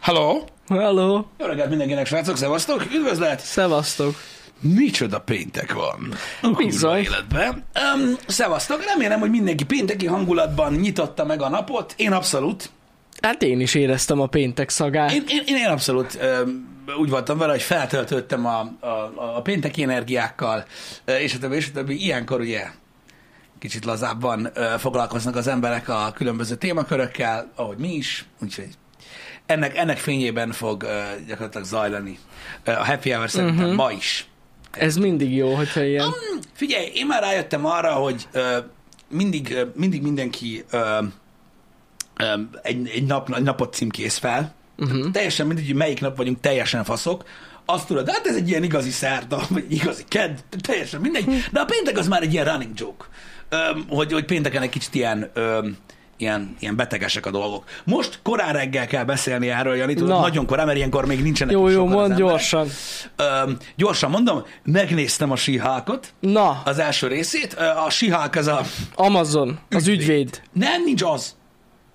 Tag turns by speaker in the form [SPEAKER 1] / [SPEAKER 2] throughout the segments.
[SPEAKER 1] Hello!
[SPEAKER 2] Hello!
[SPEAKER 1] Jó reggelt mindenkinek, srácok, szevasztok, üdvözlet!
[SPEAKER 2] Szevasztok!
[SPEAKER 1] Micsoda péntek van.
[SPEAKER 2] Bizony.
[SPEAKER 1] Kurva Életben. Um, szevasztok, remélem, hogy mindenki pénteki hangulatban nyitotta meg a napot. Én abszolút.
[SPEAKER 2] Hát én is éreztem a péntek szagát.
[SPEAKER 1] Én, én, én, én abszolút um, úgy voltam vele, hogy feltöltöttem a, a, a pénteki energiákkal, ö, és a többi, és a többi. Ilyenkor ugye kicsit lazábban ö, foglalkoznak az emberek a különböző témakörökkel, ahogy mi is, úgyhogy ennek, ennek fényében fog ö, gyakorlatilag zajlani ö, a happy hour szerintem uh-huh. ma is.
[SPEAKER 2] Ez mindig jó, hogyha ilyen...
[SPEAKER 1] Mm, Figyelj, én már rájöttem arra, hogy ö, mindig, ö, mindig mindenki ö, ö, egy, egy, nap, egy napot címkész fel.
[SPEAKER 2] Mhm.
[SPEAKER 1] Uh-huh. Teljesen mindegy, hogy melyik nap vagyunk, teljesen faszok. Azt tudod, hát ez egy ilyen igazi szerda, vagy egy igazi kedd, teljesen
[SPEAKER 2] Mhm.
[SPEAKER 1] mindegy. De a péntek az már egy ilyen running joke. Ö, hogy, hogy pénteken egy kicsit ilyen... Ö, Ilyen, ilyen betegesek a dolgok. Most korán reggel kell beszélni erről, Jani, tudod,
[SPEAKER 2] Na.
[SPEAKER 1] nagyon korán, mert ilyenkor még nincsenek
[SPEAKER 2] Jó,
[SPEAKER 1] is
[SPEAKER 2] jó,
[SPEAKER 1] sokan az
[SPEAKER 2] mond
[SPEAKER 1] emberek.
[SPEAKER 2] gyorsan.
[SPEAKER 1] Öm, gyorsan mondom, megnéztem a síhákot,
[SPEAKER 2] Na,
[SPEAKER 1] az első részét. Ö, A sihák ez a...
[SPEAKER 2] Amazon, az ügyvéd.
[SPEAKER 1] Nem, nincs az.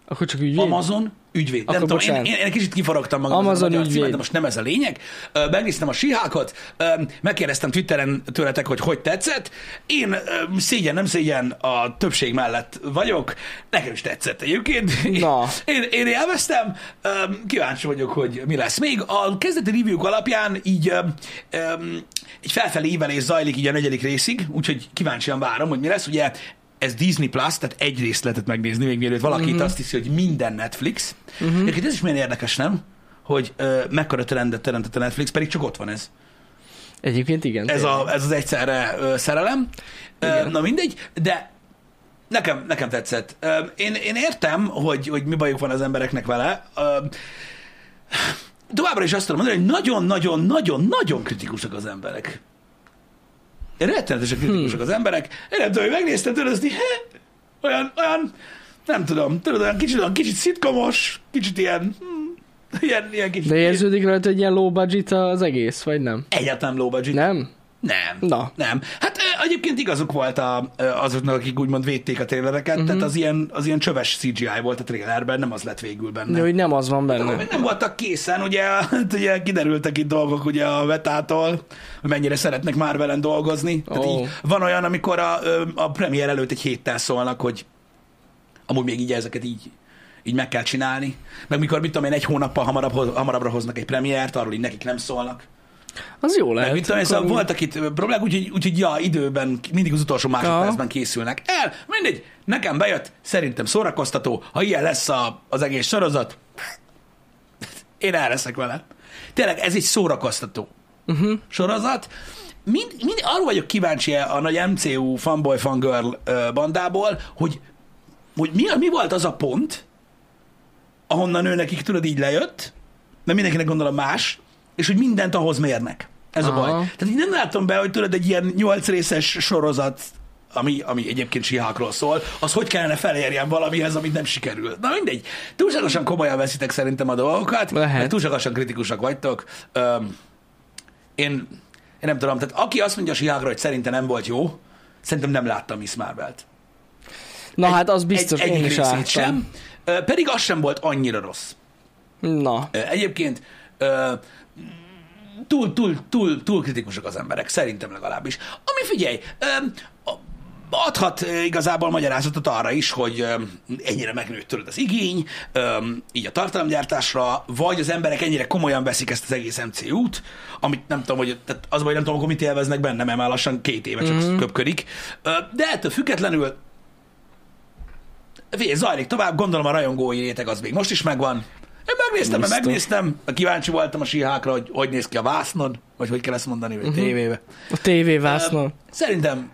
[SPEAKER 2] Akkor csak ügyvéd?
[SPEAKER 1] Amazon ügyvéd.
[SPEAKER 2] Akkor
[SPEAKER 1] nem tudom, én,
[SPEAKER 2] bocsánat.
[SPEAKER 1] én, én kicsit kiforogtam magam. ezen a
[SPEAKER 2] Amazon
[SPEAKER 1] magyar
[SPEAKER 2] ügyvéd.
[SPEAKER 1] címen, de most nem ez a lényeg. Ö, Megnéztem a síhákat, ö, megkérdeztem Twitteren tőletek, hogy hogy tetszett. Én ö, szégyen, nem szégyen a többség mellett vagyok. Nekem is tetszett egyébként.
[SPEAKER 2] Na.
[SPEAKER 1] Én, én élveztem, Ö, kíváncsi vagyok, hogy mi lesz még. A kezdeti review alapján így ö, ö, egy felfelé ívelés zajlik így a negyedik részig, úgyhogy kíváncsian várom, hogy mi lesz. Ugye ez Disney Plus, tehát egy részt lehetett megnézni, még mielőtt valaki mm-hmm. itt azt hiszi, hogy minden Netflix. Mm-hmm. Egyébként ez is milyen érdekes, nem? Hogy ö, mekkora trendet teremtett a Netflix, pedig csak ott van ez.
[SPEAKER 2] Egyébként igen.
[SPEAKER 1] Ez,
[SPEAKER 2] tényleg.
[SPEAKER 1] a, ez az egyszerre ö, szerelem. Ö,
[SPEAKER 2] Igen.
[SPEAKER 1] na mindegy, de nekem, nekem tetszett. Ö, én, én értem, hogy, hogy mi bajuk van az embereknek vele. Ö, továbbra is azt tudom mondani, hogy nagyon-nagyon-nagyon-nagyon kritikusak az emberek. Rettenetesen kritikusak hmm. az emberek. Én nem tudom, hogy megnéztem tudod, azt így, "Hé?" olyan, olyan, nem tudom, tudod, olyan kicsit, olyan kicsit szitkomos, kicsit ilyen, hm, ilyen, ilyen kicsit.
[SPEAKER 2] De érződik rajta egy ilyen low budget az egész, vagy nem?
[SPEAKER 1] Egyáltalán low budget.
[SPEAKER 2] Nem?
[SPEAKER 1] Nem.
[SPEAKER 2] Na.
[SPEAKER 1] Nem. Hát ö, egyébként igazuk volt a, ö, azoknak, akik úgymond védték a trélereket, uh-huh. tehát az ilyen, az ilyen csöves CGI volt a trélerben, nem az lett végül benne.
[SPEAKER 2] De hogy nem az van
[SPEAKER 1] Nem.
[SPEAKER 2] benne.
[SPEAKER 1] nem voltak készen, ugye, hát ugye kiderültek itt dolgok ugye a vetától, hogy mennyire szeretnek már velen dolgozni. Tehát
[SPEAKER 2] Ó.
[SPEAKER 1] így, van olyan, amikor a, ö, a premier előtt egy héttel szólnak, hogy amúgy még így ezeket így így meg kell csinálni. Meg mikor, mit tudom én, egy hónappal hamarabb, hoz- hamarabbra hoznak egy premiért, arról így nekik nem szólnak.
[SPEAKER 2] Az jó
[SPEAKER 1] Meg
[SPEAKER 2] lehet.
[SPEAKER 1] mit tudom, én,
[SPEAKER 2] Akkor
[SPEAKER 1] szóval voltak itt ö, problémák, úgyhogy, úgyhogy ja, időben, mindig az utolsó másodpercben készülnek el. Mindegy, nekem bejött, szerintem szórakoztató, ha ilyen lesz a, az egész sorozat, én elreszek vele. Tényleg, ez egy szórakoztató
[SPEAKER 2] Mhm.
[SPEAKER 1] uh-huh. sorozat. Mind, mind, arról vagyok kíváncsi a nagy MCU fanboy fangirl ö, bandából, hogy, hogy mi, mi volt az a pont, ahonnan ő nekik tudod így lejött, mert mindenkinek gondolom más, és hogy mindent ahhoz mérnek. Ez a
[SPEAKER 2] Aha.
[SPEAKER 1] baj. Tehát így nem látom be, hogy tudod, egy ilyen nyolc részes sorozat, ami, ami egyébként sihákról szól, az hogy kellene felérjen valamihez, amit nem sikerül. Na mindegy. Túlságosan komolyan veszitek szerintem a dolgokat,
[SPEAKER 2] Lehet.
[SPEAKER 1] mert túlságosan kritikusak vagytok. Öm, én, én nem tudom, tehát aki azt mondja a sihákra, hogy szerinte nem volt jó, szerintem nem látta Miss Marvel-t.
[SPEAKER 2] Na hát az biztos,
[SPEAKER 1] egy,
[SPEAKER 2] én
[SPEAKER 1] egyik
[SPEAKER 2] is
[SPEAKER 1] részét
[SPEAKER 2] láttam.
[SPEAKER 1] sem. Ö, Pedig az sem volt annyira rossz.
[SPEAKER 2] Na,
[SPEAKER 1] Ö, Egyébként ö, túl, túl, túl, túl kritikusak az emberek, szerintem legalábbis. Ami figyelj, ö, a- adhat ö, igazából magyarázatot arra is, hogy ö, ennyire megnőtt tőled az igény, ö, így a tartalomgyártásra, vagy az emberek ennyire komolyan veszik ezt az egész MCU-t, amit nem tudom, hogy tehát az vagy nem tudom, akkor mit élveznek benne, mert már lassan két éve csak
[SPEAKER 2] Mhm.
[SPEAKER 1] mm-hmm. köpködik. Ö, De ettől függetlenül Figyelj, zajlik tovább, gondolom a rajongói réteg az még most is megvan. Én megnéztem, mert
[SPEAKER 2] Biztos.
[SPEAKER 1] megnéztem, kíváncsi voltam a síhákra, hogy hogy néz ki a vásznon, vagy hogy kell ezt mondani, hogy uh-huh. tévébe.
[SPEAKER 2] a tévévásznon.
[SPEAKER 1] Szerintem,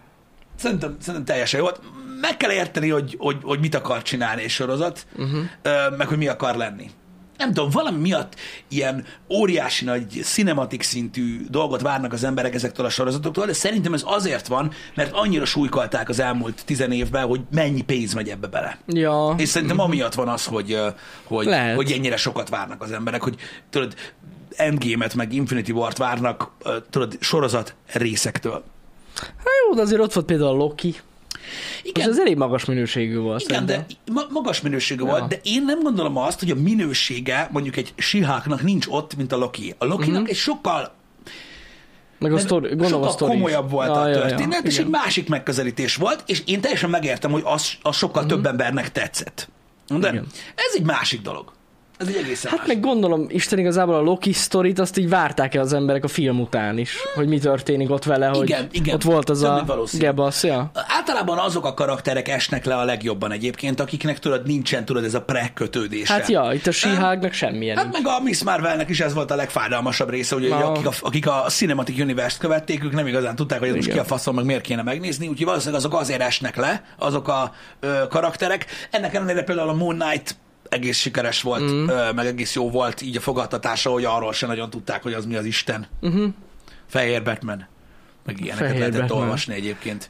[SPEAKER 1] szerintem, szerintem teljesen jó volt. Meg kell érteni, hogy, hogy, hogy mit akar csinálni egy sorozat, uh-huh. meg hogy mi akar lenni. Nem tudom, valami miatt ilyen óriási nagy cinematik szintű dolgot várnak az emberek ezektől a sorozatoktól, de szerintem ez azért van, mert annyira súlykolták az elmúlt tizen évben, hogy mennyi pénz megy ebbe bele.
[SPEAKER 2] Ja.
[SPEAKER 1] És szerintem amiatt van az, hogy, ö, hogy,
[SPEAKER 2] Mhm. Lehet.
[SPEAKER 1] hogy ennyire sokat várnak az emberek, hogy tudod, Endgame-et meg Infinity War-t várnak, ö, tudod, sorozat részektől.
[SPEAKER 2] Hát jó, de azért ott volt például a Loki.
[SPEAKER 1] Igen,
[SPEAKER 2] Ez az elég magas minőségű volt.
[SPEAKER 1] igen de
[SPEAKER 2] szerintem.
[SPEAKER 1] ma- magas minőségű
[SPEAKER 2] Ja.
[SPEAKER 1] volt, de én nem gondolom azt, hogy a minősége mondjuk egy siháknak nincs ott, mint a Loki. A Lokinak egy sokkal
[SPEAKER 2] Meg a
[SPEAKER 1] Ez
[SPEAKER 2] Mhm. sztori, gondolom a
[SPEAKER 1] sokkal
[SPEAKER 2] sztori is.
[SPEAKER 1] komolyabb volt a
[SPEAKER 2] Ja, ja, ja.
[SPEAKER 1] történet, és
[SPEAKER 2] Igen.
[SPEAKER 1] egy másik megközelítés volt, és én teljesen megértem, hogy az, az sokkal több embernek tetszett. De
[SPEAKER 2] Mhm. Igen.
[SPEAKER 1] ez egy másik dolog. Ez egy egészen
[SPEAKER 2] Hát
[SPEAKER 1] más.
[SPEAKER 2] meg gondolom, Isten igazából a Loki sztorit, azt így várták el az emberek a film után is, hogy mi történik ott vele, hogy
[SPEAKER 1] Igen, igen.
[SPEAKER 2] ott volt az
[SPEAKER 1] Több mint
[SPEAKER 2] a
[SPEAKER 1] valószínű.
[SPEAKER 2] Gebasz, ja?
[SPEAKER 1] Általában azok a karakterek esnek le a legjobban egyébként, akiknek tudod, nincsen tudod ez a prekötődése.
[SPEAKER 2] Hát ja, itt a síhágnak semmilyen.
[SPEAKER 1] Hát
[SPEAKER 2] Hát,
[SPEAKER 1] meg a Miss Marvelnek is ez volt a legfájdalmasabb része, ugye,
[SPEAKER 2] Na.
[SPEAKER 1] hogy akik, a, akik a Cinematic Universe-t követték, ők nem igazán tudták, hogy ez most ki
[SPEAKER 2] Igen.
[SPEAKER 1] a faszom, meg miért kéne megnézni, úgyhogy valószínűleg azok azért esnek le, azok a ö, karakterek. Ennek ellenére például a Moon Knight egész sikeres volt, mm. ö, meg egész jó volt így a fogadtatása, hogy arról se nagyon tudták, hogy az mi az Isten. Mm-hmm. Fehér Batman. Meg ilyeneket
[SPEAKER 2] Mhm. Fehér
[SPEAKER 1] lehetett
[SPEAKER 2] Batman.
[SPEAKER 1] olvasni egyébként.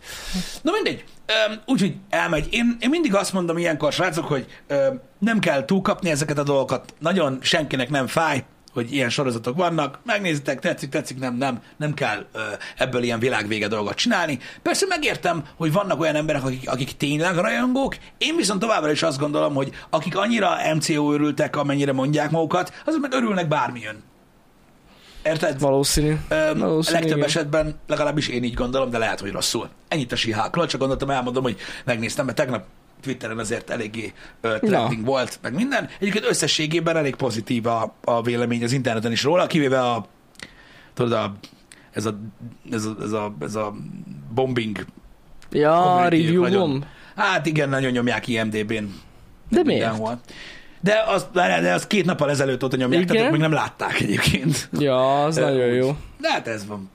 [SPEAKER 1] Na mindegy, Öm, úgyhogy elmegy. Én, én mindig azt mondom ilyenkor, srácok, hogy öm, nem kell túlkapni ezeket a dolgokat. Nagyon senkinek nem fáj, hogy ilyen sorozatok vannak. Megnézitek, tetszik, tetszik, nem, nem. Nem kell ö, ebből ilyen világvége dolgot csinálni. Persze megértem, hogy vannak olyan emberek, akik, akik tényleg rajongók. Én viszont továbbra is azt gondolom, hogy akik annyira MCO örültek, amennyire mondják magukat, azok meg örülnek bármi jön. Érted?
[SPEAKER 2] Valószínű.
[SPEAKER 1] Öm, a
[SPEAKER 2] Valószínű,
[SPEAKER 1] legtöbb
[SPEAKER 2] szóval igen.
[SPEAKER 1] esetben legalábbis én így gondolom, de lehet, hogy rosszul. Ennyit a síhákról, csak gondoltam, elmondom, hogy megnéztem, mert tegnap Twitteren azért eléggé ö, trending
[SPEAKER 2] Na.
[SPEAKER 1] volt, meg minden. Egyébként összességében elég pozitív a, a vélemény az interneten is róla, kivéve a, tudod, a, ez, a, ez, a, ez, a, ez a bombing.
[SPEAKER 2] Ja,
[SPEAKER 1] community-ük
[SPEAKER 2] review
[SPEAKER 1] nagyon-
[SPEAKER 2] gomb.
[SPEAKER 1] Hát igen, nagyon nyomják IMDB-n.
[SPEAKER 2] De miért?
[SPEAKER 1] De az, de az két nappal ezelőtt óta nyomják, tehát
[SPEAKER 2] Igen?
[SPEAKER 1] ők még nem látták egyébként.
[SPEAKER 2] Ja, az
[SPEAKER 1] Ö,
[SPEAKER 2] nagyon
[SPEAKER 1] úgy.
[SPEAKER 2] jó.
[SPEAKER 1] De hát ez van.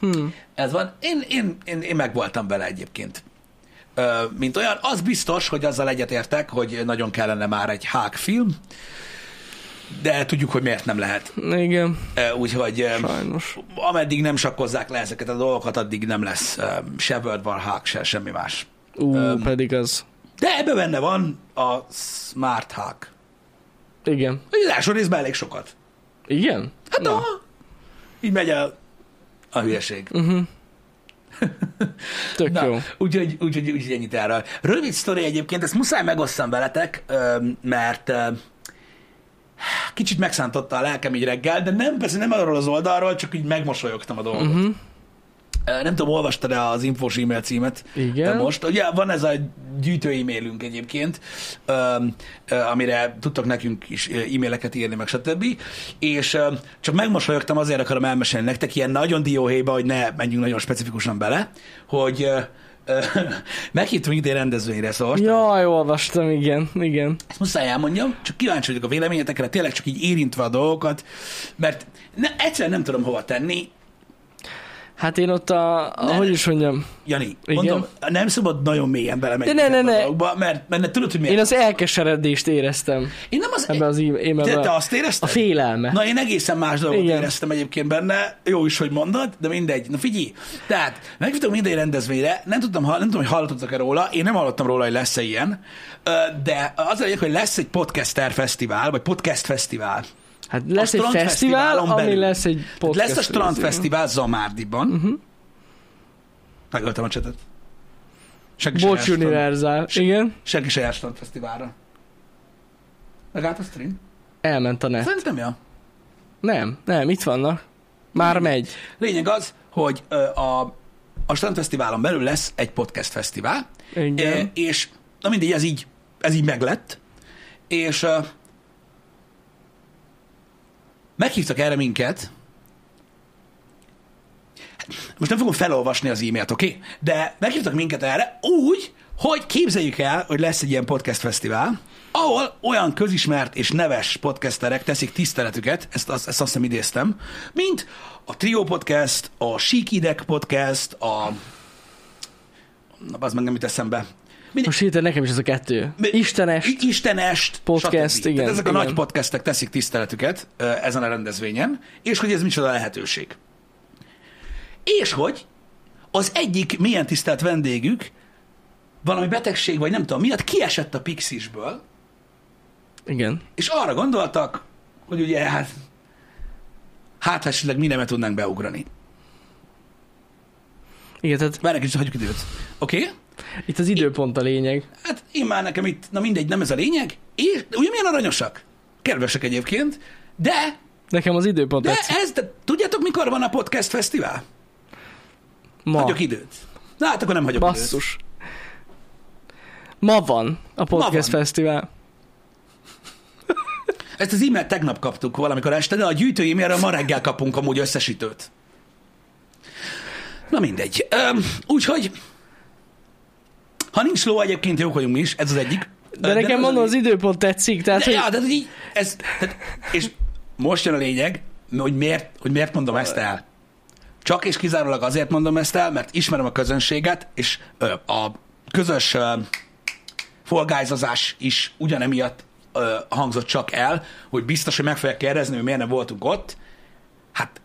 [SPEAKER 2] Hm.
[SPEAKER 1] Ez van. Én, én, én, én meg voltam vele egyébként. Ö, mint olyan, az biztos, hogy azzal egyetértek, hogy nagyon kellene már egy hák film, de tudjuk, hogy miért nem lehet.
[SPEAKER 2] Igen,
[SPEAKER 1] Ö, Úgyhogy ö,
[SPEAKER 2] sajnos.
[SPEAKER 1] ameddig nem sakkozzák le ezeket a dolgokat, addig nem lesz ö, se World War Hulk, se semmi más.
[SPEAKER 2] Ú,
[SPEAKER 1] Öm.
[SPEAKER 2] pedig az.
[SPEAKER 1] De ebbe benne van a Smart Hulk.
[SPEAKER 2] Igen.
[SPEAKER 1] Ugye az első részben elég sokat.
[SPEAKER 2] Igen?
[SPEAKER 1] Hát
[SPEAKER 2] Na.
[SPEAKER 1] no. így megy el a hülyeség.
[SPEAKER 2] Tök
[SPEAKER 1] Na,
[SPEAKER 2] jó.
[SPEAKER 1] Úgyhogy, úgyhogy, úgyhogy ennyit erről. Rövid sztori egyébként, ezt muszáj megosszam veletek, öm, mert öm, kicsit megszántotta a lelkem így reggel, de nem, persze nem arról az oldalról, csak így megmosolyogtam a dolgot.
[SPEAKER 2] Mhm.
[SPEAKER 1] Uh-huh. Nem tudom, olvastad-e az infos e-mail címet?
[SPEAKER 2] Igen.
[SPEAKER 1] De most, ugye van ez a gyűjtő e-mailünk egyébként, öm, ö, amire tudtok nekünk is ö, e-maileket írni, meg stb. És öm, csak megmosolyogtam, azért akarom elmesélni nektek ilyen nagyon dióhéjba, hogy ne menjünk nagyon specifikusan bele, hogy ö, ö, meghívtunk idén rendezvényre, szóval
[SPEAKER 2] Jaj, olvastam, igen, igen.
[SPEAKER 1] ezt muszáj elmondjam, csak kíváncsi vagyok a véleményetekre, tényleg csak így érintve a dolgokat, mert ne, egyszerűen nem tudom hova tenni.
[SPEAKER 2] Hát én ott a, a
[SPEAKER 1] Ne.
[SPEAKER 2] hogy is mondjam,
[SPEAKER 1] Jani,
[SPEAKER 2] Igen.
[SPEAKER 1] mondom, nem szabad nagyon mélyen belemenni
[SPEAKER 2] De ne, ne,
[SPEAKER 1] ezekbe a
[SPEAKER 2] ne.
[SPEAKER 1] dolgokba, mert, mert ne, tudod, hogy miért.
[SPEAKER 2] én az elkeseredést éreztem
[SPEAKER 1] én nem az...
[SPEAKER 2] ebbe az e-
[SPEAKER 1] te, te
[SPEAKER 2] e-mailbe.
[SPEAKER 1] azt érezted?
[SPEAKER 2] A félelme.
[SPEAKER 1] Na, én egészen más dolgot Igen.
[SPEAKER 2] Igen.
[SPEAKER 1] éreztem egyébként benne. Jó is, hogy mondod, de mindegy. Na figyelj, tehát megjutok minden rendezvényre, nem tudtam, ha- nem tudom, hogy hallottatok-e róla, én nem hallottam róla, hogy lesz-e ilyen, Ö, de az a lényeg, hogy lesz egy podcaster fesztivál, vagy podcast fesztivál.
[SPEAKER 2] Hát lesz
[SPEAKER 1] A
[SPEAKER 2] egy
[SPEAKER 1] Strand
[SPEAKER 2] fesztivál,
[SPEAKER 1] Fesztiválon
[SPEAKER 2] ami
[SPEAKER 1] belül.
[SPEAKER 2] lesz egy
[SPEAKER 1] Tehát
[SPEAKER 2] podcast.
[SPEAKER 1] lesz a Strand
[SPEAKER 2] részén.
[SPEAKER 1] Fesztivál Zamárdiban. Uh-huh. Megöltem a csetet. Senki se jár
[SPEAKER 2] Bocs
[SPEAKER 1] Strand-
[SPEAKER 2] Universal. Igen.
[SPEAKER 1] Senki se jár Strand Fesztiválra. Megállt a stream?
[SPEAKER 2] Elment a net.
[SPEAKER 1] Szerintem ja.
[SPEAKER 2] Nem, nem, itt vannak. Már megy.
[SPEAKER 1] Lényeg az, hogy ö, a, a Strand Fesztiválon belül lesz egy podcast fesztivál, ö,
[SPEAKER 2] Igen.
[SPEAKER 1] és na mindegy, ez így, ez így meglett, és ö, meghívtak erre minket, most nem fogom felolvasni az e-mailt, oké? Okay? De meghívtak minket erre úgy, hogy képzeljük el, hogy lesz egy ilyen podcast fesztivál, ahol olyan közismert és neves podcasterek teszik tiszteletüket, ezt, azt- ezt azt hiszem idéztem, mint a Trio Podcast, a Síkidek Podcast, a... Na, az meg nem jut eszembe. Mindegy,
[SPEAKER 2] Most hirtelen nekem is ez a kettő.
[SPEAKER 1] mi-
[SPEAKER 2] Istenes.
[SPEAKER 1] I- Istenest.
[SPEAKER 2] Podcast,
[SPEAKER 1] stb.
[SPEAKER 2] igen,
[SPEAKER 1] Tehát ezek a
[SPEAKER 2] igen.
[SPEAKER 1] nagy podcastek teszik tiszteletüket ö, ezen a rendezvényen, és hogy ez micsoda lehetőség. És hogy az egyik milyen tisztelt vendégük valami betegség, vagy nem tudom miatt kiesett a Pixisből,
[SPEAKER 2] Igen.
[SPEAKER 1] és arra gondoltak, hogy ugye hát, hát ha esetleg mi nem tudnánk beugrani.
[SPEAKER 2] Igen, tehát
[SPEAKER 1] Várj egy kicsit, hagyjuk időt. Oké? Okay?
[SPEAKER 2] Itt az időpont a lényeg.
[SPEAKER 1] Hát immár nekem itt, na mindegy, nem ez a lényeg. És ugye milyen aranyosak? Kedvesek egyébként, de,
[SPEAKER 2] Nekem az időpont
[SPEAKER 1] de
[SPEAKER 2] tetszik.
[SPEAKER 1] ez, de tudjátok, mikor van a podcast fesztivál?
[SPEAKER 2] Ma.
[SPEAKER 1] Hagyok időt. Na hát akkor nem hagyok időt.
[SPEAKER 2] Basszus. Ma van a Podcast
[SPEAKER 1] van.
[SPEAKER 2] Fesztivál.
[SPEAKER 1] Ezt az e-mailt tegnap kaptuk valamikor este, de a gyűjtő e-mailről ma reggel kapunk amúgy összesítőt. Na mindegy. Öm, úgyhogy, ha nincs ló, egyébként jók vagyunk mi is, ez az egyik.
[SPEAKER 2] De nekem mondom, az időpont tetszik, tehát
[SPEAKER 1] De,
[SPEAKER 2] hogy...
[SPEAKER 1] ja, de hogy így, ez, tehát, és most jön a lényeg, hogy miért, hogy miért mondom ezt el. Csak és kizárólag azért mondom ezt el, mert ismerem a közönséget, és ö, a közös ö, folgázazás is ugyanemiatt ö, hangzott csak el, hogy biztos, hogy meg fogják kérdezni, hogy miért nem voltunk ott. Hát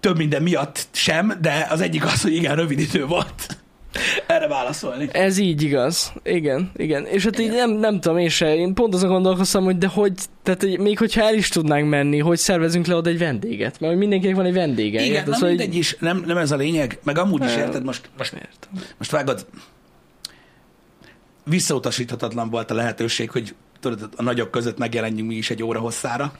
[SPEAKER 1] több minden miatt sem, de az egyik az, hogy igen, rövid idő volt erre válaszolni.
[SPEAKER 2] Ez így igaz. Igen, igen. És hát így nem, nem tudom én se. Én pont azon gondolkoztam, hogy de hogy, tehát hogy még hogyha el is tudnánk menni, hogy szervezünk le oda egy vendéget. Mert hogy mindenkinek van egy vendége.
[SPEAKER 1] Igen,
[SPEAKER 2] érted?
[SPEAKER 1] nem
[SPEAKER 2] Szóval így-
[SPEAKER 1] mindegy is, nem, nem ez a lényeg, meg amúgy is
[SPEAKER 2] Nem.
[SPEAKER 1] érted, most, most
[SPEAKER 2] Értem.
[SPEAKER 1] Most vágod, visszautasíthatatlan volt a lehetőség, hogy tudod, a nagyok között megjelenjünk mi is egy óra hosszára.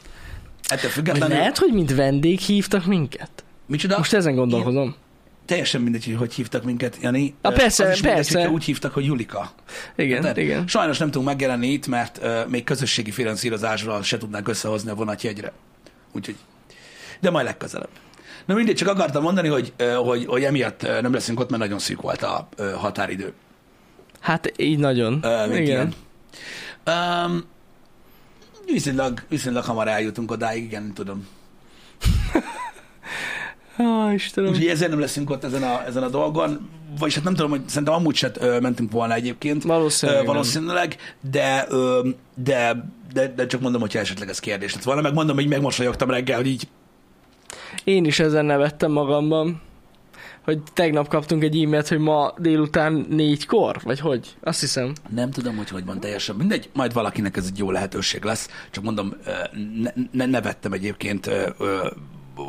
[SPEAKER 1] Ettől
[SPEAKER 2] Vagy
[SPEAKER 1] függetlenül...
[SPEAKER 2] lehet, hogy mint vendég hívtak minket?
[SPEAKER 1] Micsoda?
[SPEAKER 2] Most ezen gondolkozom.
[SPEAKER 1] Teljesen mindegy, hogy hogy hívtak minket, Jani.
[SPEAKER 2] Na
[SPEAKER 1] Ö,
[SPEAKER 2] persze,
[SPEAKER 1] az is mindegy,
[SPEAKER 2] persze.
[SPEAKER 1] hogyha úgy hívtak, hogy Julika.
[SPEAKER 2] Igen,
[SPEAKER 1] Tehát
[SPEAKER 2] igen.
[SPEAKER 1] Sajnos nem tudunk megjelenni itt, mert ö, még közösségi finanszírozásra se tudnánk összehozni a vonatjegyre. Úgyhogy, de majd legközelebb. Na mindegy, csak akartam mondani, hogy, ö, hogy, hogy emiatt ö, nem leszünk ott, mert nagyon szűk volt a ö, határidő.
[SPEAKER 2] Hát így nagyon.
[SPEAKER 1] Ö, mint
[SPEAKER 2] igen.
[SPEAKER 1] igen. Um, viszonylag, viszonylag hamar eljutunk odáig, igen, tudom.
[SPEAKER 2] Á, Istenem.
[SPEAKER 1] Úgyhogy ezért nem leszünk ott ezen a, ezen a dolgon, vagyis hát nem tudom, hogy szerintem amúgy se ö, mentünk volna egyébként.
[SPEAKER 2] Valószínűleg
[SPEAKER 1] Ö, valószínűleg de, ö, de, de, de, csak mondom, hogyha esetleg ez kérdés lett volna, meg mondom, hogy megmosolyogtam reggel, hogy így
[SPEAKER 2] Én is ezen nevettem magamban, hogy tegnap kaptunk egy e-mailt, hogy ma délután négykor, vagy hogy? Azt hiszem.
[SPEAKER 1] nem tudom, hogy hogy van teljesen mindegy, majd valakinek ez egy jó lehetőség lesz, csak mondom, ö, ne, ne, nevettem egyébként ö, ö,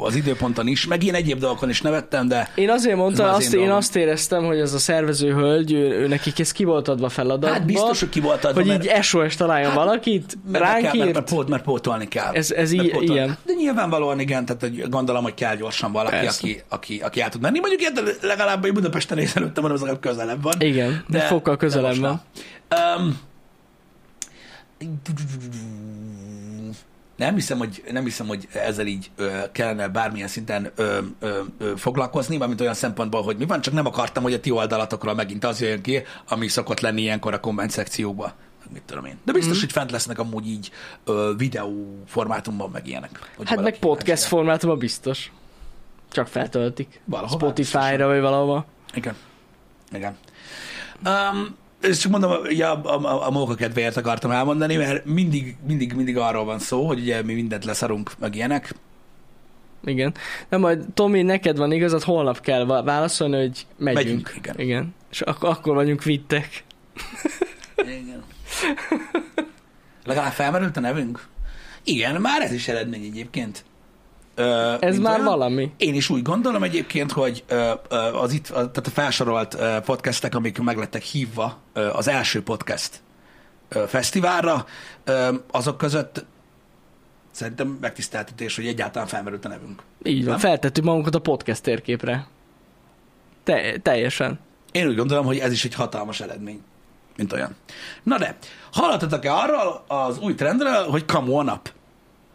[SPEAKER 1] az időponton is, meg ilyen egyéb dolgokon is nevettem, de
[SPEAKER 2] Én azért mondtam,
[SPEAKER 1] már az
[SPEAKER 2] azt,
[SPEAKER 1] én
[SPEAKER 2] én,
[SPEAKER 1] dolgom.
[SPEAKER 2] azt éreztem, hogy ez a szervező hölgy, ő, ő nekik ez ki volt adva feladatba.
[SPEAKER 1] hát biztos, hogy ki volt adva,
[SPEAKER 2] hogy
[SPEAKER 1] mert-
[SPEAKER 2] így SOS találjon
[SPEAKER 1] Hát,
[SPEAKER 2] valakit,
[SPEAKER 1] Mert meg
[SPEAKER 2] ránk
[SPEAKER 1] kell, mert, mert,
[SPEAKER 2] írt.
[SPEAKER 1] pót, mert pótolni kell.
[SPEAKER 2] Ez- ez
[SPEAKER 1] Mert
[SPEAKER 2] i-
[SPEAKER 1] pótolni.
[SPEAKER 2] ilyen.
[SPEAKER 1] De nyilvánvalóan igen, tehát hogy gondolom, hogy kell gyorsan valaki,
[SPEAKER 2] Persze.
[SPEAKER 1] aki, aki, aki át tud menni. Mondjuk érted, legalább hogy Budapesten és előttem van, az legalább közelebb van.
[SPEAKER 2] Igen, de fokkal közelebb
[SPEAKER 1] most
[SPEAKER 2] van. Hát
[SPEAKER 1] nem. Öm, nem hiszem, hogy, nem hiszem, hogy ezzel így ö, kellene bármilyen szinten ö, ö, ö, foglalkozni, mármint olyan szempontból, hogy mi van, csak nem akartam, hogy a ti oldalatokról megint az jöjjön ki, ami szokott lenni ilyenkor a komment szekcióba. Mit tudom én. De biztos, mm. hogy fent lesznek amúgy így ö, videó formátumban, meg ilyenek. hogy
[SPEAKER 2] Hát
[SPEAKER 1] valaki
[SPEAKER 2] meg podcast
[SPEAKER 1] kíváncsi rá.
[SPEAKER 2] formátumban biztos. Csak feltöltik.
[SPEAKER 1] Valahova,
[SPEAKER 2] Spotify-ra vagy valahova.
[SPEAKER 1] Igen. Igen. Um, ezt csak mondom, ugye a, a, a, a móka kedvéért akartam elmondani, mert mindig, mindig, mindig arról van szó, hogy ugye mi mindent leszarunk, meg ilyenek.
[SPEAKER 2] Igen. De majd, Tomi, neked van igazad, holnap kell va- válaszolni, hogy megyünk.
[SPEAKER 1] Megyünk, igen.
[SPEAKER 2] igen. És ak- akkor vagyunk vittek.
[SPEAKER 1] Igen. Legalább felmerült a nevünk? Igen, már ez is eredmény egyébként. Ö,
[SPEAKER 2] Ez
[SPEAKER 1] mint
[SPEAKER 2] már
[SPEAKER 1] olyan.
[SPEAKER 2] valami.
[SPEAKER 1] Én is úgy gondolom egyébként, hogy ö, ö, az itt, a, tehát a felsorolt ö, podcastek, amik meglettek hívva ö, az első podcast ö, fesztiválra, ö, azok között szerintem megtiszteltetés, hogy egyáltalán felmerült a nevünk.
[SPEAKER 2] Így van,
[SPEAKER 1] Nem?
[SPEAKER 2] feltettük magunkat a podcast térképre. Te- teljesen.
[SPEAKER 1] Én úgy gondolom, hogy ez is egy hatalmas eredmény, mint olyan. Na de, hallottatok-e arról az új trendről, hogy come on up?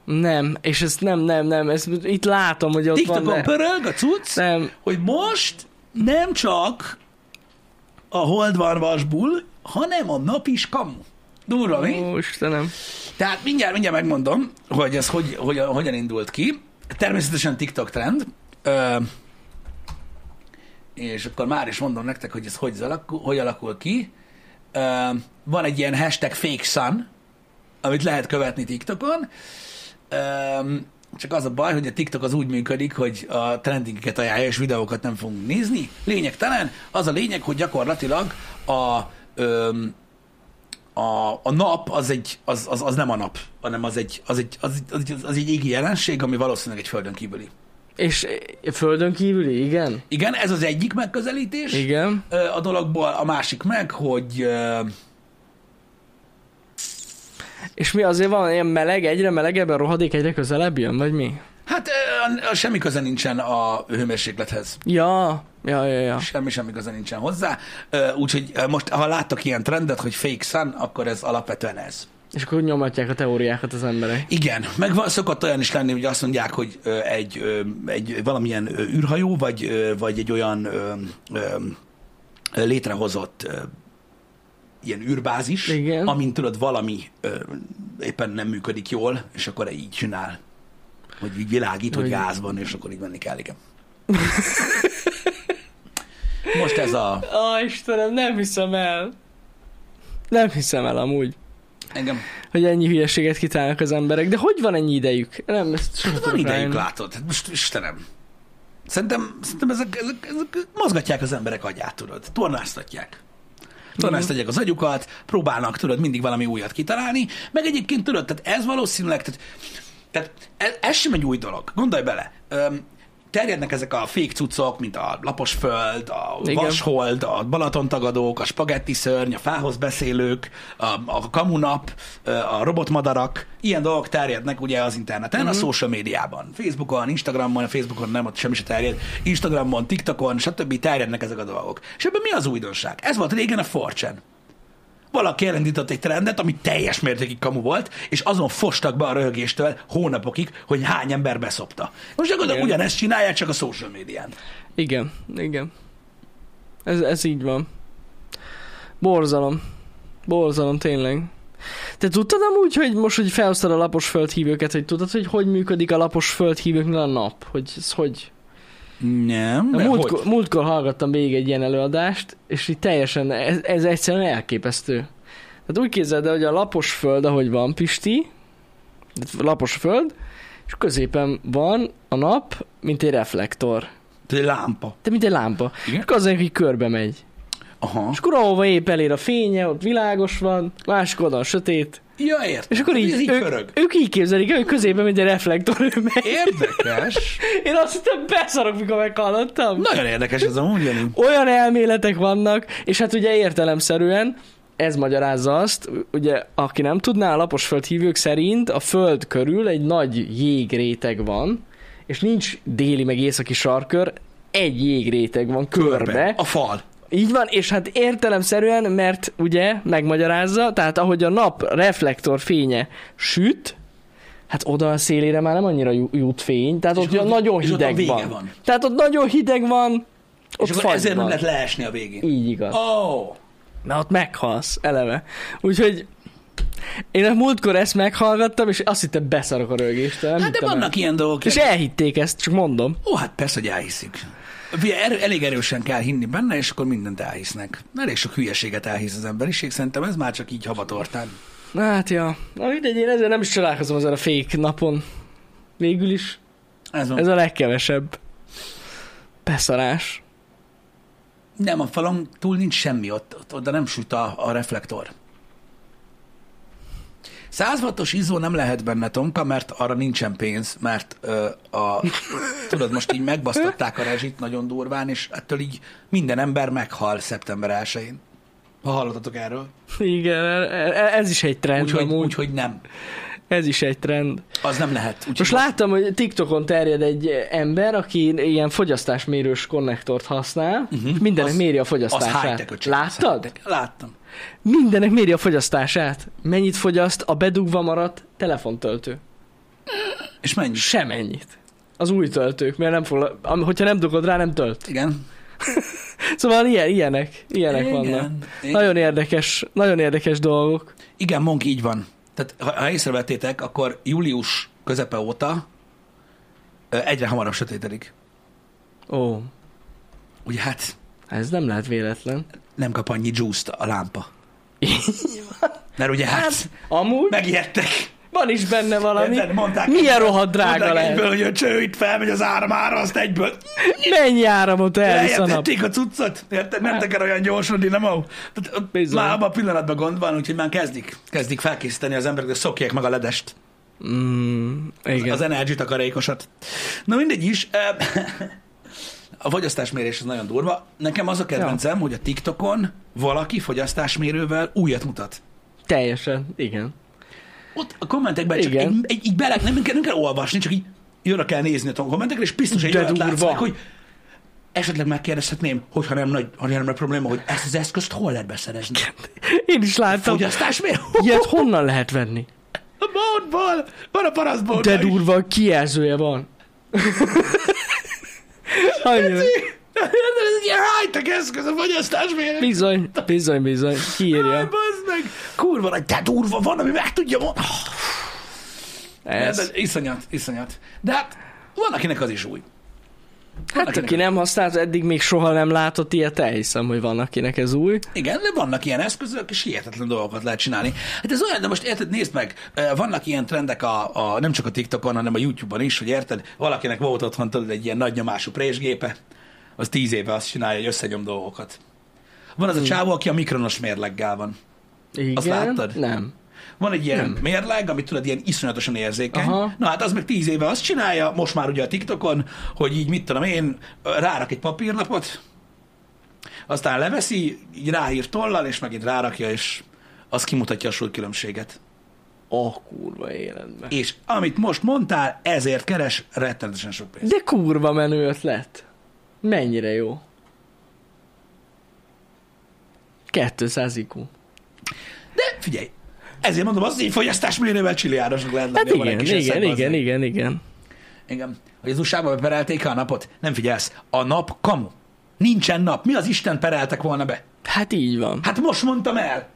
[SPEAKER 2] Nem, és ezt nem, nem, nem, ezt itt látom, hogy ott van.
[SPEAKER 1] TikTokon
[SPEAKER 2] de-
[SPEAKER 1] pörög a cucc,
[SPEAKER 2] Nem,
[SPEAKER 1] hogy most nem csak a hold van vasbul, hanem a nap is kamu. Durva, mi?
[SPEAKER 2] ó, Istenem.
[SPEAKER 1] Tehát mindjárt, mindjárt megmondom, hogy ez hogy, hogy, hogyan indult ki. Természetesen TikTok trend. Ö, és akkor már is mondom nektek, hogy ez hogy, alakul, hogy alakul ki. Ö, van egy ilyen hashtag fake sun, amit lehet követni TikTokon. Ö, csak az a baj, hogy a TikTok az úgy működik, hogy a trendingeket ajánlja, és videókat nem fogunk nézni. Lényegtelen. Az a lényeg, hogy gyakorlatilag a... Ö, a, a nap az, egy, az, az, az, nem a nap, hanem az egy, az, egy, az, egy, az, egy, az egy égi jelenség, ami valószínűleg egy földön kívüli.
[SPEAKER 2] És e, földön kívüli, igen?
[SPEAKER 1] Igen, ez az egyik megközelítés
[SPEAKER 2] Igen.
[SPEAKER 1] ö, a dologból, a másik meg, hogy ö,
[SPEAKER 2] És mi azért van ilyen meleg, egyre melegebb a rohadék egyre közelebb jön, vagy mi?
[SPEAKER 1] hát ö, a- a semmi köze nincsen a hőmérséklethez.
[SPEAKER 2] Ja, ja, ja, ja.
[SPEAKER 1] Semmi semmi köze nincsen hozzá. Ö, Úgyhogy ö, most, ha láttok ilyen trendet, hogy fake sun, akkor ez alapvetően ez.
[SPEAKER 2] És akkor nyomatják a teóriákat az emberek.
[SPEAKER 1] Igen, meg van, szokott olyan is lenni, hogy azt mondják, hogy ö, egy, ö, egy valamilyen ö, űrhajó, vagy, ö, vagy egy olyan ö, ö, létrehozott ö, ilyen űrbázis,
[SPEAKER 2] Igen.
[SPEAKER 1] amin tudod valami ö, éppen nem működik jól, és akkor így csinál. Hogy így világít, hogy
[SPEAKER 2] Hogy-
[SPEAKER 1] gázban, és akkor így menni kell, igen. Most ez a...
[SPEAKER 2] Ó, Istenem, nem hiszem el. Nem hiszem el amúgy,
[SPEAKER 1] Engem
[SPEAKER 2] hogy ennyi hülyeséget kitálnak az emberek. De hogy van ennyi idejük? Nem, ezt soha
[SPEAKER 1] Hát van idejük, látod. Hát Most Istenem. Szerintem, szerintem ezek, ezek, ezek mozgatják az emberek agyát, tudod. Tornáztatják. Tornáztatják az agyukat, próbálnak, tudod, mindig valami újat kitalálni. Meg egyébként, tudod, tehát ez valószínűleg, tehát, tehát ez, ez sem egy új dolog. Gondolj bele. Öm, terjednek ezek a fake cuccok, mint a lapos föld, a
[SPEAKER 2] Igen.
[SPEAKER 1] vashold, a Balatontagadók, a spagetti szörny, a fához beszélők, a, a kamunap, ö, a robotmadarak. Ilyen dolgok terjednek ugye az interneten, a social médiában. Facebookon, Instagramon, a Facebookon nem, ott semmi se terjed. Instagramon, TikTokon, stb. terjednek ezek a dolgok. És ebben mi az újdonság? Ez volt régen a forcsen. Valaki elindított egy trendet, ami teljes mértékig kamu volt, és azon fostak be a röhögéstől hónapokig, hogy hány ember beszopta. Most gyakorlatilag
[SPEAKER 2] Igen.
[SPEAKER 1] ugyanezt csinálják, csak a social médián.
[SPEAKER 2] Igen, igen. Ez, ez így van. Borzalom. Borzalom, tényleg. Te tudtad amúgy, hogy most, hogy felhoztad a lapos földhívőket, hogy tudtad, hogy hogy működik a lapos földhívőknél a nap? Hogy ez hogy?
[SPEAKER 1] Nem,
[SPEAKER 2] A
[SPEAKER 1] mert
[SPEAKER 2] múltkor,
[SPEAKER 1] hogy?
[SPEAKER 2] múltkor hallgattam végig egy ilyen előadást, és így teljesen, ez, ez egyszerűen elképesztő. Tehát úgy képzeld el, hogy a lapos föld, ahogy van Pisti, tehát lapos föld, és középen van a nap, mint egy reflektor.
[SPEAKER 1] Egy lámpa.
[SPEAKER 2] De mint egy lámpa.
[SPEAKER 1] Igen?
[SPEAKER 2] Csak azért, hogy körbe megy.
[SPEAKER 1] Aha.
[SPEAKER 2] És akkor ahova épp elér a fénye, ott világos van, másik oldalon sötét.
[SPEAKER 1] Ja, értem.
[SPEAKER 2] És akkor így,
[SPEAKER 1] Hát, Ez így pörög.
[SPEAKER 2] ők, ők így képzelik, el, hogy középen mint egy reflektor ő megy.
[SPEAKER 1] Érdekes.
[SPEAKER 2] Én azt hittem beszarok, mikor meghallottam.
[SPEAKER 1] Nagyon érdekes ez a mondjani.
[SPEAKER 2] Olyan elméletek vannak, és hát ugye értelemszerűen ez magyarázza azt, ugye aki nem tudná, a lapos földhívők szerint a föld körül egy nagy jégréteg van, és nincs déli meg északi sarkör, egy jégréteg van körbe,
[SPEAKER 1] A fal.
[SPEAKER 2] így van, és hát értelemszerűen, mert ugye megmagyarázza, tehát ahogy a nap reflektor fénye süt, hát oda a szélére már nem annyira ju- jut fény, tehát
[SPEAKER 1] És
[SPEAKER 2] ott,
[SPEAKER 1] ott-
[SPEAKER 2] nagyon
[SPEAKER 1] és ott a
[SPEAKER 2] hideg
[SPEAKER 1] vége
[SPEAKER 2] van.
[SPEAKER 1] van.
[SPEAKER 2] Tehát ott nagyon hideg van, ott
[SPEAKER 1] És akkor
[SPEAKER 2] fagy
[SPEAKER 1] ezért
[SPEAKER 2] van.
[SPEAKER 1] nem lehet leesni a végén.
[SPEAKER 2] Így igaz.
[SPEAKER 1] Ó, oh,
[SPEAKER 2] Na ott meghalsz, eleve. Úgyhogy én a múltkor ezt meghallgattam, és azt hittem beszarok a rögéstől. nem
[SPEAKER 1] hát de
[SPEAKER 2] hittem el.
[SPEAKER 1] vannak ilyen dolgok.
[SPEAKER 2] És e- elhitték ezt, csak mondom.
[SPEAKER 1] Ó, hát persze, hogy elhiszik. Ugye er- Elég erősen kell hinni benne, és akkor mindent elhisznek. Elég sok hülyeséget elhisz az emberiség, szerintem ez már csak így habatortán.
[SPEAKER 2] Na hát ja. Na mindegy, én ezzel nem is csodálkozom azon a fék napon. Végül is.
[SPEAKER 1] Ez van.
[SPEAKER 2] Ez a legkevesebb. Beszarás.
[SPEAKER 1] Nem, a falon túl nincs semmi, ott, ott oda nem süt a, a reflektor. 100 wattos izó nem lehet benne, Tomka, mert arra nincsen pénz, mert ö, a, tudod, most így megbasztották a rezsit nagyon durván, és ettől így minden ember meghal szeptember 1-én. Ha hallottatok erről.
[SPEAKER 2] Igen, e- e- ez is egy trend
[SPEAKER 1] Úgyhogy
[SPEAKER 2] amúgy.
[SPEAKER 1] úgy, hogy nem.
[SPEAKER 2] Ez is egy trend.
[SPEAKER 1] Az nem lehet. Úgy,
[SPEAKER 2] Most láttam, hogy TikTokon terjed egy ember, aki ilyen fogyasztásmérős konnektort használ, uh-huh. mindenek
[SPEAKER 1] Az-
[SPEAKER 2] méri a
[SPEAKER 1] az
[SPEAKER 2] fogyasztását.
[SPEAKER 1] high-tech
[SPEAKER 2] Láttad?
[SPEAKER 1] Láttam.
[SPEAKER 2] Mindenek méri a fogyasztását. Mennyit fogyaszt a bedugva maradt telefontöltő?
[SPEAKER 1] És mennyi?
[SPEAKER 2] Semennyit. Az új töltők, mert nem fog, am- hogyha nem dugod rá, nem tölt.
[SPEAKER 1] Igen.
[SPEAKER 2] Szóval ilyen, ilyenek, ilyenek
[SPEAKER 1] Igen.
[SPEAKER 2] vannak.
[SPEAKER 1] Igen.
[SPEAKER 2] Nagyon érdekes, nagyon érdekes dolgok.
[SPEAKER 1] Igen, Monk, így van. Tehát ha, ha észrevettétek, akkor július közepe óta ö, egyre hamarabb sötétedik.
[SPEAKER 2] Ó,
[SPEAKER 1] Ugye hát
[SPEAKER 2] Ez nem lehet véletlen.
[SPEAKER 1] nem kap annyi juice a lámpa. Mert ugye hát,
[SPEAKER 2] Hát,
[SPEAKER 1] hát
[SPEAKER 2] amúgy meg...
[SPEAKER 1] megijedtek.
[SPEAKER 2] van is benne valami.
[SPEAKER 1] Érted? Mondták,
[SPEAKER 2] Milyen rohadt drága
[SPEAKER 1] mondták
[SPEAKER 2] lehet?
[SPEAKER 1] egyből, hogy a cső itt felmegy az áramára, azt egyből
[SPEAKER 2] Mennyi áramot elvisz a nap? Hát.
[SPEAKER 1] eljelentették a cuccot. Érted? Nem teker olyan gyorsan, dinamo. Tehát ott
[SPEAKER 2] Bizony.
[SPEAKER 1] Már abban a pillanatban gond van, úgyhogy már kezdik, kezdik felkészíteni az emberek, hogy szokják meg a ledest.
[SPEAKER 2] Mm, igen.
[SPEAKER 1] Az energy takarékosat. Na mindegy is, eh, a fogyasztásmérés az nagyon durva. Nekem az a kedvencem, ja. hogy a TikTokon valaki fogyasztásmérővel újat mutat.
[SPEAKER 2] Teljesen, igen.
[SPEAKER 1] Ott a kommentekben csak
[SPEAKER 2] Igen.
[SPEAKER 1] egy, egy, így bele, nem, nem, kell, nem kell olvasni, csak így jönre kell nézni a kommentekre, és biztos egy
[SPEAKER 2] De
[SPEAKER 1] olyat
[SPEAKER 2] durva.
[SPEAKER 1] látsz meg, hogy esetleg megkérdezhetném, hogyha nem nagy, ha nem nagy probléma, hogy ezt az eszközt hol lehet beszerezni.
[SPEAKER 2] Én is láttam.
[SPEAKER 1] Fogyasztásmérő?
[SPEAKER 2] Ilyet honnan lehet venni?
[SPEAKER 1] A boltból! Van a parasztból!
[SPEAKER 2] De durva kijelzője van. Annyira.
[SPEAKER 1] Ez egy ilyen high-tech eszköz a fogyasztásmérő.
[SPEAKER 2] Bizony, bizony, bizony.
[SPEAKER 1] Jaj,
[SPEAKER 2] Kiírja.
[SPEAKER 1] bazd meg! Kurva nagy, de durva van, ami meg tudja mondani. Ez
[SPEAKER 2] Ez.
[SPEAKER 1] iszonyat, iszonyat. De hát van, akinek az is új.
[SPEAKER 2] Hát aki nem használt, eddig még soha nem látott ilyet, elhiszem, hogy van akinek ez új.
[SPEAKER 1] Igen, de vannak ilyen eszközök, és hihetetlen dolgokat lehet csinálni. Hát ez olyan, de most érted, nézd meg, eh, vannak ilyen trendek a, a nem csak a TikTokon, hanem a YouTube-on is, hogy érted, valakinek volt otthon tudod, egy ilyen nagy nyomású présgépe, az tíz éve azt csinálja, hogy összenyom dolgokat. Van
[SPEAKER 2] Hmm.
[SPEAKER 1] az a csávó, aki a mikronos mérleggel van.
[SPEAKER 2] Igen.
[SPEAKER 1] láttad?
[SPEAKER 2] Nem.
[SPEAKER 1] Van egy ilyen nem. mérleg, amit tudod, ilyen iszonyatosan érzékeny. Aha.
[SPEAKER 2] Aha.
[SPEAKER 1] Na hát az meg tíz éve azt csinálja, most már ugye a TikTokon, hogy így mit tudom én, rárak egy papírlapot, aztán leveszi, így ráír tollal, és megint rárakja, és az kimutatja a súlykülönbséget.
[SPEAKER 2] A oh, kurva életben.
[SPEAKER 1] És amit most mondtál, ezért keres rettenetesen sok pénzt.
[SPEAKER 2] De kurva menő ötlet. Mennyire jó. 200 IQ.
[SPEAKER 1] De figyelj, ezért mondom, az így fogyasztás mérővel csiliárosnak lehet lenni. ha
[SPEAKER 2] Hát
[SPEAKER 1] van egy
[SPEAKER 2] igen,
[SPEAKER 1] kis
[SPEAKER 2] igen,
[SPEAKER 1] összeg,
[SPEAKER 2] igen,
[SPEAKER 1] bazdmeg.
[SPEAKER 2] igen, igen.
[SPEAKER 1] Igen. Hogy az USA-ba perelték a napot? Nem figyelsz. A nap kamu. Nincsen nap. Mi az Isten pereltek volna be?
[SPEAKER 2] Hát így van.
[SPEAKER 1] Hát most mondtam el.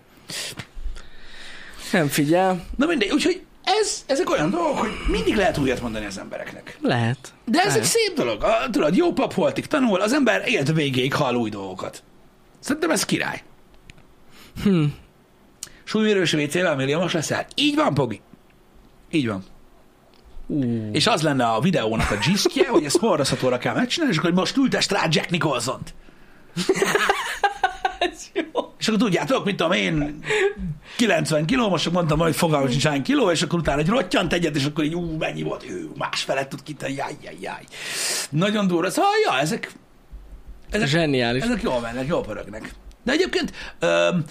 [SPEAKER 2] Nem figyel,
[SPEAKER 1] Na mindegy, úgyhogy ez, ezek olyan dolgok, hogy mindig lehet újat mondani az embereknek.
[SPEAKER 2] lehet.
[SPEAKER 1] De ez egy
[SPEAKER 2] lehet.
[SPEAKER 1] szép dolog. A, tudod, jó pap holtig tanul, az ember élet végéig hall új dolgokat. Szerintem ez király.
[SPEAKER 2] Hm.
[SPEAKER 1] Súlymérős vécével milliómos leszel. Így van, Pogi. Így van.
[SPEAKER 2] Ú,
[SPEAKER 1] És az lenne a videónak a gistje, hogy ezt hordozhatóra kell megcsinálni, és akkor most ültest rá Jack Nicholson-t.
[SPEAKER 2] Ez jó.
[SPEAKER 1] És akkor tudjátok, mit tudom én, 90 kiló, most csak mondtam, hogy fogalmam sincs hány kiló, és akkor utána egy rottyant egyet, és akkor így, ú, mennyi volt, ő, más felett tud kitenni, jaj, jaj, jaj. Nagyon durva. Szóval, ja, ezek, ezek,
[SPEAKER 2] Zseniális.
[SPEAKER 1] ezek jól mennek, jól pörögnek. De egyébként öm,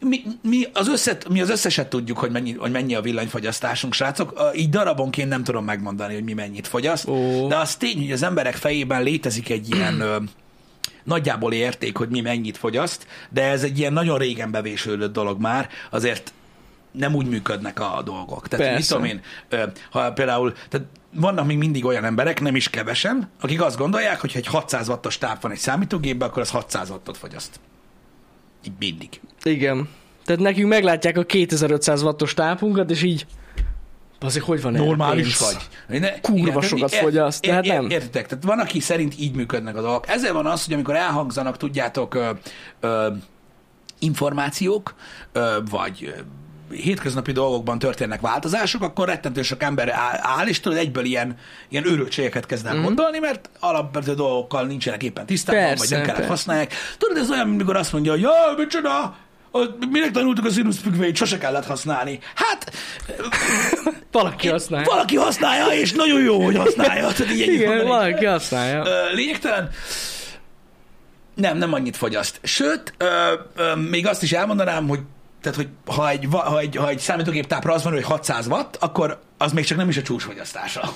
[SPEAKER 1] mi, mi, az összet, mi az összeset tudjuk, hogy mennyi, hogy mennyi a villanyfogyasztásunk, srácok. Ö, Így darabonként nem tudom megmondani, hogy mi mennyit fogyaszt.
[SPEAKER 2] Ó.
[SPEAKER 1] De az tény, hogy az emberek fejében létezik egy ilyen ö, nagyjából érték, hogy mi mennyit fogyaszt, de ez egy ilyen nagyon régen bevésődött dolog már, azért nem úgy működnek a dolgok. Tehát Persze. mit
[SPEAKER 2] Persze.
[SPEAKER 1] tudom én, ö, ha például, tehát vannak még mindig olyan emberek, nem is kevesen, akik azt gondolják, hogy ha egy 600 wattos táp van egy számítógépben, akkor az 600 wattot fogyaszt. Így mindig.
[SPEAKER 2] Igen. Tehát nekünk meglátják a 2500 wattos tápunkat, és így... Azért hogy van erre
[SPEAKER 1] Normális
[SPEAKER 2] pénz?
[SPEAKER 1] vagy. Ne,
[SPEAKER 2] Kurva
[SPEAKER 1] tehát
[SPEAKER 2] sokat
[SPEAKER 1] ért-
[SPEAKER 2] fogyaszt,
[SPEAKER 1] ért-
[SPEAKER 2] tehát
[SPEAKER 1] ért-
[SPEAKER 2] nem.
[SPEAKER 1] Értitek, tehát van, aki szerint így működnek a dolgok. Ezzel van az, hogy amikor elhangzanak, tudjátok, ö, ö, információk, ö, vagy ö, hétköznapi dolgokban történnek változások, akkor rettentő sok ember áll, áll és tudod, egyből ilyen, ilyen őrültségeket kezd
[SPEAKER 2] Mhm.
[SPEAKER 1] el gondolni, mert alapvető dolgokkal nincsenek éppen tisztában,
[SPEAKER 2] Persze,
[SPEAKER 1] vagy nem kellett
[SPEAKER 2] persze.
[SPEAKER 1] használják. Tudod, ez olyan, mint amikor azt mondja, hogy jaj, micsoda, a- minek tanultuk a színuszfüggvényt, sose kellett használni. Hát,
[SPEAKER 2] Valaki használja.
[SPEAKER 1] valaki használja, és nagyon jó, hogy használja. Tehát így ennyit
[SPEAKER 2] Igen,
[SPEAKER 1] mondanék.
[SPEAKER 2] valaki használja.
[SPEAKER 1] Ö, Lényegtelen. Nem, nem annyit fogyaszt. Sőt, ö, ö, még azt is elmondanám, hogy tehát, hogy ha egy, va- ha egy, ha egy számítógép tápra az van, hogy 600 watt, akkor az még csak nem is a csúcsfogyasztása.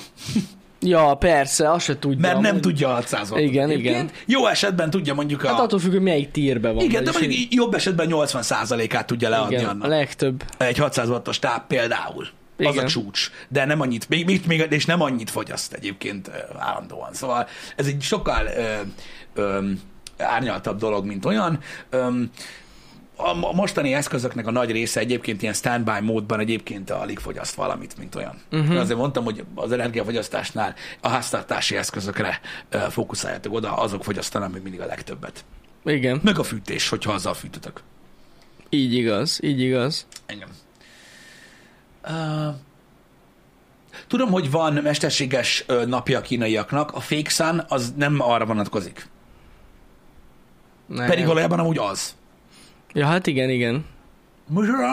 [SPEAKER 2] Ja, persze, azt se tudja.
[SPEAKER 1] Mert nem
[SPEAKER 2] amúgy.
[SPEAKER 1] tudja a 600 wattot.
[SPEAKER 2] Igen,
[SPEAKER 1] egyébként.
[SPEAKER 2] igen.
[SPEAKER 1] Jó esetben tudja mondjuk a...
[SPEAKER 2] Hát attól függ, hogy melyik tírbe van.
[SPEAKER 1] igen, de
[SPEAKER 2] vagyis
[SPEAKER 1] mondjuk
[SPEAKER 2] így-
[SPEAKER 1] így jobb esetben 80%-át tudja leadni
[SPEAKER 2] igen,
[SPEAKER 1] annak.
[SPEAKER 2] a legtöbb.
[SPEAKER 1] egy 600 wattos táp például. Igen. Az a
[SPEAKER 2] Igen.
[SPEAKER 1] csúcs, de nem annyit, még, még, még, és nem annyit fogyaszt egyébként ö, állandóan. Szóval ez egy sokkal ö, ö, árnyaltabb dolog, mint olyan. Ö, a mo- mostani eszközöknek a nagy része egyébként ilyen standby módban egyébként alig fogyaszt valamit, mint olyan. Uh-huh. Azért mondtam, hogy az energiafogyasztásnál a háztartási eszközökre ö, fókuszáljatok oda, azok fogyasztanak még mindig a legtöbbet.
[SPEAKER 2] Igen,
[SPEAKER 1] Meg a fűtés, hogyha azzal fűtötök.
[SPEAKER 2] így igaz, így igaz.
[SPEAKER 1] Engem. Uh, tudom, hogy van mesterséges ö, napja a kínaiaknak, a fake sun az nem arra vonatkozik.
[SPEAKER 2] Nem.
[SPEAKER 1] Pedig valójában amúgy az.
[SPEAKER 2] Ja, hát igen, igen.
[SPEAKER 1] Műsorra?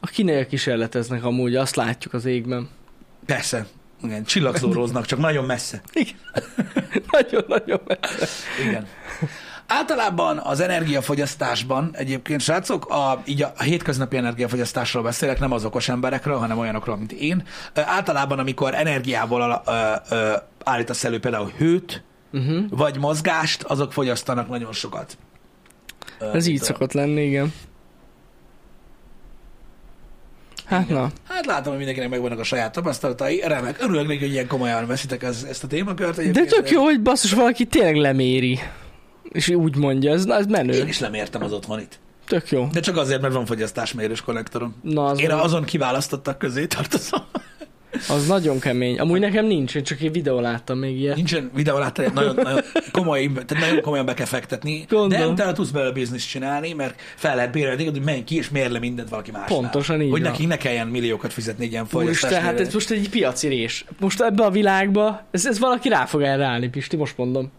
[SPEAKER 2] akinél kísérleteznek amúgy, azt látjuk az égben.
[SPEAKER 1] Persze. Igen, csillagszóróznak, csak nagyon messze.
[SPEAKER 2] Igen. Nagyon-nagyon messze.
[SPEAKER 1] Igen. Általában az energiafogyasztásban egyébként, srácok, a, így a, a hétköznapi energiafogyasztásról beszélek, nem az okos emberekről, hanem olyanokról, mint én. Ö, Általában, amikor energiával ala- ö, ö, állítasz elő például hőt,
[SPEAKER 2] Uh-huh.
[SPEAKER 1] vagy mozgást, azok fogyasztanak nagyon sokat. Ö,
[SPEAKER 2] Ez így
[SPEAKER 1] mint a-
[SPEAKER 2] szokott lenni, igen. Hát na,
[SPEAKER 1] Hát látom, hogy mindenkinek megvannak a saját tapasztalatai. Remek. Örülök neki, hogy ilyen komolyan veszitek ez, ezt a témakört.
[SPEAKER 2] de
[SPEAKER 1] egyébként.
[SPEAKER 2] tök jó, hogy basszus valaki tényleg leméri. És úgy mondja, ez, na, ez
[SPEAKER 1] Én
[SPEAKER 2] menő.
[SPEAKER 1] is lemértem az otthonit.
[SPEAKER 2] Tök jó.
[SPEAKER 1] De csak azért, mert van fogyasztásmérős konnektorom.
[SPEAKER 2] Na, az,
[SPEAKER 1] Én azon kiválasztottak közé tartozom.
[SPEAKER 2] az nagyon kemény. Amúgy nekem nincs, én csak egy videó láttam még ilyet.
[SPEAKER 1] Nincsen videó láttál, nagyon, nagyon, komoly, tehát nagyon komolyan be kell fektetni. De
[SPEAKER 2] Gondolom.
[SPEAKER 1] utána tudsz belőle bizniszt csinálni, mert fel lehet bérelni téged, hogy menj ki és mérj le mindent valaki másnál.
[SPEAKER 2] Pontosan így
[SPEAKER 1] Hogy
[SPEAKER 2] van.
[SPEAKER 1] neki ne kelljen milliókat fizetni egy ilyen
[SPEAKER 2] Úristen, hát
[SPEAKER 1] fogyasztásmérőre.
[SPEAKER 2] ez most egy piacirés. Most ebbe a világba, ez, ez valaki rá fog erre állni, Pisti, most mondom.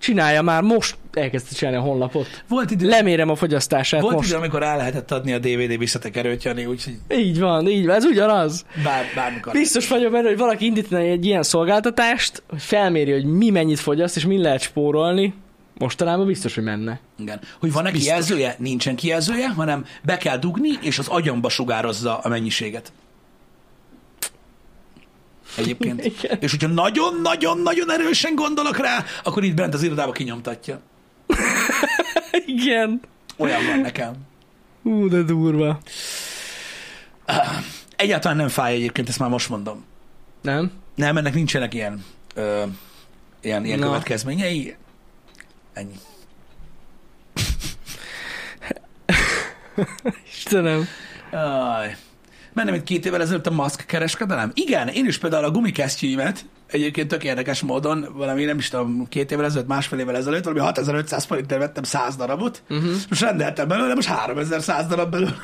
[SPEAKER 2] Csinálja már, most elkezdte csinálni a honlapot.
[SPEAKER 1] Volt idő,
[SPEAKER 2] Lemérem a fogyasztását
[SPEAKER 1] volt
[SPEAKER 2] E most.
[SPEAKER 1] idő, amikor el lehetett adni a DVD visszatekerőt, Jani, úgyhogy
[SPEAKER 2] Így van, így van, ez ugyanaz.
[SPEAKER 1] bár, bármikor.
[SPEAKER 2] Biztos vagyok benne, hogy valaki indítana egy ilyen szolgáltatást, hogy felméri, hogy mi mennyit fogyaszt, és mi lehet spórolni. Mostanában biztos, hogy menne.
[SPEAKER 1] Igen. Hogy van-e
[SPEAKER 2] Biztos.
[SPEAKER 1] kijelzője? Nincsen kijelzője, hanem be kell dugni, és az agyamba sugározza a mennyiséget. Egyébként.
[SPEAKER 2] Igen.
[SPEAKER 1] És hogyha nagyon-nagyon-nagyon erősen gondolok rá, akkor itt bent az irodába kinyomtatja.
[SPEAKER 2] Igen.
[SPEAKER 1] Olyan van nekem.
[SPEAKER 2] Hú, de durva.
[SPEAKER 1] Egyáltalán nem fáj egyébként, ezt már most mondom.
[SPEAKER 2] Nem?
[SPEAKER 1] Nem, ennek nincsenek ilyen, ö, ilyen, ilyen
[SPEAKER 2] Na.
[SPEAKER 1] következményei. Ennyi.
[SPEAKER 2] Istenem.
[SPEAKER 1] Aj. Mennem itt két évvel ezelőtt a maszk kereskedelem? Igen, én is például a gumikesztyűimet, egyébként tök érdekes módon, valami nem is tudom, két évvel ezelőtt, másfél évvel ezelőtt, valami 6500 forintért vettem 100 darabot, uh-huh. most rendeltem belőle, most 3100 darab belőle.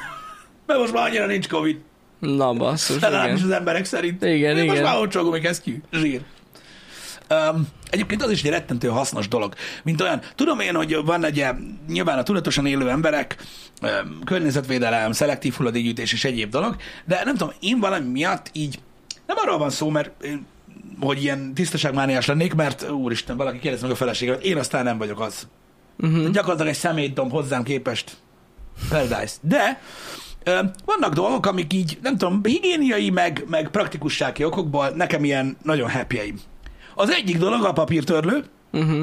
[SPEAKER 1] Mert most már annyira nincs Covid,
[SPEAKER 2] Na basszus,
[SPEAKER 1] legalábbis
[SPEAKER 2] igen.
[SPEAKER 1] az emberek szerint.
[SPEAKER 2] Igen,
[SPEAKER 1] Most
[SPEAKER 2] igen.
[SPEAKER 1] már olcsó gumikesztyű, zsír. Um, egyébként az is egy rettentő hasznos dolog, mint olyan. Tudom én, hogy van egy ilyen- nyilván a tudatosan élő emberek, um, környezetvédelem, szelektív hulladékgyűjtés és egyéb dolog, de nem tudom, én valami miatt így, nem arról van szó, mert én, hogy ilyen tisztaságmániás lennék, mert úristen, valaki kérdez meg a feleségemet, én aztán nem vagyok az.
[SPEAKER 2] Mhm.
[SPEAKER 1] Uh-huh. Gyakorlatilag egy szemétdom hozzám képest. Paradise. De ö, vannak dolgok, amik így, nem tudom, higiéniai, meg, meg praktikussági okokból nekem ilyen nagyon happy Az egyik dolog a papírtörlő.
[SPEAKER 2] Uh-huh.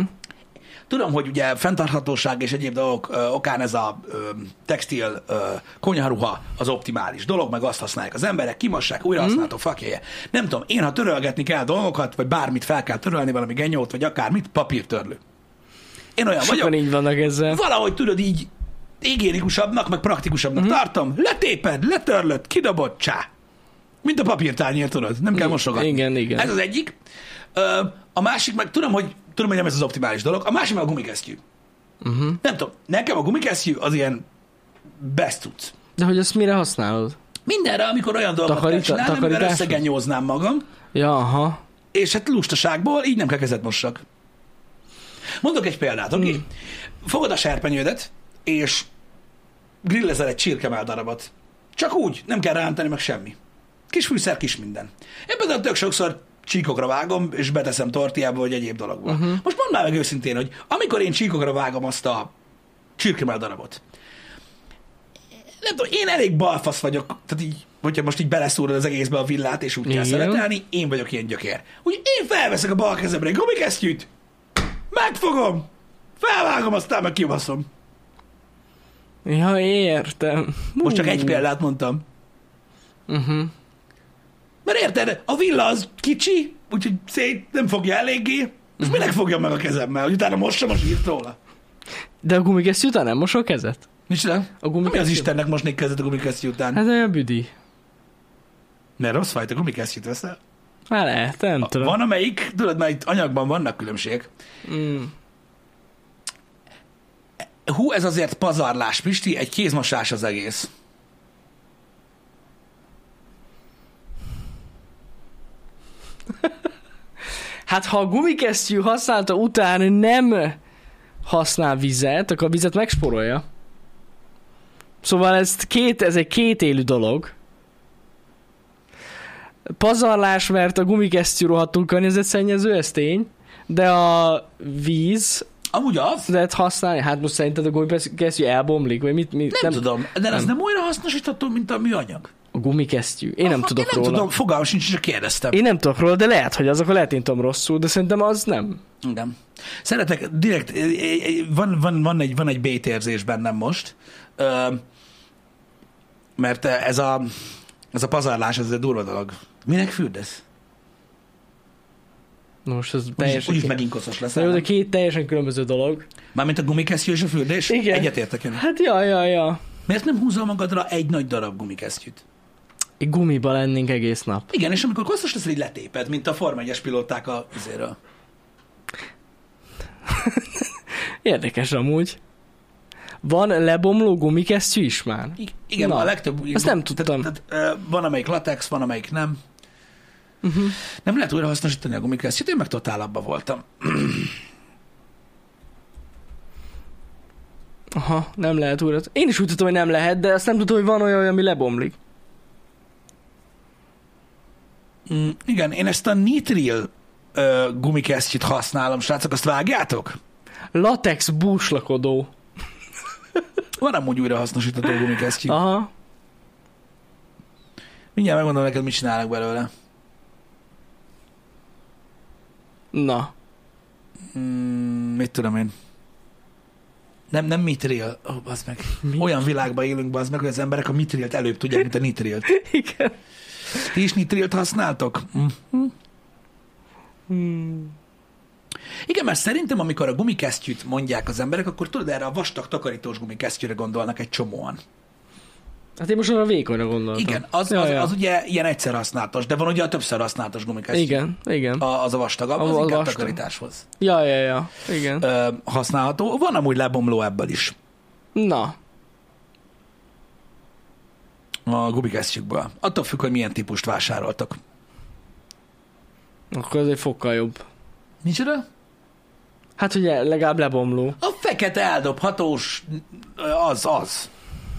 [SPEAKER 1] Tudom, hogy ugye fenntarthatóság és egyéb dolgok ö, okán ez a ö, textil ö, konyaruha az optimális dolog, meg azt használják az emberek, kimassák, újra használható mm. fakjeje. Nem tudom, én ha törölgetni kell dolgokat, vagy bármit fel kell törölni, valami genyót, vagy akármit, papírtörlő. Én olyan vagyok,
[SPEAKER 2] Sokan így vannak ezzel.
[SPEAKER 1] valahogy tudod így higiénikusabbnak, meg praktikusabbnak
[SPEAKER 2] Mhm.
[SPEAKER 1] uh-huh. tartom, letéped, letörlöd, kidobod, csá. Mint a papírtányér, tudod, nem kell mosogatni.
[SPEAKER 2] igen, igen.
[SPEAKER 1] Ez az egyik. Ö, a másik meg, tudom, hogy tudom, hogy nem ez az optimális dolog, a másik meg a gumikesztyű.
[SPEAKER 2] Mhm.
[SPEAKER 1] Uh-huh. Nem tudom, nekem a gumikesztyű az ilyen best tudsz.
[SPEAKER 2] De hogy azt mire használod?
[SPEAKER 1] Mindenre, amikor olyan dolgot
[SPEAKER 2] Takarít-
[SPEAKER 1] kell csinálni, amivel
[SPEAKER 2] takarításhoz?
[SPEAKER 1] összegenyóznám magam,
[SPEAKER 2] Ja, aha.
[SPEAKER 1] és hát lustaságból így nem kell kezet mossak. Mondok egy példát, oké? Okay?
[SPEAKER 2] Hmm.
[SPEAKER 1] Fogod a serpenyődet, és grillezel egy csirkemál darabot. Csak úgy, nem kell rántani meg semmi. Kis fűszer, kis minden. Én például tök sokszor csíkokra vágom, és beteszem tortiába, vagy egyéb dologba. Uh-huh. Most mondd már meg őszintén, hogy amikor én csíkokra vágom azt a csirkemál darabot, nem tudom, én elég balfasz vagyok, tehát így, hogyha most így beleszúrod az egészbe a villát, és úgy kell
[SPEAKER 2] Igen.
[SPEAKER 1] szeretelni, én vagyok ilyen gyökér. Úgy én felveszek a bal kezemre egy gumikesztyűt, megfogom, felvágom, aztán meg kibaszom.
[SPEAKER 2] Ja, értem.
[SPEAKER 1] Most csak egy példát mondtam.
[SPEAKER 2] Uh-huh.
[SPEAKER 1] Mert érted, a villa az kicsi, úgyhogy szét nem fogja eléggé, és
[SPEAKER 2] Mhm.
[SPEAKER 1] minek fogja meg a kezemmel, hogy utána mossam a sírt róla.
[SPEAKER 2] De a gumikesztyű után nem mosol kezet?
[SPEAKER 1] Nincs nem?
[SPEAKER 2] A
[SPEAKER 1] Hát Mi az
[SPEAKER 2] gumikesztyű?
[SPEAKER 1] Istennek most még kezdett a gumikesztyű után?
[SPEAKER 2] Hát olyan büdi.
[SPEAKER 1] Mert rossz fajta gumikesztyűt veszel.
[SPEAKER 2] Hát lehet, nem tudom.
[SPEAKER 1] Van amelyik, tudod, már itt anyagban vannak különbségek.
[SPEAKER 2] Mm.
[SPEAKER 1] Hú, ez azért pazarlás, Pisti, egy kézmosás az egész.
[SPEAKER 2] Hát ha a gumikesztyű használta után nem használ vizet, akkor a vizet megsporolja. Szóval ez, két, ez egy kétélű dolog. Pazarlás, mert a gumikesztyű rohadtul környezetszennyező, ez tény, de a víz
[SPEAKER 1] Amúgy az?
[SPEAKER 2] lehet használni. Hát most szerinted a gumikesztyű elbomlik, vagy mit? mit
[SPEAKER 1] Nem, nem tudom, de nem. az nem olyan hasznosítható, mint a műanyag.
[SPEAKER 2] A gumikesztyű. Én nem
[SPEAKER 1] Aha,
[SPEAKER 2] tudok
[SPEAKER 1] én nem
[SPEAKER 2] róla.
[SPEAKER 1] tudom, fogalmam sincs, csak kérdeztem.
[SPEAKER 2] Én nem tudok róla, de lehet, hogy az, akkor lehet én tudom rosszul, de szerintem az nem.
[SPEAKER 1] Igen. Szeretek, direkt, eh, eh, van, van, van, egy, van egy bétérzés bennem most, Ö, mert ez a, ez a pazarlás, ez egy durva dolog. Minek fürdesz?
[SPEAKER 2] Na most ez
[SPEAKER 1] Úgyis,
[SPEAKER 2] teljesen...
[SPEAKER 1] úgyis meginkoszos lesz.
[SPEAKER 2] Na jó, de két teljesen különböző dolog.
[SPEAKER 1] Mármint a gumikesztyű és a fürdés?
[SPEAKER 2] Igen.
[SPEAKER 1] Egyetértek én.
[SPEAKER 2] Hát ja, ja, ja.
[SPEAKER 1] Miért nem húzol magadra egy nagy darab gumikesztyűt?
[SPEAKER 2] Egy gumiba lennénk egész nap.
[SPEAKER 1] Igen, és amikor koszos lesz, így letéped, mint a Form 1-es pilóták a izéről.
[SPEAKER 2] Érdekes amúgy. Van lebomló gumikesztyű is már?
[SPEAKER 1] I- Igen,
[SPEAKER 2] Na,
[SPEAKER 1] a legtöbb...
[SPEAKER 2] ezt nem tudtam.
[SPEAKER 1] Tehát, tehát, ö, van, amelyik latex, van, amelyik nem. Uh-huh. Nem lehet újra hasznosítani a gumikesztyűt, én meg totál abba voltam.
[SPEAKER 2] Aha, nem lehet újra. Én is úgy tudom, hogy nem lehet, de azt nem tudom, hogy van olyan, ami lebomlik.
[SPEAKER 1] Mm, igen, én ezt a nitril ö, gumikesztyűt használom, srácok, azt vágjátok?
[SPEAKER 2] Latex búslakodó.
[SPEAKER 1] Van amúgy újra hasznosítható gumikesztyű. Ah.
[SPEAKER 2] Aha.
[SPEAKER 1] Mindjárt megmondom neked, mit csinálnak belőle.
[SPEAKER 2] Na.
[SPEAKER 1] Mm, mit tudom én? Nem, nem mitril. Ó, oh, meg.
[SPEAKER 2] Mi?
[SPEAKER 1] Olyan világban élünk, bazd meg, hogy az emberek a mitrilt előbb tudják, mint a nitrilt.
[SPEAKER 2] Igen.
[SPEAKER 1] Ti is nitrilt használtok? Mm.
[SPEAKER 2] Hmm.
[SPEAKER 1] Igen, mert szerintem, amikor a gumikesztyűt mondják az emberek, akkor tudod, erre a vastag takarítós gumikesztyűre gondolnak egy csomóan.
[SPEAKER 2] Hát én most arra vékonyra gondoltam.
[SPEAKER 1] Igen, az,
[SPEAKER 2] Ja,
[SPEAKER 1] az,
[SPEAKER 2] ja.
[SPEAKER 1] az ugye ilyen egyszer használatos, de van ugye a többször használatos gumikesztyű.
[SPEAKER 2] Igen, igen.
[SPEAKER 1] A, az a vastagabb, az,
[SPEAKER 2] A-
[SPEAKER 1] az
[SPEAKER 2] a
[SPEAKER 1] inkább
[SPEAKER 2] vastag.
[SPEAKER 1] takarításhoz
[SPEAKER 2] Ja, ja, ja. Igen.
[SPEAKER 1] ö, használható. Van amúgy lebomló ebből is,
[SPEAKER 2] Na.
[SPEAKER 1] a gumikesztyűkből. Attól függ, hogy milyen típust vásároltok.
[SPEAKER 2] Akkor ez egy fokkal jobb.
[SPEAKER 1] Micsoda?
[SPEAKER 2] Hát ugye legalább lebomló.
[SPEAKER 1] A fekete eldobhatós ö, az az.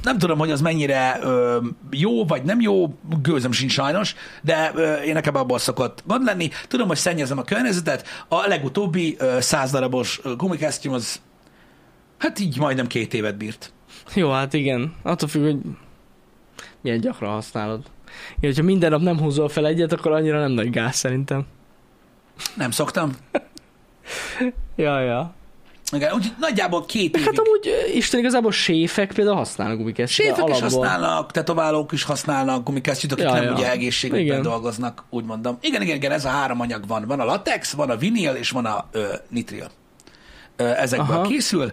[SPEAKER 1] Nem tudom, hogy az mennyire ö, jó vagy nem jó, gőzöm sincs sajnos, de ö, én nekem abból szokott gond lenni. Tudom, hogy szennyezem a környezetet. A legutóbbi ö, száz darabos ö, gumikesztyűm az, hát így majdnem két évet bírt.
[SPEAKER 2] Jó, hát igen. Attól függ, hogy milyen gyakran használod. Igen, hogyha minden nap nem húzol fel egyet, akkor annyira nem nagy gáz szerintem.
[SPEAKER 1] Nem szoktam.
[SPEAKER 2] Ja, ja.
[SPEAKER 1] Igen, úgyhogy nagyjából két évig.
[SPEAKER 2] Hát amúgy ö, Isten igazából séfek például használnak gumikesztyűt.
[SPEAKER 1] Séfek is
[SPEAKER 2] alapból.
[SPEAKER 1] használnak, tetoválók is használnak, gumikesztyűt, akik
[SPEAKER 2] Ja,
[SPEAKER 1] nem
[SPEAKER 2] ja.
[SPEAKER 1] ugye egészségügyben
[SPEAKER 2] Igen.
[SPEAKER 1] dolgoznak, úgy mondom. Igen, igen, igen, ez a három anyag van. Van a latex, van a vinil, és van a ö, nitril. Ö, ezekből
[SPEAKER 2] Aha.
[SPEAKER 1] Aha. készül,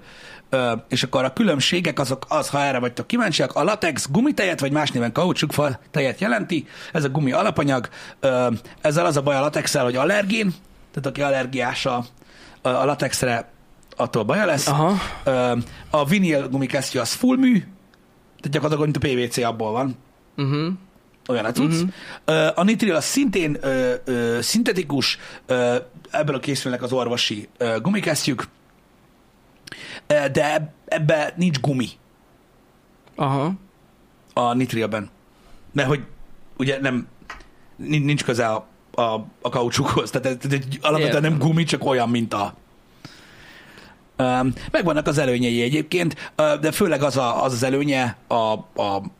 [SPEAKER 1] ö, és akkor a különbségek azok az, ha erre vagytok kíváncsiak, a latex gumitejet, vagy más néven kaucsukfa tejet jelenti, ez a gumi alapanyag. Ö, ezzel az a baj a latexel, hogy allergén, tehát aki allergiás a, a a latexre, attól baja lesz.
[SPEAKER 2] Aha.
[SPEAKER 1] Ö, A vinil gumikesztyű az full mű, tehát gyakorlatilag, mint a PVC abból van,
[SPEAKER 2] Uh-huh.
[SPEAKER 1] olyan a cucc. Ö, A nitril az szintén ö, ö, szintetikus, ö, ebből a készülnek az orvosi ö, gumikesztyűk, Ö, de eb- ebbe nincs gumi
[SPEAKER 2] Aha.
[SPEAKER 1] a nitrilben. Mert hogy ugye nem, nin- nincs köze a, a, a kaucsukhoz, tehát ez, ez egy, alapvetően
[SPEAKER 2] Értem.
[SPEAKER 1] nem gumi, csak olyan, mint a... Um, megvannak az előnyei egyébként, ö, de főleg az a, az, az előnye a, a,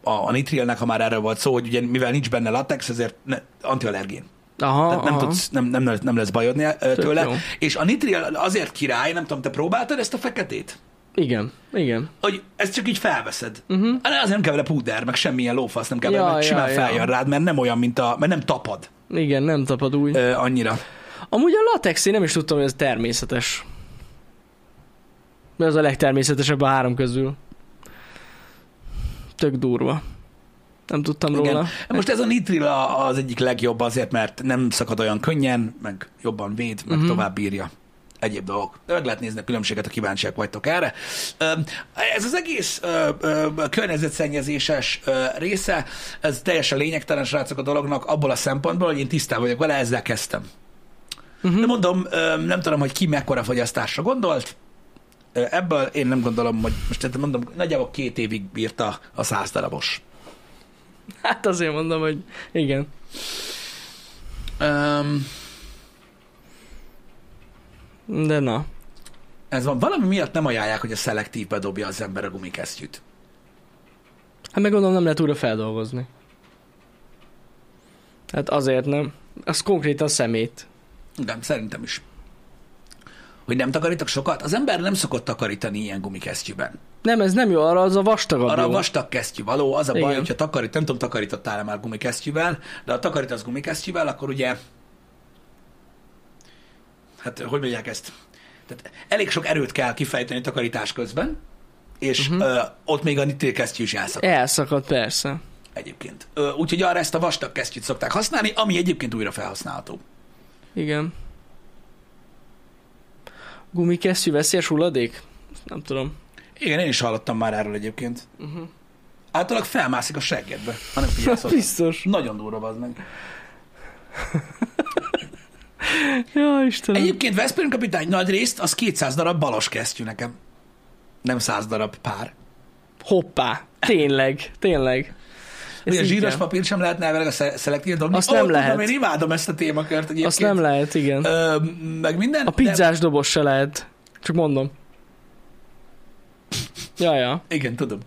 [SPEAKER 1] a, a nitrilnek, ha már erről volt szó, hogy ugye mivel nincs benne latex, ezért ne, antiallergén.
[SPEAKER 2] Aha.
[SPEAKER 1] Tehát nem,
[SPEAKER 2] aha.
[SPEAKER 1] tudsz, nem, nem, nem lesz bajodni ö, tőle.
[SPEAKER 2] jó.
[SPEAKER 1] És a nitril azért király, nem tudom, te próbáltad ezt a feketét?
[SPEAKER 2] Igen, igen.
[SPEAKER 1] hogy ezt csak így felveszed. Uh-huh. Hát az nem kell vele púder, meg semmilyen lófasz nem kell vele,
[SPEAKER 2] Ja,
[SPEAKER 1] mert simán
[SPEAKER 2] ja, ja.
[SPEAKER 1] feljön rád, mert nem olyan, mint a, mert nem tapad
[SPEAKER 2] Igen, nem tapad úgy.
[SPEAKER 1] ö, annyira.
[SPEAKER 2] Amúgy a latex, én nem is tudtam, hogy ez természetes. De az a legtermészetesebb a három közül. Tök durva. Nem tudtam
[SPEAKER 1] Igen. Hát
[SPEAKER 2] róla.
[SPEAKER 1] Most ez a nitril a- az egyik legjobb azért, mert nem szakad olyan könnyen, meg jobban véd, meg uh-huh. tovább bírja egyéb dolgok. De meg lehet nézni a különbséget, ha kíváncsiak vagytok erre. Ö, Ez az egész ö, ö, környezetszennyezéses ö, része, ez teljesen lényegtelen, srácok, a dolognak abból a szempontból, hogy én tisztában vagyok vele, ezzel kezdtem. Uh-huh. De mondom, ö, nem tudom, hogy ki mekkora fogyasztásra gondolt, Ebből én nem gondolom, hogy most hát mondom, nagyjából két évig bírta a száz darabos.
[SPEAKER 2] Hát azért mondom, hogy igen.
[SPEAKER 1] Um,
[SPEAKER 2] De na.
[SPEAKER 1] ez van, valami miatt nem ajánlják, hogy a szelektív bedobja az ember a gumikesztyűt.
[SPEAKER 2] Hát meg gondolom nem lehet újra feldolgozni. Hát azért nem. Az konkrétan szemét.
[SPEAKER 1] Igen, szerintem is. Hogy nem takarítok sokat? Az ember nem szokott takarítani ilyen gumikesztyűben.
[SPEAKER 2] Nem, ez nem jó, arra az a vastagabb
[SPEAKER 1] Arra
[SPEAKER 2] jó.
[SPEAKER 1] a vastag kesztyű való, az a baj,
[SPEAKER 2] Igen.
[SPEAKER 1] hogyha takarít, nem tudom, takarítottál-e már gumikesztyűvel, de ha takarítasz gumikesztyűvel, akkor ugye, hát hogy mondják ezt? Tehát elég sok erőt kell kifejteni a takarítás közben, és
[SPEAKER 2] Mhm.
[SPEAKER 1] uh-huh. ö, ott még a nitélkesztyű is elszakad
[SPEAKER 2] Elszakadt persze.
[SPEAKER 1] egyébként. Ö, úgyhogy arra ezt a vastag kesztyűt szokták használni, ami egyébként újra felhasználható.
[SPEAKER 2] Igen. Gumikesztyű veszélyes hulladék? Nem tudom.
[SPEAKER 1] Igen, én is hallottam már erről egyébként. Uh-huh.
[SPEAKER 2] Mhm.
[SPEAKER 1] Általában felmászik a seggedbe, ha nem figyelsz oda.
[SPEAKER 2] Biztos.
[SPEAKER 1] Nagyon durva az meg.
[SPEAKER 2] Ja, Istenem.
[SPEAKER 1] Egyébként Veszprém kapitány nagy részt, az 200 darab balos kesztyű nekem. Nem 100 darab pár.
[SPEAKER 2] Hoppá. Tényleg, tényleg. Ez
[SPEAKER 1] Ugye
[SPEAKER 2] így
[SPEAKER 1] zsíros
[SPEAKER 2] kell.
[SPEAKER 1] papírt sem lehetne elvileg a szel- szelektív dobni.
[SPEAKER 2] Azt
[SPEAKER 1] Ó,
[SPEAKER 2] nem
[SPEAKER 1] tudom,
[SPEAKER 2] lehet.
[SPEAKER 1] Én imádom ezt a témakört egyébként.
[SPEAKER 2] Azt nem lehet, igen.
[SPEAKER 1] Ö, meg minden.
[SPEAKER 2] A
[SPEAKER 1] De...
[SPEAKER 2] pizzás doboz se lehet. Csak mondom. Ja, ja.
[SPEAKER 1] Igen, tudom.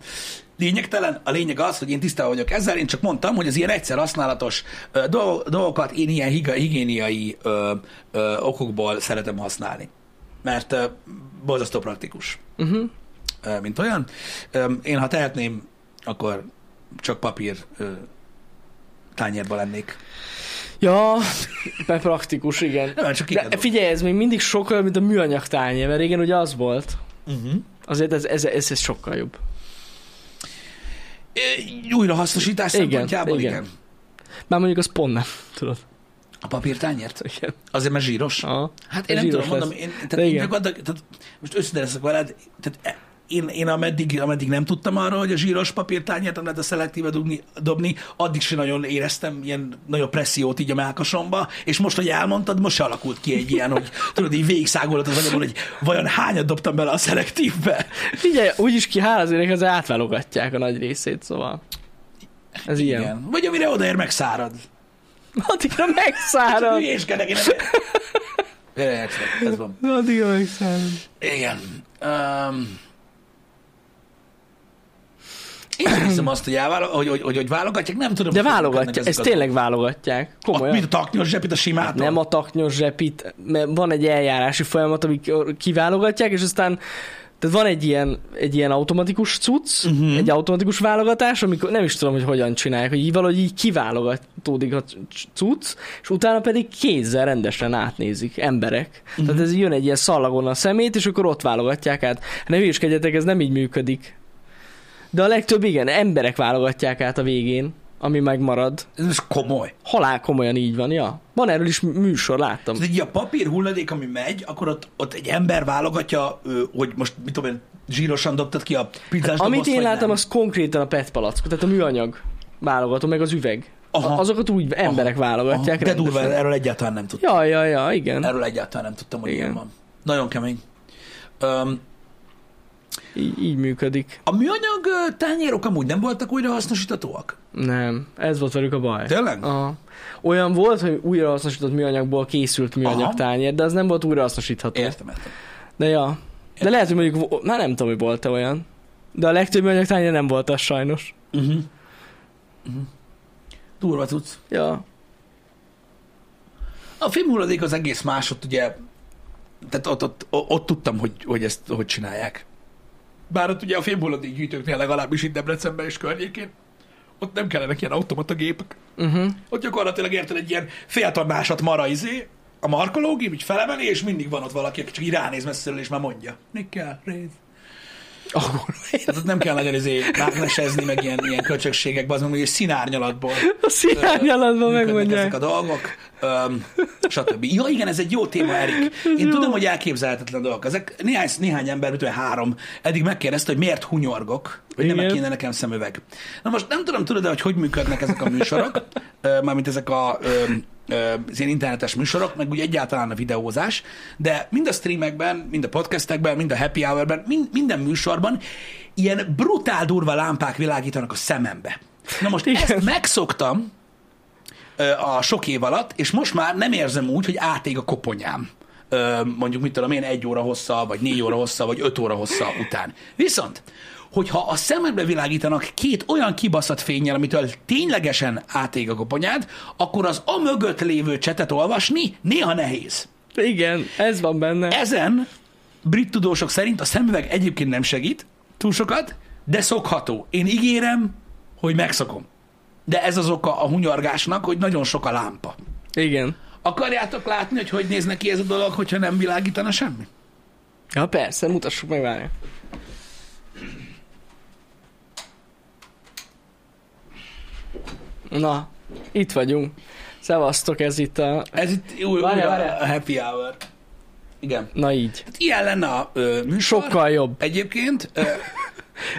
[SPEAKER 1] Lényegtelen, a lényeg az, hogy én tisztában vagyok ezzel, én csak mondtam, hogy az ilyen egyszer használatos ö, dolg- dolgokat én ilyen higa- higiéniai ö, ö, okokból szeretem használni. Mert ö, borzasztó praktikus,
[SPEAKER 2] Uh-huh.
[SPEAKER 1] ö, mint olyan. Ö, én, ha tehetném, akkor csak papír ö, tányérba lennék.
[SPEAKER 2] Ja, be praktikus, igen.
[SPEAKER 1] Nem, csak
[SPEAKER 2] De
[SPEAKER 1] igen.
[SPEAKER 2] figyelj, ez még mindig sokkal jobb, mint a műanyag tányér, mert régen ugye az volt.
[SPEAKER 1] Uh-huh.
[SPEAKER 2] Azért ez, ez, ez, ez sokkal jobb.
[SPEAKER 1] Újrahasznosítás
[SPEAKER 2] Igen,
[SPEAKER 1] szempontjából, igen.
[SPEAKER 2] igen.
[SPEAKER 1] igen.
[SPEAKER 2] Már mondjuk az pont nem, tudod.
[SPEAKER 1] A papírtányért?
[SPEAKER 2] Igen.
[SPEAKER 1] Azért, mert zsíros?
[SPEAKER 2] Aha.
[SPEAKER 1] Hát én
[SPEAKER 2] Ez
[SPEAKER 1] nem tudom,
[SPEAKER 2] zsíros
[SPEAKER 1] mondom,
[SPEAKER 2] lesz.
[SPEAKER 1] én, tehát,
[SPEAKER 2] De
[SPEAKER 1] én
[SPEAKER 2] igen.
[SPEAKER 1] gyakorlatilag, tehát most őszinte leszek veled, tehát e- én, én ameddig, ameddig nem tudtam arra, hogy a zsíros papírtányát nem lehet a szelektíve dugni, dobni, addig se nagyon éreztem ilyen nagyobb pressziót így a melkasomba, és most, hogy elmondtad, most se alakult ki egy ilyen, hogy tudod, így végigszágolat az agyamon, hogy vajon hányat dobtam bele a szelektívbe.
[SPEAKER 2] Figyelj, úgyis ki hála az ének, az átválogatják a nagy részét, szóval. Ez ilyen. Igen.
[SPEAKER 1] Vagy amire odaér, megszárad.
[SPEAKER 2] Addigra megszárad.
[SPEAKER 1] Hülyéskedek, én nem... Értsd, ez van.
[SPEAKER 2] Addigra megszárad.
[SPEAKER 1] Igen. Um, én nem hiszem azt, hogy, elválo- hogy, hogy, hogy, hogy válogatják, nem tudom.
[SPEAKER 2] De
[SPEAKER 1] hogy működnek
[SPEAKER 2] válogatják,
[SPEAKER 1] ezek
[SPEAKER 2] ezt
[SPEAKER 1] a
[SPEAKER 2] tényleg válogatják.
[SPEAKER 1] dolgok. Ott
[SPEAKER 2] Komolyan.
[SPEAKER 1] Mit a taknyos zsepit a simát?
[SPEAKER 2] Nem a taknyos zsepit, mert van egy eljárási folyamat, amikor kiválogatják, és aztán tehát van egy ilyen, egy ilyen automatikus cucc, uh-huh. egy automatikus válogatás, amikor nem is tudom, hogy hogyan csinálják, hogy így valahogy így kiválogatódik a c- c- cucc, és utána pedig kézzel rendesen átnézik emberek. Uh-huh. Tehát ez jön egy ilyen szallagon a szemét, és akkor ott válogatják át. Hát Ne hülyeskedjetek, ez nem így működik. De a legtöbb igen, emberek válogatják át a végén, ami megmarad.
[SPEAKER 1] Ez most komoly.
[SPEAKER 2] Halál komolyan így van, ja. Van erről is mű- műsor, láttam.
[SPEAKER 1] Tehát így a papír hulladék, ami megy, akkor ott, ott egy ember válogatja, ö, hogy most mit tudom én, zsírosan dobtad ki a pizzás dobozt,
[SPEAKER 2] Hát, Amit én
[SPEAKER 1] vagy
[SPEAKER 2] láttam,
[SPEAKER 1] nem.
[SPEAKER 2] az konkrétan a PET palack, tehát a műanyag válogató, meg az üveg.
[SPEAKER 1] Aha.
[SPEAKER 2] Aha. Azokat úgy emberek Aha.
[SPEAKER 1] Aha,
[SPEAKER 2] válogatják.
[SPEAKER 1] De durva,
[SPEAKER 2] rendesen.
[SPEAKER 1] erről egyáltalán nem tudtam.
[SPEAKER 2] Ja, ja, ja, igen.
[SPEAKER 1] Erről egyáltalán nem tudtam, hogy
[SPEAKER 2] Igen.
[SPEAKER 1] ilyen van. Nagyon kemény. Um,
[SPEAKER 2] Így, így működik.
[SPEAKER 1] a műanyag ö, tányérok amúgy nem voltak újra hasznosítatóak?
[SPEAKER 2] Nem, ez volt velük a baj.
[SPEAKER 1] Tényleg?
[SPEAKER 2] Aha. Olyan volt, hogy újrahasznosított műanyagból készült
[SPEAKER 1] Aha.
[SPEAKER 2] műanyag tányér, de az nem volt újrahasznosítható.
[SPEAKER 1] Értem, értem.
[SPEAKER 2] De ja. De
[SPEAKER 1] Értem.
[SPEAKER 2] lehet, hogy mondjuk, vo- már nem tudom, hogy volt-e olyan. De a legtöbb műanyag tányér nem volt az sajnos.
[SPEAKER 1] Uh-huh. Uh-huh. Durva tudsz.
[SPEAKER 2] Ja.
[SPEAKER 1] A filmhulladék az egész más, ott ugye, tehát ott, ott, ott, ott tudtam, hogy, hogy ezt hogy csinálják. Bár ott ugye a filmhulladék gyűjtőknél legalábbis itt Debrecenben és környékén, ott nem kellenek ilyen automata gépek.
[SPEAKER 2] Uh-huh.
[SPEAKER 1] Ott gyakorlatilag érted egy ilyen féltonnásat mara izé, a markológép így felemeli, és mindig van ott valaki, aki csak így ránéz messziről, és már mondja. Mi kell, réz.
[SPEAKER 2] Akkor
[SPEAKER 1] Tehát ott nem kell nagyon izé mágnesezni, meg ilyen, ilyen köcsökségekbe, az meg ugye színárnyalatból
[SPEAKER 2] a szirányalatban
[SPEAKER 1] működnek ezek
[SPEAKER 2] megmondják.
[SPEAKER 1] a dolgok, öm, stb. Ja, igen, ez egy jó téma, Erik. Én tudom, hogy elképzelhetetlen dolgok. Ezek néhány, néhány ember, mint olyan három, eddig megkérdezte, hogy miért hunyorgok, hogy nem
[SPEAKER 2] Igen.
[SPEAKER 1] kéne nekem szemüveg. Na most nem tudom, tudod hogy hogy működnek ezek a műsorok, ö, mármint ezek a öm, ö, az ilyen internetes műsorok, meg úgy egyáltalán a videózás, de mind a streamekben, mind a podcastekben, mind a happy hourben, mind, minden műsorban ilyen brutál durva lámpák világítanak a szemembe. Na most Igen. ezt megszoktam ö, a sok év alatt, és most már nem érzem úgy, hogy átég a koponyám. Ö, mondjuk mit tudom én, egy óra hossza, vagy négy óra hossza, vagy öt óra hossza után. Viszont, hogyha a szemedbe világítanak két olyan kibaszott fényjel, amitől ténylegesen átég a koponyád, akkor az a mögött lévő csetet olvasni néha nehéz.
[SPEAKER 2] Igen, ez van benne.
[SPEAKER 1] Ezen brit tudósok szerint a szemüveg egyébként nem segít túl sokat, de szokható. Én ígérem, hogy megszokom. De ez az oka a hunyargásnak, hogy nagyon sok a lámpa.
[SPEAKER 2] Igen.
[SPEAKER 1] Akarjátok látni, hogy hogy néz neki ez a dolog, hogyha nem világítana semmi?
[SPEAKER 2] Ja, persze, mutassuk meg, várjál. Na, itt vagyunk. Szevasztok, ez itt a...
[SPEAKER 1] Ez itt új,
[SPEAKER 2] Várjál,
[SPEAKER 1] újra
[SPEAKER 2] várjál.
[SPEAKER 1] a happy hour. Igen.
[SPEAKER 2] Na így.
[SPEAKER 1] Ilyen lenne a ö, műsor.
[SPEAKER 2] Sokkal jobb.
[SPEAKER 1] Egyébként, ö,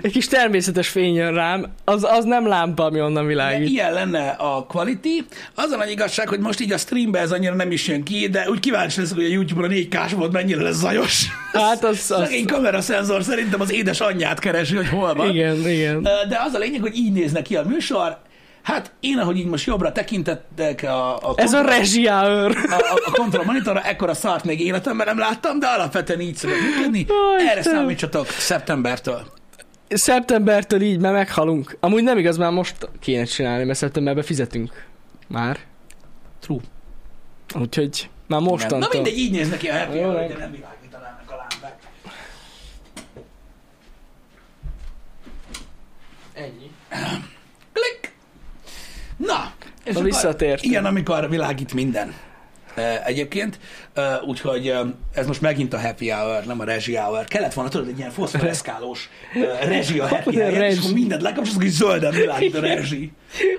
[SPEAKER 2] Egy kis természetes fény jön rám, az, az nem lámpa, ami onnan
[SPEAKER 1] de
[SPEAKER 2] világít.
[SPEAKER 1] ilyen lenne a quality. Az a nagy igazság, hogy most így a streambe ez annyira nem is jön ki, de úgy kíváncsi leszek, hogy a YouTube-on a 4K-s volt mennyire lesz zajos.
[SPEAKER 2] Hát az- az-
[SPEAKER 1] Szegény kameraszenzor szerintem az édes anyját keresi, hogy hol van.
[SPEAKER 2] Igen, igen.
[SPEAKER 1] Ö, De az a lényeg, hogy így nézne ki a műsor. Hát én, ahogy így most jobbra tekintettek a, a
[SPEAKER 2] Ez a
[SPEAKER 1] kontroll-
[SPEAKER 2] rezsiáőr.
[SPEAKER 1] a, a, a kontroll monitorra, ekkora szart még életemben nem láttam, de alapvetően így szokott működni.
[SPEAKER 2] Ó,
[SPEAKER 1] Erre
[SPEAKER 2] Istenem.
[SPEAKER 1] számítsatok szeptembertől.
[SPEAKER 2] Szeptembertől így, mert meghalunk. Amúgy nem igaz, már most kéne csinálni, mert szeptemberben fizetünk. Már.
[SPEAKER 1] True.
[SPEAKER 2] Úgyhogy már
[SPEAKER 1] Igen.
[SPEAKER 2] mostantól.
[SPEAKER 1] Na mindegy, így néznek ki a happy
[SPEAKER 2] Jó,
[SPEAKER 1] hour,
[SPEAKER 2] meg.
[SPEAKER 1] de nem világítanának a lámpák.
[SPEAKER 2] Ennyi.
[SPEAKER 1] Klik! Na! És
[SPEAKER 2] Na,
[SPEAKER 1] akkor
[SPEAKER 2] visszatértünk.
[SPEAKER 1] Ilyen, amikor világít minden. E, Egyébként, E, úgyhogy e, ez most megint a happy hour, nem a regi hour. Kellett volna, tudod, egy ilyen foszforeszkálós e, regi a happy hour, és
[SPEAKER 2] Regi.
[SPEAKER 1] akkor mindent lekapcsolsz, hogy zölden világít a regi.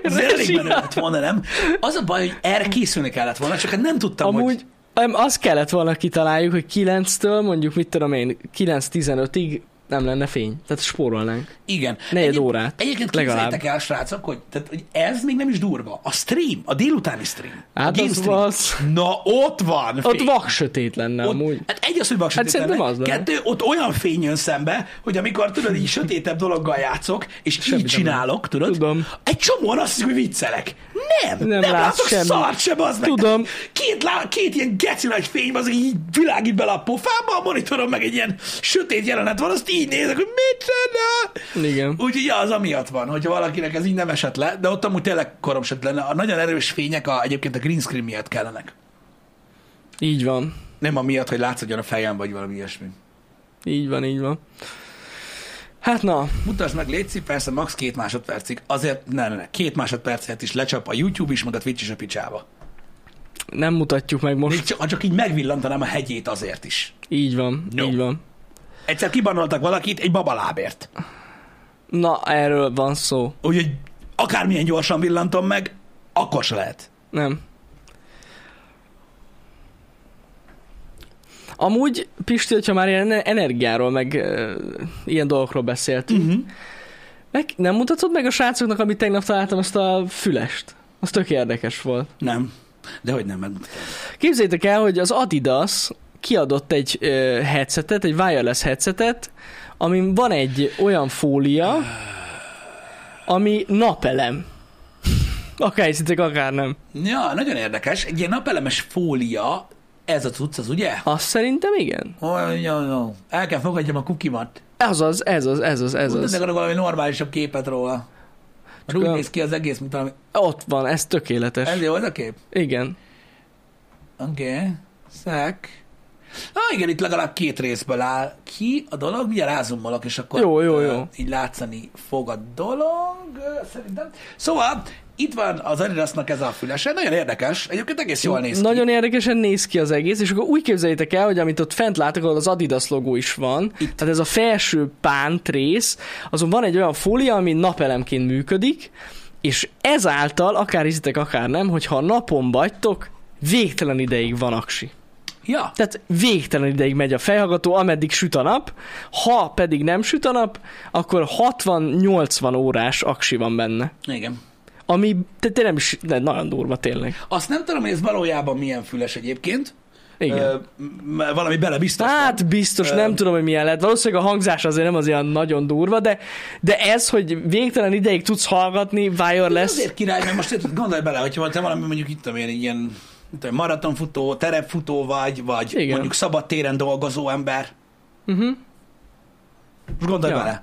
[SPEAKER 1] Ez
[SPEAKER 2] Regi.
[SPEAKER 1] elég menő lett volna, nem? Az a baj, hogy erre készülni kellett volna, csak hát nem tudtam, hogy...
[SPEAKER 2] Amúgy nem, azt kellett volna kitaláljuk, hogy 9-től mondjuk, mit tudom én, 9-15-ig nem lenne fény. Tehát spórolnánk.
[SPEAKER 1] Igen.
[SPEAKER 2] Negyed
[SPEAKER 1] Egyéb-
[SPEAKER 2] órát.
[SPEAKER 1] Egyébként
[SPEAKER 2] Legalább.
[SPEAKER 1] képzeljétek el, srácok, hogy, tehát, hogy ez még nem is durva. A stream, a délutáni stream. a
[SPEAKER 2] Hát
[SPEAKER 1] game
[SPEAKER 2] az,
[SPEAKER 1] stream.
[SPEAKER 2] az,
[SPEAKER 1] Na, ott van!
[SPEAKER 2] ott
[SPEAKER 1] fény.
[SPEAKER 2] vak sötét lenne
[SPEAKER 1] Ott,
[SPEAKER 2] amúgy.
[SPEAKER 1] Hát egy az, hogy
[SPEAKER 2] Hát
[SPEAKER 1] vaksütét
[SPEAKER 2] szerintem
[SPEAKER 1] lenne.
[SPEAKER 2] az lenne.
[SPEAKER 1] Kettő, ott olyan fény jön szembe, hogy amikor tudod, így sötétebb dologgal játszok, és
[SPEAKER 2] Semmit
[SPEAKER 1] így
[SPEAKER 2] nem
[SPEAKER 1] csinálok, tudod?
[SPEAKER 2] Tudom.
[SPEAKER 1] Egy csomóan azt hiszik, hogy viccelek. Nem!
[SPEAKER 2] Nem
[SPEAKER 1] nem
[SPEAKER 2] látsz
[SPEAKER 1] látok
[SPEAKER 2] semmit.
[SPEAKER 1] szart sem, az meg.
[SPEAKER 2] Tudom.
[SPEAKER 1] Két, lá- két ilyen geci nagy fény van, az így világít bele a pofába, a monitoron meg egy ilyen sötét jelenet van, azt így nézek, hogy mit csinál?
[SPEAKER 2] Igen.
[SPEAKER 1] Úgyhogy ja, az amiatt van, hogyha valakinek ez így nem esett le, de ott amúgy tényleg korom se lenne. A nagyon erős fények a, egyébként a green screen miatt kellenek.
[SPEAKER 2] Így van.
[SPEAKER 1] Nem amiatt, hogy látszódjon a fejem, vagy valami ilyesmi.
[SPEAKER 2] Így van, így van. Hát na,
[SPEAKER 1] Mutasd meg, létszik, persze max. két másodpercig. Azért, ne, ne, ne, két másodpercet is lecsap a YouTube is, meg a Twitch is a picsába.
[SPEAKER 2] nem mutatjuk meg most.
[SPEAKER 1] Még csak, ha csak így megvillantanám a hegyét azért is.
[SPEAKER 2] Így van,
[SPEAKER 1] No.
[SPEAKER 2] így van.
[SPEAKER 1] Egyszer kibanoltak valakit egy babalábért.
[SPEAKER 2] Na, erről van szó.
[SPEAKER 1] Úgyhogy akármilyen gyorsan villantom meg, akkor se lehet.
[SPEAKER 2] Nem. Amúgy, Pisti, hogyha már ilyen energiáról, meg ö, ilyen dolgokról beszéltünk,
[SPEAKER 1] Uh-huh.
[SPEAKER 2] meg nem mutatod meg a srácoknak, amit tegnap találtam, azt a fülest? Az tök érdekes volt.
[SPEAKER 1] Nem. De hogy nem, meg.
[SPEAKER 2] Képzétek el, hogy az Adidas kiadott egy ö, headsetet, egy wireless headsetet, amin van egy olyan fólia, ami napelem. Akár hiszitek, akár nem.
[SPEAKER 1] Ja, nagyon érdekes. Egy ilyen napelemes fólia, ez a cucc az, ugye?
[SPEAKER 2] Azt szerintem igen.
[SPEAKER 1] Oh, jó, jó. El kell fogadjam a kukimat.
[SPEAKER 2] Ez az, ez az, ez az, ez
[SPEAKER 1] Tudod,
[SPEAKER 2] az.
[SPEAKER 1] de valami normálisabb képet róla. Mert
[SPEAKER 2] Csak
[SPEAKER 1] úgy
[SPEAKER 2] olyan-
[SPEAKER 1] néz ki az egész, mint valami...
[SPEAKER 2] Ott van, ez tökéletes.
[SPEAKER 1] Ez jó, ez a kép?
[SPEAKER 2] Igen.
[SPEAKER 1] Oké, okay. szek. Ah, igen, itt legalább két részből áll ki a dolog, mindjárt rázumolok, és akkor
[SPEAKER 2] Jó, jó,
[SPEAKER 1] ö,
[SPEAKER 2] jó.
[SPEAKER 1] így látszani fog a dolog, ö, szerintem. Szóval, itt van az Adidasnak ez a fülese, nagyon érdekes, egyébként egész jól néz ki.
[SPEAKER 2] Nagyon érdekesen néz ki az egész, és akkor úgy képzeljétek el, hogy amit ott fent látok, ahol az Adidas logó is van, Itt. tehát ez a felső pánt rész, azon van egy olyan fólia, ami napelemként működik, és ezáltal, akár hiszitek, akár nem, hogyha a napon vagytok, végtelen ideig van aksi.
[SPEAKER 1] Ja,
[SPEAKER 2] Tehát végtelen ideig megy a fejhallgató, ameddig süt a nap, ha pedig nem süt a nap, akkor 60-80 órás aksi van benne.
[SPEAKER 1] igen.
[SPEAKER 2] ami te, te nem is, de nagyon durva tényleg.
[SPEAKER 1] Azt nem tudom, hogy ez valójában milyen füles egyébként.
[SPEAKER 2] Igen.
[SPEAKER 1] Ö, m- m- valami bele biztos van.
[SPEAKER 2] Hát biztos, nem
[SPEAKER 1] Öm.
[SPEAKER 2] tudom, hogy milyen lett. Valószínűleg a hangzás azért nem az olyan nagyon durva, de, de ez, hogy végtelen ideig tudsz hallgatni
[SPEAKER 1] lesz.
[SPEAKER 2] wireless,
[SPEAKER 1] Azért király, mert most érted, gondolj bele, hogyha te valami mondjuk itt tudom én, egy ilyen mit tudom, maratonfutó, terepfutó vagy, vagy
[SPEAKER 2] Igen.
[SPEAKER 1] Igen. mondjuk szabad téren dolgozó ember.
[SPEAKER 2] Mhm.
[SPEAKER 1] Most gondolj
[SPEAKER 2] Ja.
[SPEAKER 1] ja. bele.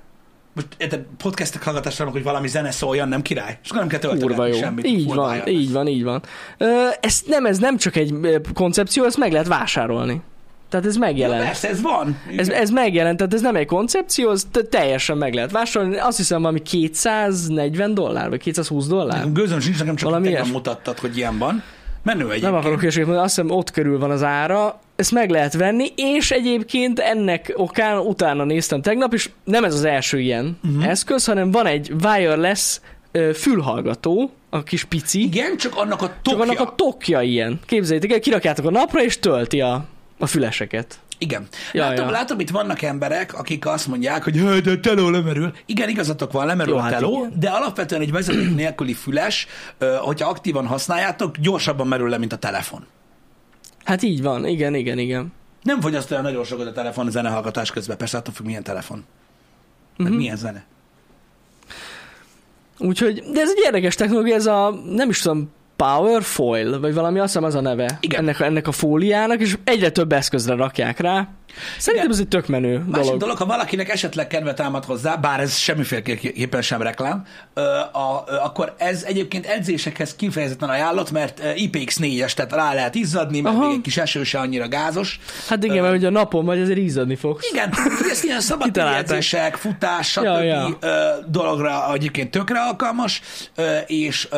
[SPEAKER 1] Most érted, podcastek hallgatásra, hogy valami zene szóljon, nem király. És akkor nem kell
[SPEAKER 2] kurva
[SPEAKER 1] tölteni
[SPEAKER 2] jó.
[SPEAKER 1] semmit.
[SPEAKER 2] Így
[SPEAKER 1] kurva
[SPEAKER 2] van,
[SPEAKER 1] jó.
[SPEAKER 2] így van, így van. Ö, ez, nem, ez nem csak egy ö, koncepció, ezt meg lehet vásárolni. Tehát ez
[SPEAKER 1] Ja,
[SPEAKER 2] megjelent.
[SPEAKER 1] persze, ez van.
[SPEAKER 2] Ez, ez megjelent, tehát ez nem egy koncepció, ez te- teljesen meg lehet vásárolni. Azt hiszem valami 240 dollár, vagy 220 dollár.
[SPEAKER 1] Nekem gőzöm sincs, nekem csak
[SPEAKER 2] Valami
[SPEAKER 1] tegnap
[SPEAKER 2] ilyesmi.
[SPEAKER 1] mutattad, hogy ilyen van. Menő egyébként.
[SPEAKER 2] Nem akarok hülyeséget mondani, azt hiszem ott körül van az ára, ezt meg lehet venni, és egyébként ennek okán utána néztem tegnap, és nem ez az első ilyen
[SPEAKER 1] Mhm.
[SPEAKER 2] uh-huh. eszköz, hanem van egy wireless ö, fülhallgató, a kis pici,
[SPEAKER 1] Igen, csak annak a
[SPEAKER 2] csak
[SPEAKER 1] tokja.
[SPEAKER 2] annak a tokja ilyen. Képzeljétek el, kirakjátok a napra, és tölti a, a füleseket.
[SPEAKER 1] Igen.
[SPEAKER 2] Ja,
[SPEAKER 1] látom,
[SPEAKER 2] ja.
[SPEAKER 1] látom, itt vannak emberek, akik azt mondják, hogy "Hő, de a teló lemerül. Igen, igazatok van, lemerül
[SPEAKER 2] Jó,
[SPEAKER 1] Jó, a
[SPEAKER 2] hát
[SPEAKER 1] teló,
[SPEAKER 2] igen.
[SPEAKER 1] de alapvetően egy vezeték nélküli füles, ö, hogyha aktívan használjátok, gyorsabban merül le, mint a telefon.
[SPEAKER 2] Hát így van, igen, igen, igen.
[SPEAKER 1] Nem fogyaszt olyan nagyon sokat a telefon a zenehallgatás közben, persze attól függ, milyen telefon. Meg
[SPEAKER 2] Mhm.
[SPEAKER 1] uh-huh. milyen zene.
[SPEAKER 2] Úgyhogy, de ez egy érdekes technológia, ez a, nem is tudom, Powerfoil, vagy valami, azt hiszem az a neve
[SPEAKER 1] Igen.
[SPEAKER 2] ennek, ennek a fóliának, és egyre több eszközre rakják rá.
[SPEAKER 1] Igen.
[SPEAKER 2] Szerintem ez egy tök menő
[SPEAKER 1] Másik
[SPEAKER 2] dolog.
[SPEAKER 1] dolog. dolog, ha valakinek esetleg kedve támad hozzá, bár ez semmiféleképpen sem reklám, ö, a, ö, akkor ez egyébként edzésekhez kifejezetten ajánlott, mert ö, IPX4-es, tehát rá lehet izzadni, mert
[SPEAKER 2] Aha.
[SPEAKER 1] még egy kis eső se annyira gázos.
[SPEAKER 2] Hát igen, mert ugye a napon vagy, azért ízadni fogsz.
[SPEAKER 1] Igen, ez ilyen
[SPEAKER 2] Kitalálták.
[SPEAKER 1] szabadtérzések, futás, stb.
[SPEAKER 2] Ja,
[SPEAKER 1] Ja,
[SPEAKER 2] ja.
[SPEAKER 1] ja. dologra egyébként tökre alkalmas, ö, és ö,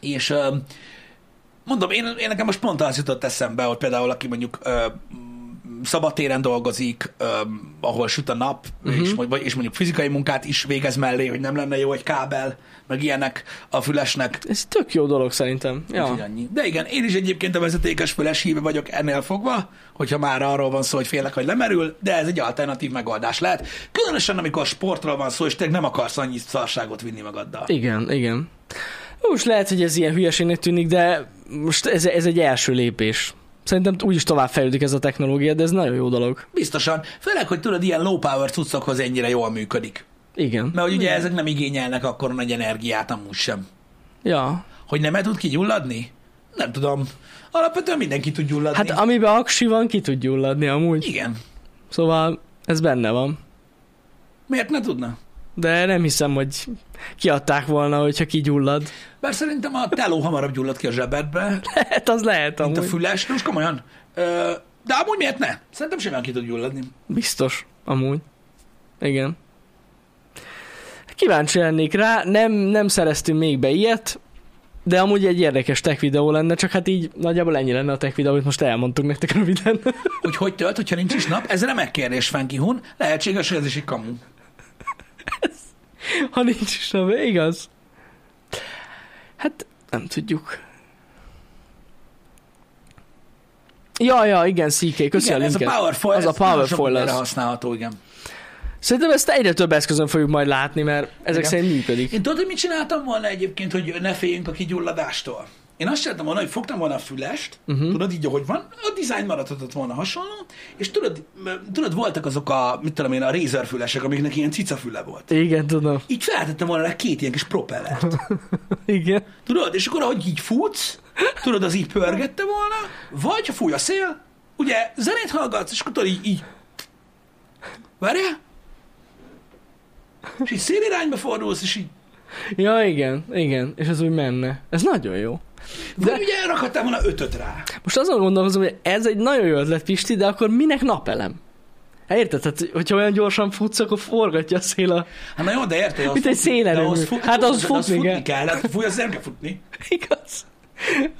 [SPEAKER 1] és ö, mondom, én, én nekem most pont az jutott eszembe, hogy például aki mondjuk ö, m, szabadtéren dolgozik, ö, ahol süt a nap,
[SPEAKER 2] Mhm.
[SPEAKER 1] uh-huh. és, vagy- és mondjuk fizikai munkát is végez mellé, hogy nem lenne jó egy kábel, meg ilyenek a fülesnek.
[SPEAKER 2] Ez egy tök jó dolog szerintem.
[SPEAKER 1] Úgyhogy
[SPEAKER 2] Ja.
[SPEAKER 1] annyi. De igen, én is egyébként a vezetékes füles híve vagyok ennél fogva, hogyha már arról van szó, hogy félek, hogy lemerül, de ez egy alternatív megoldás lehet. Különösen, amikor sportról van szó, és te nem akarsz annyi szarságot vinni magaddal.
[SPEAKER 2] Igen, igen. Most lehet, hogy ez ilyen hülyeségnek tűnik, de most ez, ez egy első lépés. Szerintem úgyis tovább fejlődik ez a technológia, de ez nagyon jó dolog.
[SPEAKER 1] Biztosan. Főleg, hogy tudod, ilyen low power cuccokhoz ennyire jól működik.
[SPEAKER 2] Igen.
[SPEAKER 1] Mert hogy ugye ezek nem igényelnek akkor nagy energiát amúgy sem.
[SPEAKER 2] Ja.
[SPEAKER 1] Hogy nem el tud kigyulladni? Nem tudom. Alapvetően mindenki tud gyulladni.
[SPEAKER 2] Hát amiben aksi van, ki tud gyulladni amúgy.
[SPEAKER 1] Igen.
[SPEAKER 2] Szóval ez benne van.
[SPEAKER 1] Miért ne tudna?
[SPEAKER 2] De nem hiszem, hogy kiadták volna, hogyha kigyullad.
[SPEAKER 1] Bár szerintem a teló hamarabb gyullad ki a zsebedbe,
[SPEAKER 2] Hát az lehet amúgy.
[SPEAKER 1] Mint a füles, de most komolyan. Ö, de amúgy miért ne? Szerintem simán ki tud gyulladni.
[SPEAKER 2] Biztos, amúgy. Igen. Kíváncsi lennék rá, nem, nem szereztünk még be ilyet, de amúgy egy érdekes tech videó lenne, csak hát így nagyjából ennyi lenne a tech videó, amit most elmondtunk nektek röviden.
[SPEAKER 1] Hogy hogy tölt, hogyha nincs is nap? Ez remek kérdés, Fenki Hun. Lehetséges, hogy ez is egy kamu.
[SPEAKER 2] ha nincs is nem, igaz? Hát nem tudjuk. Ja, ja, igen, CK, köszi
[SPEAKER 1] igen,
[SPEAKER 2] a
[SPEAKER 1] ez a
[SPEAKER 2] linket.
[SPEAKER 1] powerfoil,
[SPEAKER 2] Az a
[SPEAKER 1] ez nagyon
[SPEAKER 2] Powerfoil
[SPEAKER 1] sok mindenre
[SPEAKER 2] lesz.
[SPEAKER 1] használható, igen.
[SPEAKER 2] Szerintem ezt egyre több eszközön fogjuk majd látni, mert ezek
[SPEAKER 1] Igen.
[SPEAKER 2] szerint működik.
[SPEAKER 1] Én tudod, hogy mit csináltam volna egyébként, hogy ne féljünk a kigyulladástól? Én azt csináltam volna, hogy fogtam volna a fülest,
[SPEAKER 2] Mhm.
[SPEAKER 1] uh-huh. tudod így, ahogy van, a design maradhatott volna hasonló, és tudod, m- tudod, voltak azok a, mit tudom én, a Razer fülesek, amiknek ilyen cica füle volt.
[SPEAKER 2] Igen, tudom.
[SPEAKER 1] Így feltettem volna rá két ilyen kis propellert.
[SPEAKER 2] Igen.
[SPEAKER 1] Tudod, és akkor ahogy így futsz, tudod, az így pörgette volna, vagy ha fúj a szél, ugye zenét hallgatsz, és akkor tudod így, így várjál, és így szélirányba fordulsz, és így,
[SPEAKER 2] Ja, igen, igen, és ez úgy menne. Ez nagyon jó.
[SPEAKER 1] de ugye rakhattál volna ötöt rá.
[SPEAKER 2] Most azon gondolkozom, hogy ez egy nagyon jó ötlet, Pisti, de akkor minek napelem? Hát Érted? Tehát, hogyha olyan gyorsan futsz, akkor forgatja a szél a...
[SPEAKER 1] Hát na jó, de érted, az
[SPEAKER 2] Mint egy szélerőmű. Hát az
[SPEAKER 1] futni,
[SPEAKER 2] futni kell.
[SPEAKER 1] futni kell, hát fúj, az nem kell futni.
[SPEAKER 2] Igaz?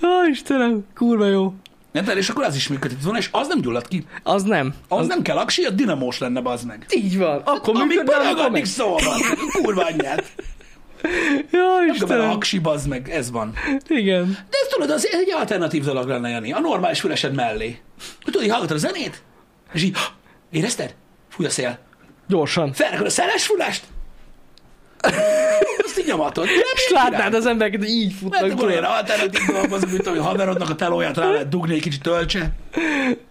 [SPEAKER 2] Ó, Istenem, kurva jó.
[SPEAKER 1] Nem, tehát és akkor az is működött volna, és az nem gyulladt ki.
[SPEAKER 2] Az nem.
[SPEAKER 1] Az, az nem kell aksi, a dinamós lenne, bazd meg.
[SPEAKER 2] Így van. Akkor
[SPEAKER 1] Amíg
[SPEAKER 2] működne,
[SPEAKER 1] belagad,
[SPEAKER 2] akkor meg.
[SPEAKER 1] addig szól van. Kurva anyját.
[SPEAKER 2] Jó,
[SPEAKER 1] Nem kell
[SPEAKER 2] Istenem.
[SPEAKER 1] aksi, bazd meg, ez van.
[SPEAKER 2] Igen.
[SPEAKER 1] De ez tudod, az egy alternatív dolog lenne, Jani. A normális fülesed mellé. Hogy tudod, így hallgatod a zenét, és így, érezted? Fúj a szél.
[SPEAKER 2] Gyorsan.
[SPEAKER 1] Felrakod a szeles fülest, Azt így nyomatod. Nem,
[SPEAKER 2] És
[SPEAKER 1] király.
[SPEAKER 2] látnád az embereket, hogy így
[SPEAKER 1] Mert
[SPEAKER 2] futnak.
[SPEAKER 1] akkor ilyen
[SPEAKER 2] tudod?
[SPEAKER 1] alternatív dolgozom, mint hogy a haverodnak a telóját rá lehet dugni, egy kicsit töltse.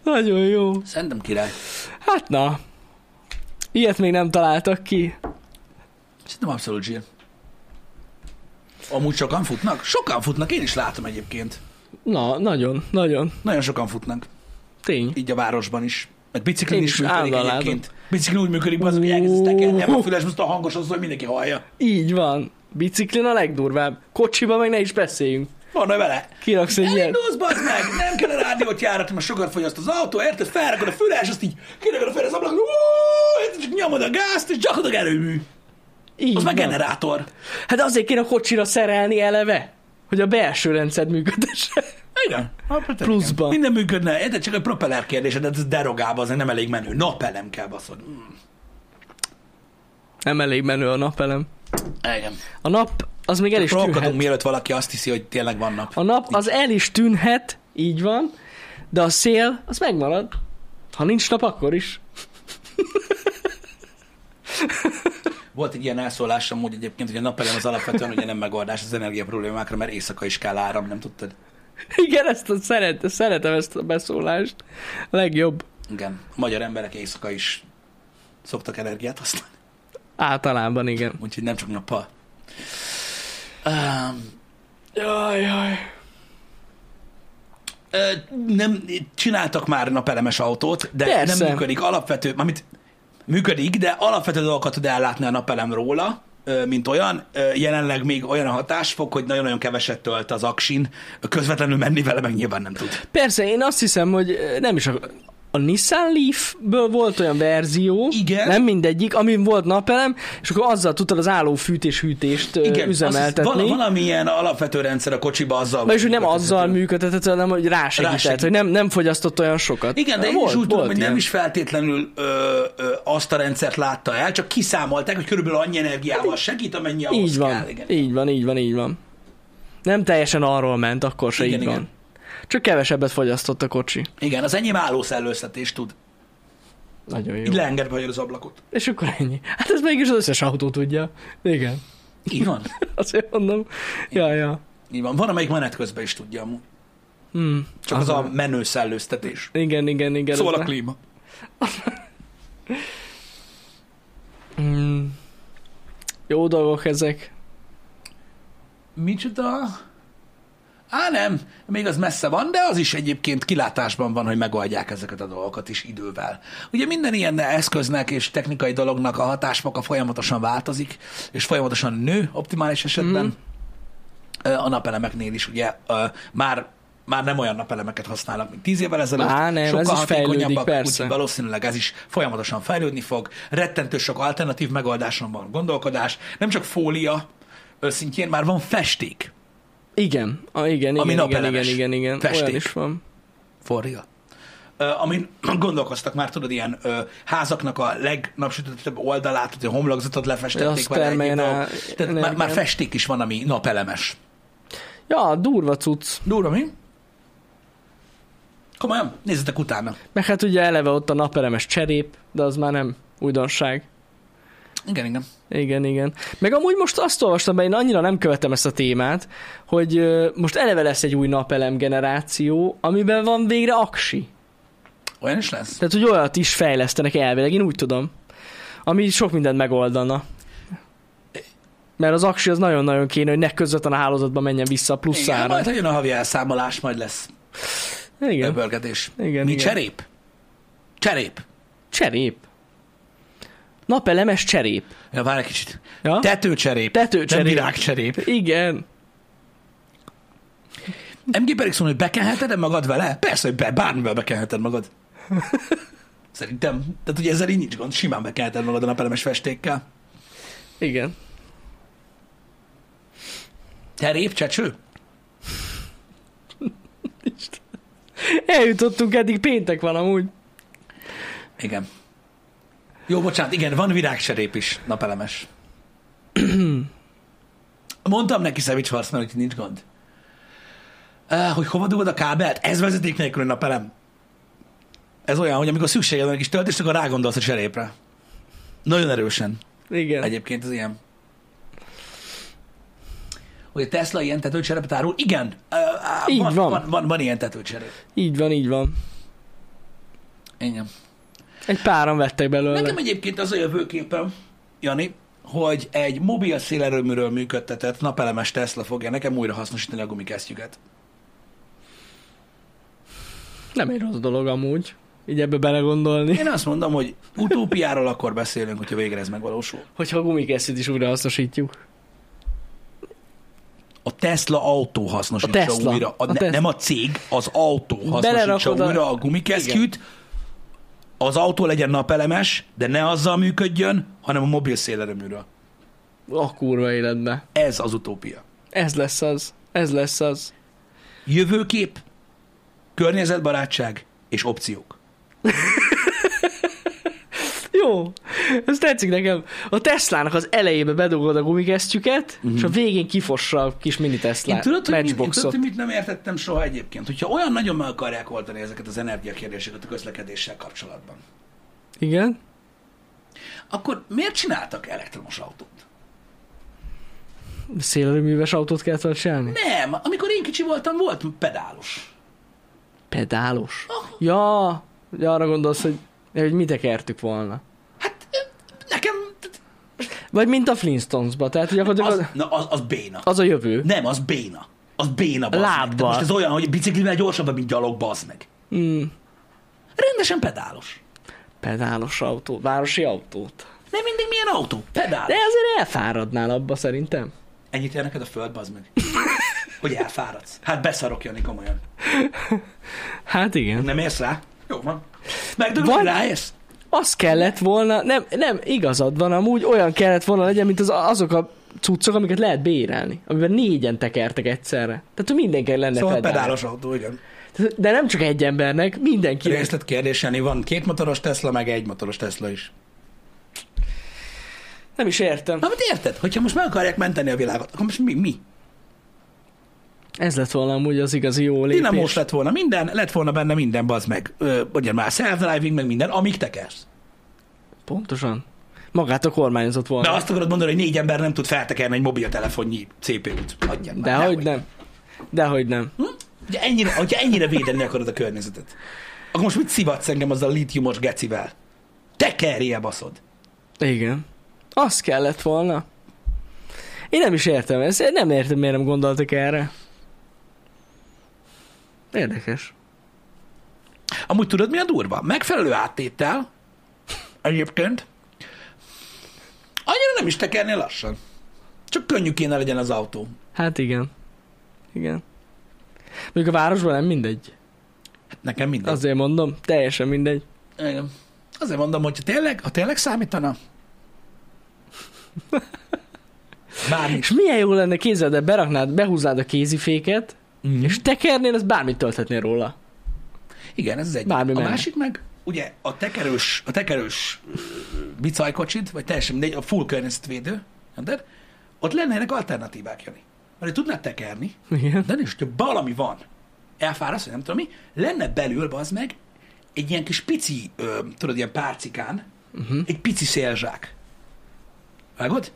[SPEAKER 2] Nagyon jó.
[SPEAKER 1] Szerintem király.
[SPEAKER 2] Hát na, ilyet még nem találtak ki.
[SPEAKER 1] Szerintem abszolút zsír. Amúgy sokan futnak? Sokan futnak, én is látom egyébként.
[SPEAKER 2] Na, nagyon, nagyon.
[SPEAKER 1] Nagyon sokan futnak,
[SPEAKER 2] Tény.
[SPEAKER 1] így a városban is. Meg biciklin
[SPEAKER 2] Én
[SPEAKER 1] is
[SPEAKER 2] is
[SPEAKER 1] működik
[SPEAKER 2] állandóan
[SPEAKER 1] egyébként. Biciklin úgy működik, az, hogy elkezdesz tekerni, ebben a füles most a hangos az, hogy mindenki hallja.
[SPEAKER 2] Így van. Biciklin a legdurvább. Kocsiba meg ne is beszéljünk.
[SPEAKER 1] Van vele.
[SPEAKER 2] Kiraksz egy ilyen...
[SPEAKER 1] Elindulsz, bazd meg! Nem kell a rádiót járatni, mert sokat fogyaszt az autó, érted? Felrakod a füles, azt így kirakod a füles az ablakon, úúúú, érted? csak nyomod a gázt, és gyakorlatilag erőmű.
[SPEAKER 2] Így
[SPEAKER 1] Az meg
[SPEAKER 2] van.
[SPEAKER 1] generátor.
[SPEAKER 2] Hát azért kéne a kocsira szerelni eleve, hogy a belső rendszer működesse.
[SPEAKER 1] Igen.
[SPEAKER 2] Hát, Pluszban.
[SPEAKER 1] Minden működne, érted? Csak a propeller kérdése, de ez derogában azért nem elég menő. Napelem kell baszod. Mm.
[SPEAKER 2] Nem elég menő a napelem.
[SPEAKER 1] Igen.
[SPEAKER 2] A nap az még el is
[SPEAKER 1] Provokatunk,
[SPEAKER 2] tűnhet.
[SPEAKER 1] mielőtt valaki azt hiszi, hogy tényleg van nap.
[SPEAKER 2] A nap az el is tűnhet, így van, de a szél az megmarad. Ha nincs nap, akkor is.
[SPEAKER 1] Volt egy ilyen elszólás amúgy egyébként, hogy a napelem az alapvetően ugye nem megoldás az energia problémákra, mert éjszaka is kell áram, nem tudtad?
[SPEAKER 2] Igen, ezt a szeret, szeretem ezt a beszólást. Legjobb.
[SPEAKER 1] Igen. A magyar emberek éjszaka is szoktak energiát használni.
[SPEAKER 2] Általában igen.
[SPEAKER 1] úgyhogy nem csak nappal. Um,
[SPEAKER 2] Jaj, jaj.
[SPEAKER 1] ö, nem csináltak már napelemes autót, de
[SPEAKER 2] Persze.
[SPEAKER 1] nem működik. Alapvető, amit működik, de alapvető dolgokat tud ellátni a napelem róla, ö, mint olyan. Ö, Jelenleg még olyan a hatásfok, hogy nagyon-nagyon keveset tölt az aksin, közvetlenül menni vele meg nyilván nem tud.
[SPEAKER 2] Persze, én azt hiszem, hogy ö, nem is a, a Nissan Leaf-ből volt olyan verzió,
[SPEAKER 1] Igen.
[SPEAKER 2] nem mindegyik, amin volt napelem, és akkor azzal tudtad az álló fűtés-hűtést Igen,
[SPEAKER 1] azt hisz- vala-
[SPEAKER 2] üzemeltetni.
[SPEAKER 1] Valamilyen alapvető rendszer a kocsiba azzal.
[SPEAKER 2] Vagyis, hogy nem
[SPEAKER 1] működtethető.
[SPEAKER 2] azzal működtetett, hanem hogy rásegített,
[SPEAKER 1] Rásegített.
[SPEAKER 2] hogy nem, nem fogyasztott olyan sokat.
[SPEAKER 1] Igen, de én
[SPEAKER 2] volt,
[SPEAKER 1] is úgy tudom,
[SPEAKER 2] volt
[SPEAKER 1] hogy
[SPEAKER 2] ilyen.
[SPEAKER 1] nem is feltétlenül ö, ö, azt a rendszert látta el, csak kiszámolták, hogy körülbelül annyi energiával segít, amennyi ahhoz
[SPEAKER 2] Így van,
[SPEAKER 1] kell. Igen.
[SPEAKER 2] így van, így van, így van. Nem teljesen arról ment, akkor se
[SPEAKER 1] Igen,
[SPEAKER 2] így
[SPEAKER 1] igen.
[SPEAKER 2] van. Csak kevesebbet fogyasztott a kocsi.
[SPEAKER 1] Igen, az enyém állószellőztetés tud.
[SPEAKER 2] Nagyon jó.
[SPEAKER 1] Így leengedve hagyod az ablakot.
[SPEAKER 2] És akkor ennyi. Hát ez mégis az összes autó tudja. Igen.
[SPEAKER 1] Így van.
[SPEAKER 2] Azért mondom. Ja, ja.
[SPEAKER 1] Így van. Van, amelyik menet közben is tudja amúgy.
[SPEAKER 2] Hmm.
[SPEAKER 1] Csak az, a menő szellőztetés.
[SPEAKER 2] Igen, igen, igen.
[SPEAKER 1] Szóval
[SPEAKER 2] ez
[SPEAKER 1] a
[SPEAKER 2] ne-
[SPEAKER 1] klíma.
[SPEAKER 2] Hmm. Jó dolgok ezek.
[SPEAKER 1] Micsoda? Á, nem, még az messze van, de az is egyébként kilátásban van, hogy megoldják ezeket a dolgokat is idővel. Ugye minden ilyen eszköznek és technikai dolognak a hatásfoka folyamatosan változik, és folyamatosan nő optimális esetben.
[SPEAKER 2] Mhm.
[SPEAKER 1] Ö, A napelemeknél is ugye ö, már már nem olyan napelemeket használnak, mint tíz évvel ezelőtt.
[SPEAKER 2] Á, nem, ez
[SPEAKER 1] Sokkal
[SPEAKER 2] is fejlődik,
[SPEAKER 1] hatékonyabbak,
[SPEAKER 2] persze.
[SPEAKER 1] úgyhogy valószínűleg ez is folyamatosan fejlődni fog. Rettentő sok alternatív megoldáson van gondolkodás. Nem csak fólia ö, szintjén, már van festék.
[SPEAKER 2] Igen, a, igen,
[SPEAKER 1] Ami
[SPEAKER 2] igen, igen, igen,
[SPEAKER 1] napelemes.
[SPEAKER 2] igen, igen. Olyan
[SPEAKER 1] Festék.
[SPEAKER 2] is van.
[SPEAKER 1] Forria. Amin gondolkoztak már, tudod, ilyen ö, házaknak a legnapsütöttebb oldalát, hogy a homlokzatot lefestették
[SPEAKER 2] Azt
[SPEAKER 1] vele. egyéb
[SPEAKER 2] termeljen
[SPEAKER 1] dolgok.
[SPEAKER 2] a
[SPEAKER 1] Tehát már, már
[SPEAKER 2] energiát.
[SPEAKER 1] festék is van, ami napelemes.
[SPEAKER 2] Ja, durva cucc.
[SPEAKER 1] Durva, mi? Komolyan, nézzetek utána.
[SPEAKER 2] Meg hát ugye eleve ott a naperemes cserép, de az már nem újdonság.
[SPEAKER 1] Igen, igen.
[SPEAKER 2] Igen, igen. Meg amúgy most azt olvastam, mert én annyira nem követem ezt a témát, hogy ö, most eleve lesz egy új napelem generáció, amiben van végre aksi.
[SPEAKER 1] Olyan is lesz.
[SPEAKER 2] Tehát, hogy olyat is fejlesztenek elvileg, én úgy tudom. Ami sok mindent megoldana. Mert az aksi az nagyon-nagyon kéne, hogy ne közvetlen a hálózatba menjen vissza a plusz
[SPEAKER 1] Igen,
[SPEAKER 2] ára.
[SPEAKER 1] majd, ha jön a havi elszámolás, majd lesz
[SPEAKER 2] Igen.
[SPEAKER 1] öbölgetés.
[SPEAKER 2] Igen,
[SPEAKER 1] Mi
[SPEAKER 2] igen.
[SPEAKER 1] cserép? Cserép.
[SPEAKER 2] Cserép. Napelemes cserép.
[SPEAKER 1] Ja, várj egy kicsit.
[SPEAKER 2] Ja?
[SPEAKER 1] Tetőcserép.
[SPEAKER 2] Tetőcserép.
[SPEAKER 1] Nem virágcserép.
[SPEAKER 2] Igen.
[SPEAKER 1] MG pedig szól, hogy bekenheted magad vele? Persze, hogy be, bármivel bekenheted magad. Szerintem. Tehát ugye ezzel így nincs gond, simán bekenheted magad a napelemes festékkel.
[SPEAKER 2] Igen.
[SPEAKER 1] Terép, csecső?
[SPEAKER 2] Eljutottunk eddig, péntek van amúgy.
[SPEAKER 1] Igen. Jó, bocsánat, igen, van virágcserép is, napelemes. Mondtam neki Savage Horseman, hogy nincs gond. Uh, hogy hova dugod a kábelt? Ez vezeték nélkül a napelem. Ez olyan, hogy amikor szükséged van egy kis töltést, akkor rágondolsz a cserépre. Nagyon erősen.
[SPEAKER 2] Igen.
[SPEAKER 1] Egyébként az ilyen. hogy a Tesla ilyen tetőcserepet árul? Igen. Ö, á,
[SPEAKER 2] Így
[SPEAKER 1] van,
[SPEAKER 2] van.
[SPEAKER 1] Van, van, van ilyen tetőcserép.
[SPEAKER 2] Így van, így van.
[SPEAKER 1] Igen.
[SPEAKER 2] Egy páran vettek belőle.
[SPEAKER 1] Nekem egyébként az a jövőképem, Jani, hogy egy mobil szélerőműről működtetett napelemes Tesla fogja nekem újra hasznosítani a gumikesztyüket.
[SPEAKER 2] Nem egy rossz dolog amúgy. Így ebbe belegondolni.
[SPEAKER 1] Én azt mondom, hogy utópiáról akkor beszélünk, hogyha végre ez megvalósul.
[SPEAKER 2] Hogyha a gumikesztyűt is újra hasznosítjuk.
[SPEAKER 1] A Tesla autó hasznosítsa
[SPEAKER 2] A Tesla.
[SPEAKER 1] újra. A,
[SPEAKER 2] A
[SPEAKER 1] ne,
[SPEAKER 2] Tesla.
[SPEAKER 1] Nem a cég, az autó hasznosítsa
[SPEAKER 2] Belerakod a-
[SPEAKER 1] újra a gumikesztyűt. Az autó legyen napelemes, de ne azzal működjön, hanem a mobil szélerőműről.
[SPEAKER 2] A kurva életbe.
[SPEAKER 1] Ez az utópia.
[SPEAKER 2] Ez lesz az. Ez lesz az.
[SPEAKER 1] Jövőkép, környezetbarátság és opciók.
[SPEAKER 2] Jó, ez tetszik nekem. A Teslának az elejébe bedugod a gumikesztyüket, mm-hmm. és a végén kifossa a kis mini
[SPEAKER 1] Mhm.
[SPEAKER 2] Tesla
[SPEAKER 1] Én tudod, hogy mit, én tudod,
[SPEAKER 2] matchboxot.
[SPEAKER 1] hogy mit nem értettem soha egyébként, hogyha olyan nagyon meg akarják oldani ezeket az energiakérdéseket a közlekedéssel kapcsolatban,
[SPEAKER 2] Igen?
[SPEAKER 1] akkor miért csináltak elektromos autót?
[SPEAKER 2] Szélerőműves autót kellett volna csinálni?
[SPEAKER 1] Nem, amikor én kicsi voltam, volt pedálus.
[SPEAKER 2] Pedálos. Ja, ja, arra gondolsz, hogy, hogy mi tekertük volna.
[SPEAKER 1] Hát ö, nekem
[SPEAKER 2] Vagy mint a Flintstonesba, tehát gyakorlatilag
[SPEAKER 1] az,
[SPEAKER 2] az,
[SPEAKER 1] na, az, az béna.
[SPEAKER 2] az a jövő.
[SPEAKER 1] Nem, az béna. Az béna, bazd meg.
[SPEAKER 2] Lábbal.
[SPEAKER 1] Tehát Most ez olyan, hogy biciklivel gyorsabb, mint gyalog, bazd meg.
[SPEAKER 2] Mm,
[SPEAKER 1] Rendesen pedálos.
[SPEAKER 2] pedálos autó, városi autót.
[SPEAKER 1] Nem mindig milyen autó, pedál.
[SPEAKER 2] De azért elfáradnál abba szerintem.
[SPEAKER 1] Ennyit ér neked a föld, bazd meg. Hogy elfáradsz. Hát beszarok, Jani, komolyan.
[SPEAKER 2] Hát igen.
[SPEAKER 1] Nem érsz rá? Jó van. Megdögöd,
[SPEAKER 2] Van-
[SPEAKER 1] hogy ráérsz?
[SPEAKER 2] Az kellett volna, nem, nem, igazad van amúgy, olyan kellett volna legyen, mint az, azok a cuccok, amiket lehet bérelni, amiben négyen tekertek egyszerre. Tehát, hogy mindenki lenne
[SPEAKER 1] Szóval
[SPEAKER 2] pedál.
[SPEAKER 1] pedálos autó, igen.
[SPEAKER 2] Tehát, De nem csak egy embernek, mindenkinek.
[SPEAKER 1] Részletkérdés, Jani, van két motoros Tesla, meg egy motoros Tesla is.
[SPEAKER 2] Nem is értem.
[SPEAKER 1] Na, mit érted? Hogyha most meg akarják menteni a világot, akkor most mi? mi?
[SPEAKER 2] Ez lett volna amúgy az igazi jó lépés.
[SPEAKER 1] Dinamós lett volna minden, lett volna benne minden, bazd meg. Ö, ugye már self-driving, meg minden, amíg tekersz.
[SPEAKER 2] Pontosan. Magát a kormányzott
[SPEAKER 1] De
[SPEAKER 2] volna.
[SPEAKER 1] azt akarod mondani, hogy négy ember nem tud feltekerni egy mobiltelefonnyi CPU-t. Adjad már,
[SPEAKER 2] De hogy nem. Dehogy nem.
[SPEAKER 1] Hm? Ugye ennyire, hogyha ennyire védeni akarod a környezetet, akkor most mit szivatsz engem azzal a litiumos gecivel? Tekerje, baszod!
[SPEAKER 2] Igen. Az kellett volna. Én nem is értem ezt. Én nem értem, miért nem gondoltak erre. Érdekes.
[SPEAKER 1] Amúgy tudod, mi a durva? Megfelelő áttétel, egyébként, annyira nem is tekernél lassan. Csak könnyű kéne legyen az autó.
[SPEAKER 2] Hát igen. Igen. Mondjuk a városban nem mindegy.
[SPEAKER 1] Hát nekem minden. Az...
[SPEAKER 2] Azért mondom, teljesen mindegy.
[SPEAKER 1] Igen. Azért mondom, hogy tényleg, ha tényleg számítana, bármi.
[SPEAKER 2] És milyen jó lenne kézzel, de beraknád, behúznád a kéziféket,
[SPEAKER 1] Mm.
[SPEAKER 2] és tekernél, az bármit tölthetnél róla.
[SPEAKER 1] Igen, ez az egy.
[SPEAKER 2] Bármi
[SPEAKER 1] a
[SPEAKER 2] menne.
[SPEAKER 1] másik meg, ugye a tekerős, a tekerős ö, bicajkocsid, vagy teljesen mindegy, a full környezetvédő, de ott lennének alternatívák, Jani. Mert tudnád tekerni,
[SPEAKER 2] Igen.
[SPEAKER 1] de nincs, hogyha valami van, elfáradsz, vagy nem tudom mi, lenne belül, az meg, egy ilyen kis pici, ö, tudod, ilyen párcikán, uh-huh. egy pici szélzsák. Vágod?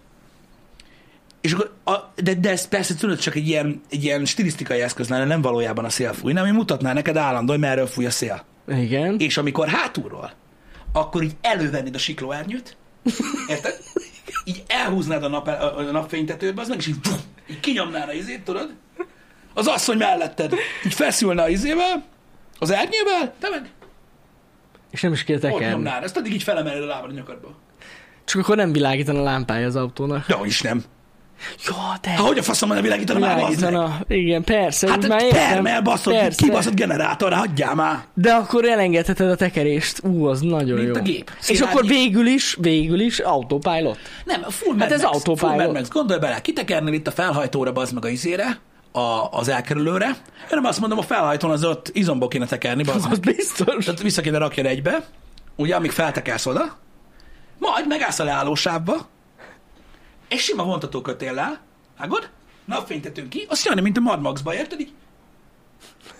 [SPEAKER 1] És akkor a, de, de ez persze tudod, csak egy ilyen, egy ilyen stilisztikai eszköz lenne, nem valójában a szél fúj, nem, ami mutatná neked állandóan, hogy merről fúj a szél.
[SPEAKER 2] Igen.
[SPEAKER 1] És amikor hátulról, akkor így elővennéd a siklóernyőt, érted? Így elhúznád a, nap, a, a napfénytetőbe, az meg is így, így kinyomnál a izét, tudod? Az asszony melletted így feszülne a izével, az ernyővel, te meg
[SPEAKER 2] És nem is kell
[SPEAKER 1] ott
[SPEAKER 2] tekerni.
[SPEAKER 1] nyomnál. Ezt addig így felemeled a lábad a nyakadba.
[SPEAKER 2] Csak akkor nem világítana a lámpája az autónak.
[SPEAKER 1] De is nem.
[SPEAKER 2] Jó, de...
[SPEAKER 1] Hát hogy a faszom van a világítani már az meg?
[SPEAKER 2] Világítana. Igen, persze.
[SPEAKER 1] Hát
[SPEAKER 2] úgy már értem.
[SPEAKER 1] termel, baszod,
[SPEAKER 2] Persze.
[SPEAKER 1] kibaszott generátorra, hagyjál már.
[SPEAKER 2] De akkor elengedheted a tekerést. Ú, az nagyon
[SPEAKER 1] Mint
[SPEAKER 2] jó.
[SPEAKER 1] a gép.
[SPEAKER 2] És
[SPEAKER 1] Szilárd
[SPEAKER 2] akkor
[SPEAKER 1] gép.
[SPEAKER 2] végül is, végül is autopilot.
[SPEAKER 1] Nem, a full
[SPEAKER 2] Hát
[SPEAKER 1] Mad
[SPEAKER 2] ez
[SPEAKER 1] Max,
[SPEAKER 2] autópálya.
[SPEAKER 1] Full Mad Max. Gondolj bele, kitekernél itt a felhajtóra, bazd meg a izére, a, az elkerülőre. Én nem azt mondom, a felhajtón az ott izomból kéne tekerni, bazd
[SPEAKER 2] Az
[SPEAKER 1] meg.
[SPEAKER 2] biztos.
[SPEAKER 1] Tehát vissza kéne rakjad egybe, ugye, amíg feltekelsz oda, majd megállsz a leállósávba, és sima vontató kötéllel, vágod, napfénytetünk ki, azt jönni, mint a Mad Max-ba, érted így?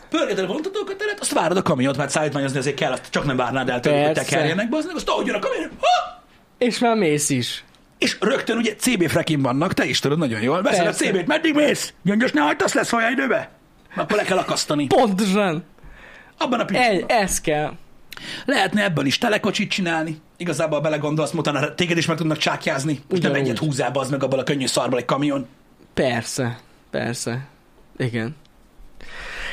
[SPEAKER 1] Pörgeted a vontatókötelet, azt várod a kamiont, mert szállítmányozni azért kell, azt csak nem várnád el tőlük, hogy
[SPEAKER 2] Persze.
[SPEAKER 1] tekerjenek, bazd meg, azt ahogy jön a kamion, ha!
[SPEAKER 2] És már mész is.
[SPEAKER 1] és rögtön ugye CB frekin vannak, te is tudod nagyon jól. Veszed
[SPEAKER 2] Persze.
[SPEAKER 1] a CB-t, meddig mész? Gyöngyös ne hajtasz, lesz olyan időbe? Akkor le kell akasztani.
[SPEAKER 2] Pontosan.
[SPEAKER 1] Abban a
[SPEAKER 2] Egy,
[SPEAKER 1] pillanatban.
[SPEAKER 2] ez kell.
[SPEAKER 1] Lehetne ebből is telekocsit csinálni. Igazából ha belegondolsz, utána téged is meg tudnak csákjázni. Most nem
[SPEAKER 2] Ugyanúgy.
[SPEAKER 1] egyet húzzá, az meg abban a könnyű szarban egy kamion.
[SPEAKER 2] Persze. Persze. Igen.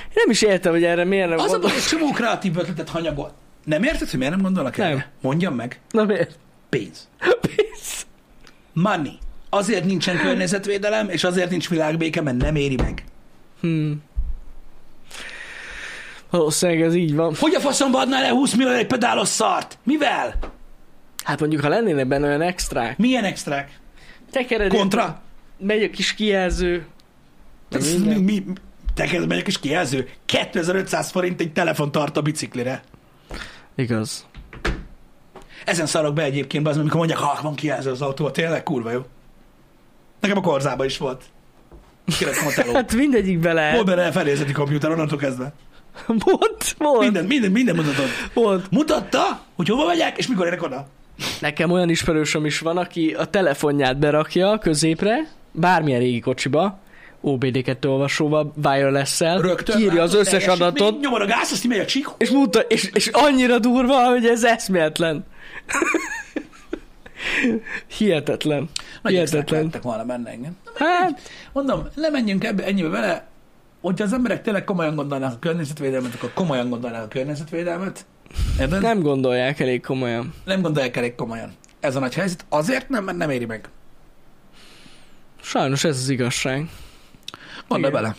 [SPEAKER 2] Én nem is értem, hogy erre miért nem
[SPEAKER 1] Az a
[SPEAKER 2] gondol...
[SPEAKER 1] baj, egy csomó kreatív ötletet hanyagol. Nem érted, hogy miért nem gondolnak
[SPEAKER 2] Nem.
[SPEAKER 1] erre? Mondjam meg.
[SPEAKER 2] Na miért?
[SPEAKER 1] Pénz.
[SPEAKER 2] Pisz.
[SPEAKER 1] Money. Azért nincsen
[SPEAKER 2] Hát.
[SPEAKER 1] környezetvédelem, és azért nincs világbéke, mert nem éri meg.
[SPEAKER 2] Hmm. Valószínűleg ez így van.
[SPEAKER 1] Hogy a faszomba adnál el 20 millió egy pedálos szart? Mivel?
[SPEAKER 2] Hát mondjuk, ha lennének benne olyan extrák.
[SPEAKER 1] Milyen extrák?
[SPEAKER 2] Tekered,
[SPEAKER 1] Kontra?
[SPEAKER 2] megy a kis kijelző.
[SPEAKER 1] Ez
[SPEAKER 2] Minden.
[SPEAKER 1] mi, mi, tekered megyek is kijelző. 2500 forint egy telefontart a biciklire.
[SPEAKER 2] Igaz.
[SPEAKER 1] Ezen szarok be egyébként, az, amikor mondják, ha van kijelző az autó, tényleg kurva jó. Nekem a korzában is volt. Kérek a teló.
[SPEAKER 2] Hát mindegyikbe
[SPEAKER 1] Volt
[SPEAKER 2] lehet.
[SPEAKER 1] benne felézeti komputer, onnantól kezdve.
[SPEAKER 2] Volt, volt,
[SPEAKER 1] Minden, minden, minden mutatott.
[SPEAKER 2] volt.
[SPEAKER 1] Mutatta, hogy hova megyek, és mikor érek oda.
[SPEAKER 2] Nekem olyan ismerősöm is van, aki a telefonját berakja a középre, bármilyen régi kocsiba, OBD2 olvasóval, wireless-szel,
[SPEAKER 1] Rögtön.
[SPEAKER 2] kiírja az
[SPEAKER 1] látod,
[SPEAKER 2] összes
[SPEAKER 1] teljesítmény,
[SPEAKER 2] adatot,
[SPEAKER 1] Nyomod a gáz, azt így megy a csík.
[SPEAKER 2] és, muta, és, és annyira durva, hogy ez eszméletlen. Hihetetlen.
[SPEAKER 1] Nagy extrák
[SPEAKER 2] Hihetetlen.
[SPEAKER 1] lettek volna benne engem.
[SPEAKER 2] Hát,
[SPEAKER 1] Mondom, ne menjünk ebbe, ennyibe bele, hogyha az emberek tényleg komolyan gondolnák a környezetvédelmet, akkor komolyan gondolnák a környezetvédelmet. Érted? Nem.
[SPEAKER 2] nem gondolják elég komolyan.
[SPEAKER 1] nem gondolják elég komolyan. Ez a nagy helyzet. Azért nem, mert nem éri meg.
[SPEAKER 2] Sajnos ez az igazság.
[SPEAKER 1] Gondolj
[SPEAKER 2] Igen.
[SPEAKER 1] bele.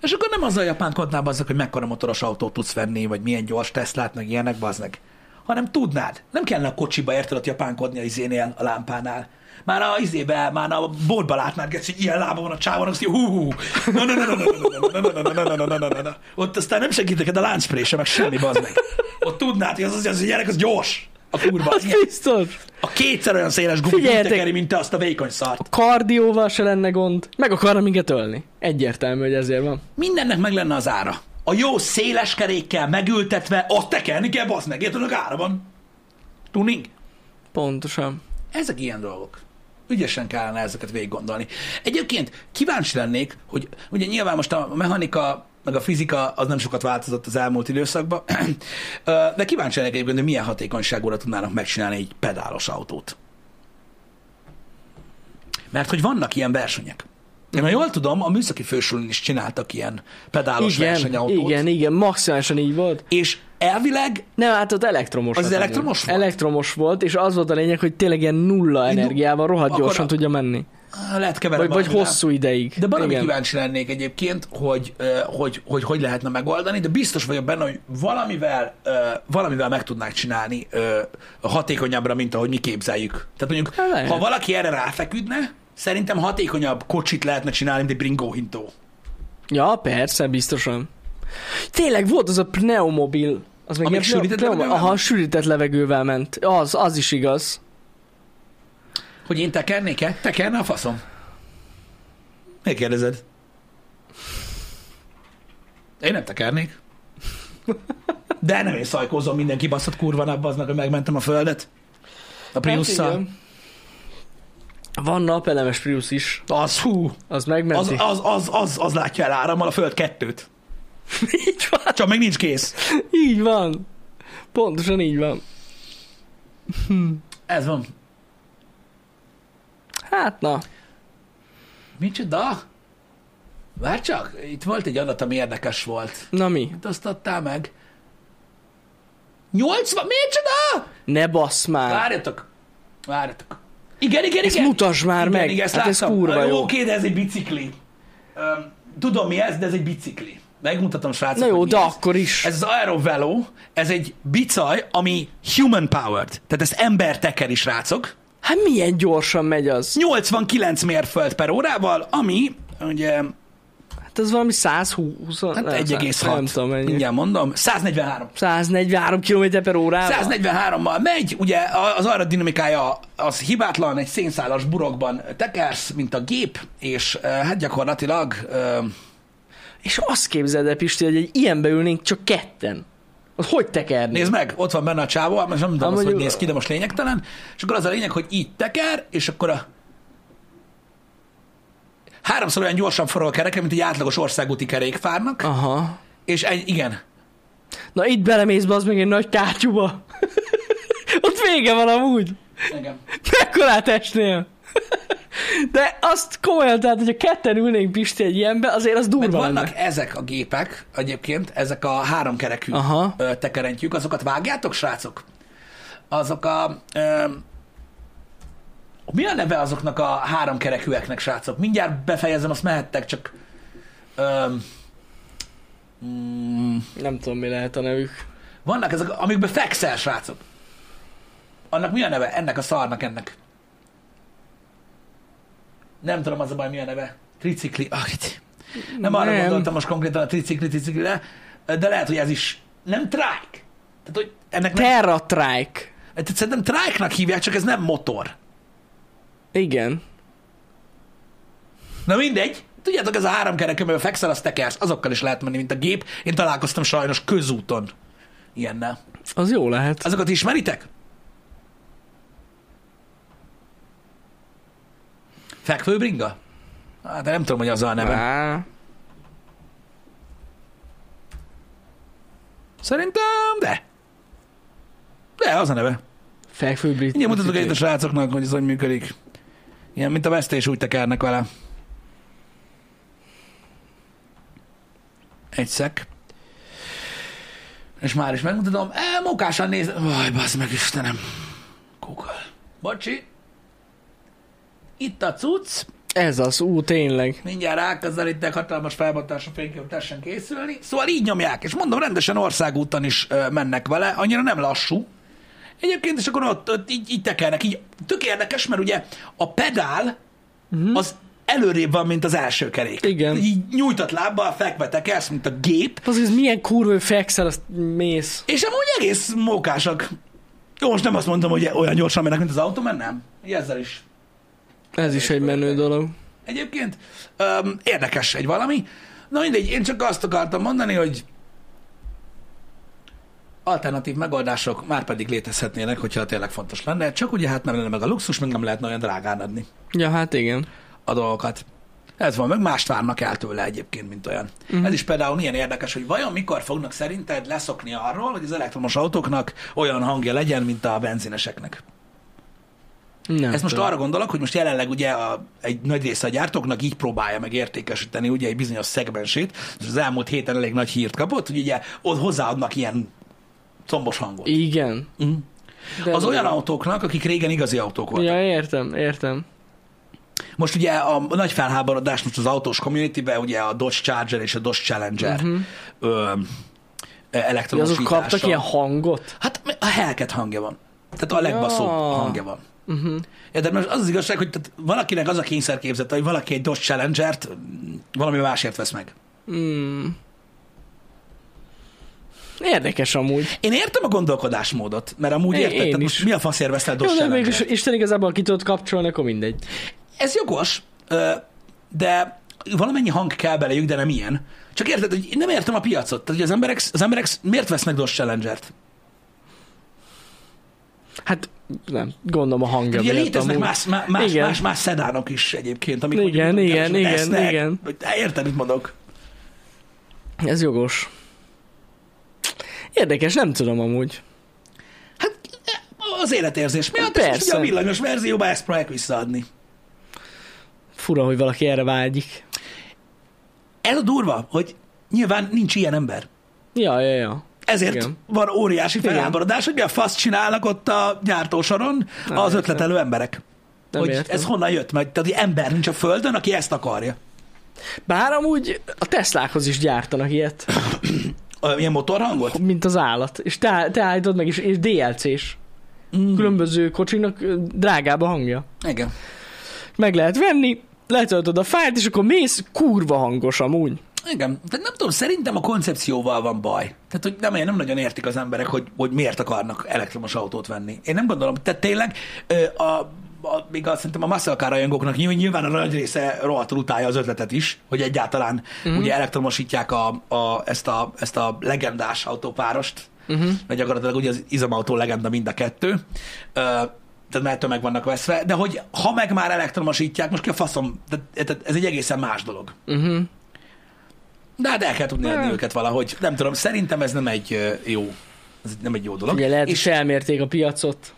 [SPEAKER 1] És akkor nem azzal japánkodnál bazzak, hogy mekkora motoros autót tudsz venni, vagy milyen gyors Teslát, meg ilyenek bazdnek. Hanem tudnád. Nem kellene a kocsiba érted ott japánkodni a izénél, a lámpánál. Már a izébe, már a boltba látnád, Geci, hogy ilyen lába van a csávon, azt mondja, hú, hú, na, na, na, na, na, na, na, na, na, na, na, na, na, na, na, na. Ott aztán nem segít neked a láncpré se, meg semmi bazd meg. Ott tudnád, hogy az, az, az a gyerek az gyors. A kurva.
[SPEAKER 2] Az biztos.
[SPEAKER 1] A kétszer olyan széles gumit úgy
[SPEAKER 2] Figyeljetek!
[SPEAKER 1] tekeri, mint te azt a vékony szart.
[SPEAKER 2] Kardióval se lenne gond. Meg akarna minket ölni. Egyértelmű, hogy ezért van.
[SPEAKER 1] mindennek meg lenne az ára. A jó széles kerékkel megültetve, ott tekerni kell, bazd meg, érted, annak ára van. Tuning.
[SPEAKER 2] Pontosan.
[SPEAKER 1] Ezek ilyen dolgok. Ügyesen kellene ezeket végig gondolni. Egyébként kíváncsi lennék, hogy ugye nyilván most a mechanika meg a fizika az nem sokat változott az elmúlt időszakban, Ö, de kíváncsi lennék egyébként, hogy milyen hatékonyságúra tudnának megcsinálni egy pedálos autót. Mert hogy vannak ilyen versenyek. Én ha jól tudom, a műszaki fősulin is csináltak ilyen pedálos
[SPEAKER 2] Igen,
[SPEAKER 1] versenyautót.
[SPEAKER 2] igen, igen, maximálisan így volt.
[SPEAKER 1] És elvileg
[SPEAKER 2] Nem, hát ott elektromos.
[SPEAKER 1] Az
[SPEAKER 2] volt
[SPEAKER 1] elektromos
[SPEAKER 2] nagyon.
[SPEAKER 1] volt?
[SPEAKER 2] Elektromos volt, és az volt a lényeg, hogy tényleg ilyen nulla
[SPEAKER 1] Indul-
[SPEAKER 2] energiával rohadt
[SPEAKER 1] Akkor
[SPEAKER 2] gyorsan
[SPEAKER 1] a-
[SPEAKER 2] tudja menni.
[SPEAKER 1] á, lehet keverem
[SPEAKER 2] Vagy, vagy
[SPEAKER 1] valamivel.
[SPEAKER 2] hosszú ideig.
[SPEAKER 1] De valami
[SPEAKER 2] igen.
[SPEAKER 1] kíváncsi lennék egyébként, hogy, ö, hogy, hogy hogy lehetne megoldani, de biztos vagyok benne, hogy valamivel, ö, valamivel meg tudnák csinálni ö, hatékonyabbra, mint ahogy mi képzeljük. Tehát mondjuk,
[SPEAKER 2] Hát Lehet.
[SPEAKER 1] ha valaki erre ráfeküdne, szerintem hatékonyabb kocsit lehetne csinálni, mint egy bringóhintó.
[SPEAKER 2] Ja, persze, biztosan. Tényleg volt az a pneumobil. Az meg
[SPEAKER 1] Ami
[SPEAKER 2] ilyen
[SPEAKER 1] sűrített
[SPEAKER 2] pneu-
[SPEAKER 1] levegővel
[SPEAKER 2] Aha,
[SPEAKER 1] ment?
[SPEAKER 2] sűrített levegővel ment. Az, az is igaz.
[SPEAKER 1] Hogy én tekernék-e? Tekerne a faszom. Miért kérdezed? Én nem tekernék. De nem én szajkózom mindenki baszott kurva napba aznak, hogy megmentem a földet. A Priusszal.
[SPEAKER 2] Hát igen. Van napelemes Prius is.
[SPEAKER 1] Az hú,
[SPEAKER 2] Az megmenti.
[SPEAKER 1] az, az, az, az, az látja el árammal a föld kettőt.
[SPEAKER 2] Így van.
[SPEAKER 1] Csak még nincs kész.
[SPEAKER 2] Így van. Pontosan így van.
[SPEAKER 1] Ez van.
[SPEAKER 2] Hát na.
[SPEAKER 1] Micsoda? Várj csak, itt volt egy adat, ami érdekes volt.
[SPEAKER 2] Na mi?
[SPEAKER 1] Itt azt adtál meg. 80? Micsoda?
[SPEAKER 2] Ne bassz már.
[SPEAKER 1] Várjatok! Várjatok! Igen, igen,
[SPEAKER 2] Ezt
[SPEAKER 1] igen!
[SPEAKER 2] mutasd már
[SPEAKER 1] igen,
[SPEAKER 2] meg!
[SPEAKER 1] Igen, ezt
[SPEAKER 2] hát ez
[SPEAKER 1] láttam.
[SPEAKER 2] kurva jó.
[SPEAKER 1] Oké, de ez egy bicikli. Öm, tudom mi ez, de ez egy bicikli. Megmutatom srácok,
[SPEAKER 2] Na jó,
[SPEAKER 1] hogy mi
[SPEAKER 2] de
[SPEAKER 1] ez.
[SPEAKER 2] akkor is.
[SPEAKER 1] Ez az Aerovelo, ez egy bicaj, ami human powered. Tehát ezt ember tekeri, srácok.
[SPEAKER 2] Hát milyen gyorsan megy az?
[SPEAKER 1] 89 mérföld per órával, ami ugye
[SPEAKER 2] Hát az valami 120...
[SPEAKER 1] hát
[SPEAKER 2] nem,
[SPEAKER 1] 1,6.
[SPEAKER 2] Nem tudom mennyi.
[SPEAKER 1] Mindjárt mondom. 143.
[SPEAKER 2] 143 km per órával?
[SPEAKER 1] 143-mal megy, ugye az aerodinamikája az hibátlan, egy szénszálas burokban tekersz, mint a gép, és eh, hát gyakorlatilag eh,
[SPEAKER 2] És azt képzeld el, Pisti, hogy egy ilyenbe ülnénk csak ketten. Az hogy tekerni?
[SPEAKER 1] Nézd meg, ott van benne a csávó, hát most nem tudom,
[SPEAKER 2] Hát
[SPEAKER 1] azt, hogy
[SPEAKER 2] mondjuk-
[SPEAKER 1] néz ki, de most lényegtelen. És akkor az a lényeg, hogy így teker, és akkor a háromszor olyan gyorsan forog a kereke, mint egy átlagos országúti kerékpárnak,
[SPEAKER 2] Aha.
[SPEAKER 1] és egy, igen,
[SPEAKER 2] Na itt belemész be az meg egy nagy kátyúba. Ott vége van amúgy.
[SPEAKER 1] igen.
[SPEAKER 2] Mekkorát esnél? De azt komolyan, tehát, hogyha ketten ülnénk Pisti egy ilyenbe, azért az
[SPEAKER 1] Mert
[SPEAKER 2] durva
[SPEAKER 1] vannak
[SPEAKER 2] lenne.
[SPEAKER 1] ezek a gépek egyébként, ezek a háromkerekű
[SPEAKER 2] Aha.
[SPEAKER 1] ö, tekerentjük, azokat vágjátok, srácok? Azok a... Ö, mi a neve azoknak a háromkerekűeknek, srácok? Mindjárt befejezem, azt mehettek, csak... Ö, mm,
[SPEAKER 2] Nem tudom, mi lehet a nevük.
[SPEAKER 1] vannak ezek, amikben fekszel, srácok. Annak mi a neve? Ennek a szarnak ennek. Nem tudom, az a baj, mi a neve. Tricikli. Ah, itt. Nem arra
[SPEAKER 2] Nem.
[SPEAKER 1] gondoltam most konkrétan a tricikli, triciklire, de lehet, hogy ez is nem trike. Tehát, hogy ennek nem,
[SPEAKER 2] Terra Trike.
[SPEAKER 1] tehát Hát szerintem trike-nak hívják, csak ez nem motor.
[SPEAKER 2] Igen.
[SPEAKER 1] Na mindegy. Tudjátok, ez a három kerek, amiben fekszel, azt tekersz. Azokkal is lehet menni, mint a gép. Én találkoztam sajnos közúton ilyennel.
[SPEAKER 2] Az jó lehet.
[SPEAKER 1] Azokat ismeritek? Fekvőbringa? Hát nem tudom, hogy az a neve.
[SPEAKER 2] Á,
[SPEAKER 1] Szerintem de. De, az a neve.
[SPEAKER 2] Fekvő brit.
[SPEAKER 1] Mindjárt mutatok egyet a srácoknak, hogy ez hogy működik. Ilyen, mint a vesztés úgy tekernek vele. Egy szek. És már is megmutatom. E, mókásan néz. Vaj, bassz meg Istenem. Google. Bocsi. Itt a cucc.
[SPEAKER 2] Ez az, ú, tényleg.
[SPEAKER 1] Mindjárt ráközelítek, hatalmas felbontású fénykép tessen készülni. Szóval így nyomják, és mondom, rendesen országúton is ö, mennek vele, annyira nem lassú. Egyébként is akkor ott, ott így, így tekernek, így tök érdekes, mert ugye a pedál az előrébb van, mint az első kerék.
[SPEAKER 2] Igen.
[SPEAKER 1] Így nyújtott lábbal fekve tekersz, mint a gép,
[SPEAKER 2] Az, ez milyen kurva, hogy fekszel, azt mész.
[SPEAKER 1] és amúgy egész mókásak. Jó, most nem azt mondom, hogy olyan gyorsan mennek, mint az autó, mert nem. Így ezzel is
[SPEAKER 2] Ez is egy menő dolog.
[SPEAKER 1] Egyébként öm, érdekes egy valami. Na mindegy, én csak azt akartam mondani, hogy alternatív megoldások már pedig létezhetnének, hogyha tényleg fontos lenne, csak ugye hát nem lenne meg a luxus, meg nem lehetne olyan drágán adni
[SPEAKER 2] Ja, hát igen.
[SPEAKER 1] a dolgokat. Ez van, meg mást várnak el tőle egyébként, mint olyan. Mm. Ez is például ilyen érdekes, hogy vajon mikor fognak szerinted leszokni arról, hogy az elektromos autóknak olyan hangja legyen, mint a benzineseknek.
[SPEAKER 2] Nem
[SPEAKER 1] Ezt most
[SPEAKER 2] tudom.
[SPEAKER 1] arra gondolok, hogy most jelenleg ugye a, egy nagy része a gyártóknak így próbálja meg értékesíteni ugye egy bizonyos szegmensét, és az elmúlt héten elég nagy hírt kapott, hogy ugye ott hozzáadnak ilyen combos hangot.
[SPEAKER 2] Igen.
[SPEAKER 1] Mm.
[SPEAKER 2] De
[SPEAKER 1] Az olyan autóknak, akik régen igazi autók voltak.
[SPEAKER 2] Ja, értem, értem.
[SPEAKER 1] Most ugye a nagy felháborodás most az autós communityben, ugye a Dodge Charger és a Dodge Challenger uh-huh. ö,
[SPEAKER 2] De azok
[SPEAKER 1] elektromosítása.
[SPEAKER 2] Mhm. kaptak ilyen hangot?
[SPEAKER 1] Hát a helket hangja van. Tehát a legbaszóbb
[SPEAKER 2] Ja. Mhm.
[SPEAKER 1] hangja van. Uh-huh. Ja, de most az az igazság, hogy tehát valakinek az a kényszerképzete, hogy valaki egy Dodge Challengert mm, valami másért vesz meg.
[SPEAKER 2] Mm. Érdekes amúgy.
[SPEAKER 1] Én értem a gondolkodásmódot, mert amúgy
[SPEAKER 2] Én-
[SPEAKER 1] érted,
[SPEAKER 2] én
[SPEAKER 1] tehát
[SPEAKER 2] is.
[SPEAKER 1] most mi a faszért veszel Dodge
[SPEAKER 2] Jó, de
[SPEAKER 1] Challengert?
[SPEAKER 2] mégis Isten igazából ki tudod kapcsolni, akkor mindegy.
[SPEAKER 1] Ez jogos, ö, de valamennyi hang kell belejük, de nem ilyen. Csak érted, hogy én nem értem a piacot. Tehát, hogy az emberek, az emberek miért vesznek Dodge Challengert?
[SPEAKER 2] Hát nem, gondolom a hangja
[SPEAKER 1] Hát Ugye
[SPEAKER 2] miatt
[SPEAKER 1] léteznek
[SPEAKER 2] amúgy.
[SPEAKER 1] más, má- más,
[SPEAKER 2] Igen.
[SPEAKER 1] más, más szedánok is egyébként, amik
[SPEAKER 2] Igen,
[SPEAKER 1] mondjuk
[SPEAKER 2] igen,
[SPEAKER 1] nem
[SPEAKER 2] igen,
[SPEAKER 1] esznek.
[SPEAKER 2] igen.
[SPEAKER 1] Érted, mit mondok?
[SPEAKER 2] Ez jogos. Érdekes, nem tudom amúgy.
[SPEAKER 1] Hát az életérzés miatt, és
[SPEAKER 2] Persze.
[SPEAKER 1] most ugye a villanyos verzióban ezt próbálják visszaadni.
[SPEAKER 2] Fura, hogy valaki erre vágyik.
[SPEAKER 1] Ez a durva, hogy nyilván nincs ilyen ember.
[SPEAKER 2] Ja, ja, ja.
[SPEAKER 1] Ezért Igen.
[SPEAKER 2] Igen.
[SPEAKER 1] van óriási
[SPEAKER 2] Igen.
[SPEAKER 1] felháborodás, hogy mi a fasz csinálnak ott a gyártósoron
[SPEAKER 2] Nem
[SPEAKER 1] az
[SPEAKER 2] értem.
[SPEAKER 1] ötletelő emberek.
[SPEAKER 2] Nem
[SPEAKER 1] hogy
[SPEAKER 2] értem.
[SPEAKER 1] ez honnan jött meg. Tehát, hogy ember nincs a földön, aki ezt akarja.
[SPEAKER 2] Bár amúgy a Teslákhoz is gyártanak ilyet,
[SPEAKER 1] Ö, Ilyen motorhangot?
[SPEAKER 2] mint az állat. És te, te állítod meg is, és DLC-s.
[SPEAKER 1] Mm.
[SPEAKER 2] Különböző kocsinak ö, drágább a hangja.
[SPEAKER 1] Igen.
[SPEAKER 2] Meg lehet venni, letöltöd a fájlt, és akkor mész, kurva hangos amúgy.
[SPEAKER 1] Igen. Tehát nem tudom, szerintem a koncepcióval van baj. Tehát, hogy nem, nem nagyon értik az emberek, hogy, hogy miért akarnak elektromos autót venni. Én nem gondolom. Tehát tényleg ö, a a, még azt szerintem a Muscle rajongóknak nyilván, nyilván a nagy része rohadtul utálja az ötletet is, hogy egyáltalán mm-hmm. ugye elektromosítják a, a, ezt, a, ezt a legendás autópárost, uh-huh. mert gyakorlatilag ugye az izomautó legenda mind a kettő, ö, tehát mert meg vannak veszve, de hogy ha meg már elektromosítják, most ki a faszom, tehát, tehát ez egy egészen más dolog.
[SPEAKER 2] Uh-huh.
[SPEAKER 1] De hát el kell tudni adni őket valahogy. Nem tudom, szerintem ez nem egy ö, jó, ez nem egy jó dolog.
[SPEAKER 2] Ugye lehet, és
[SPEAKER 1] és
[SPEAKER 2] felmérték a piacot.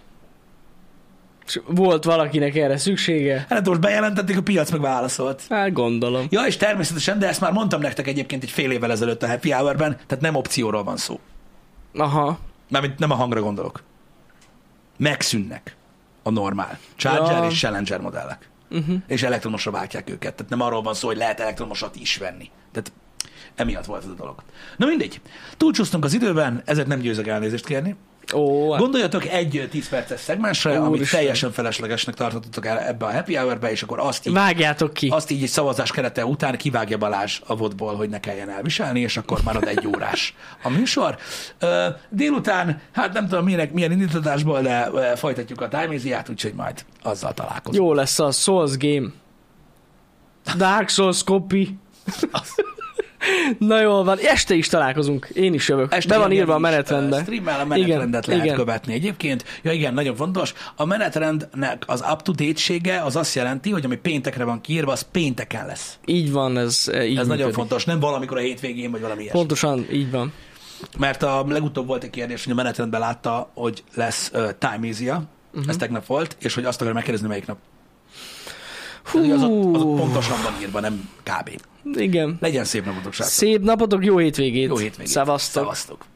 [SPEAKER 2] És volt valakinek erre szüksége?
[SPEAKER 1] hát most bejelentették, a piac meg válaszolt.
[SPEAKER 2] Hát gondolom.
[SPEAKER 1] Ja, és természetesen, de ezt már mondtam nektek egyébként egy fél évvel ezelőtt a Happy Hour-ben, tehát nem opcióról van szó.
[SPEAKER 2] Aha.
[SPEAKER 1] Mármint nem a hangra gondolok. Megszűnnek a normál Charger
[SPEAKER 2] Ja. Mhm.
[SPEAKER 1] és Challenger modellek. Uh-huh. És elektromosra váltják őket. Tehát nem arról van szó, hogy lehet elektromosat is venni. Tehát emiatt volt ez a dolog. Na mindegy. Túlcsúsztunk az időben, ezért nem győzök elnézést kérni.
[SPEAKER 2] Ó, hát
[SPEAKER 1] Gondoljatok egy ö, 10 perces szegmensre,
[SPEAKER 2] Úristen.
[SPEAKER 1] amit teljesen feleslegesnek tartottatok el ebbe a happy hour-be, és akkor azt így
[SPEAKER 2] vágjátok ki.
[SPEAKER 1] azt így egy szavazás kerete után kivágja Balázs a vodból, hogy ne kelljen elviselni, és akkor marad egy órás a műsor. Ö, Délután, hát nem tudom minek, milyen indítatásból, de ö, folytatjuk a Time úgyhogy majd azzal találkozunk.
[SPEAKER 2] Jó lesz a Souls game. Dark Souls copy. Na jól van, este is találkozunk, én is jövök. Este Be van
[SPEAKER 1] jön
[SPEAKER 2] írva a
[SPEAKER 1] is, ö,
[SPEAKER 2] menetrendbe.
[SPEAKER 1] Streammel a menetrendet
[SPEAKER 2] Igen,
[SPEAKER 1] lehet
[SPEAKER 2] igen.
[SPEAKER 1] követni egyébként. Ja igen, nagyon fontos. A menetrendnek az up-to-date-sége az azt jelenti, hogy ami péntekre van kiírva, az pénteken lesz.
[SPEAKER 2] Így van, ez eh, így
[SPEAKER 1] Ez nagyon
[SPEAKER 2] működik.
[SPEAKER 1] fontos, nem valamikor a hétvégén, vagy valami ilyesmi.
[SPEAKER 2] Pontosan, így van.
[SPEAKER 1] Mert a legutóbb volt egy kérdés, hogy a menetrendben látta, hogy lesz uh, Time easy uh-huh.
[SPEAKER 2] Mhm.
[SPEAKER 1] ez tegnap volt, és hogy azt akarja megkérdezni, melyik nap.
[SPEAKER 2] Hú,
[SPEAKER 1] Az ott, az ott pontosan van írva, nem kb.
[SPEAKER 2] igen.
[SPEAKER 1] Legyen szép napotok, srácok.
[SPEAKER 2] Szép napotok, jó hétvégét.
[SPEAKER 1] Jó hétvégét.
[SPEAKER 2] Szevasztok.
[SPEAKER 1] Szevasztok.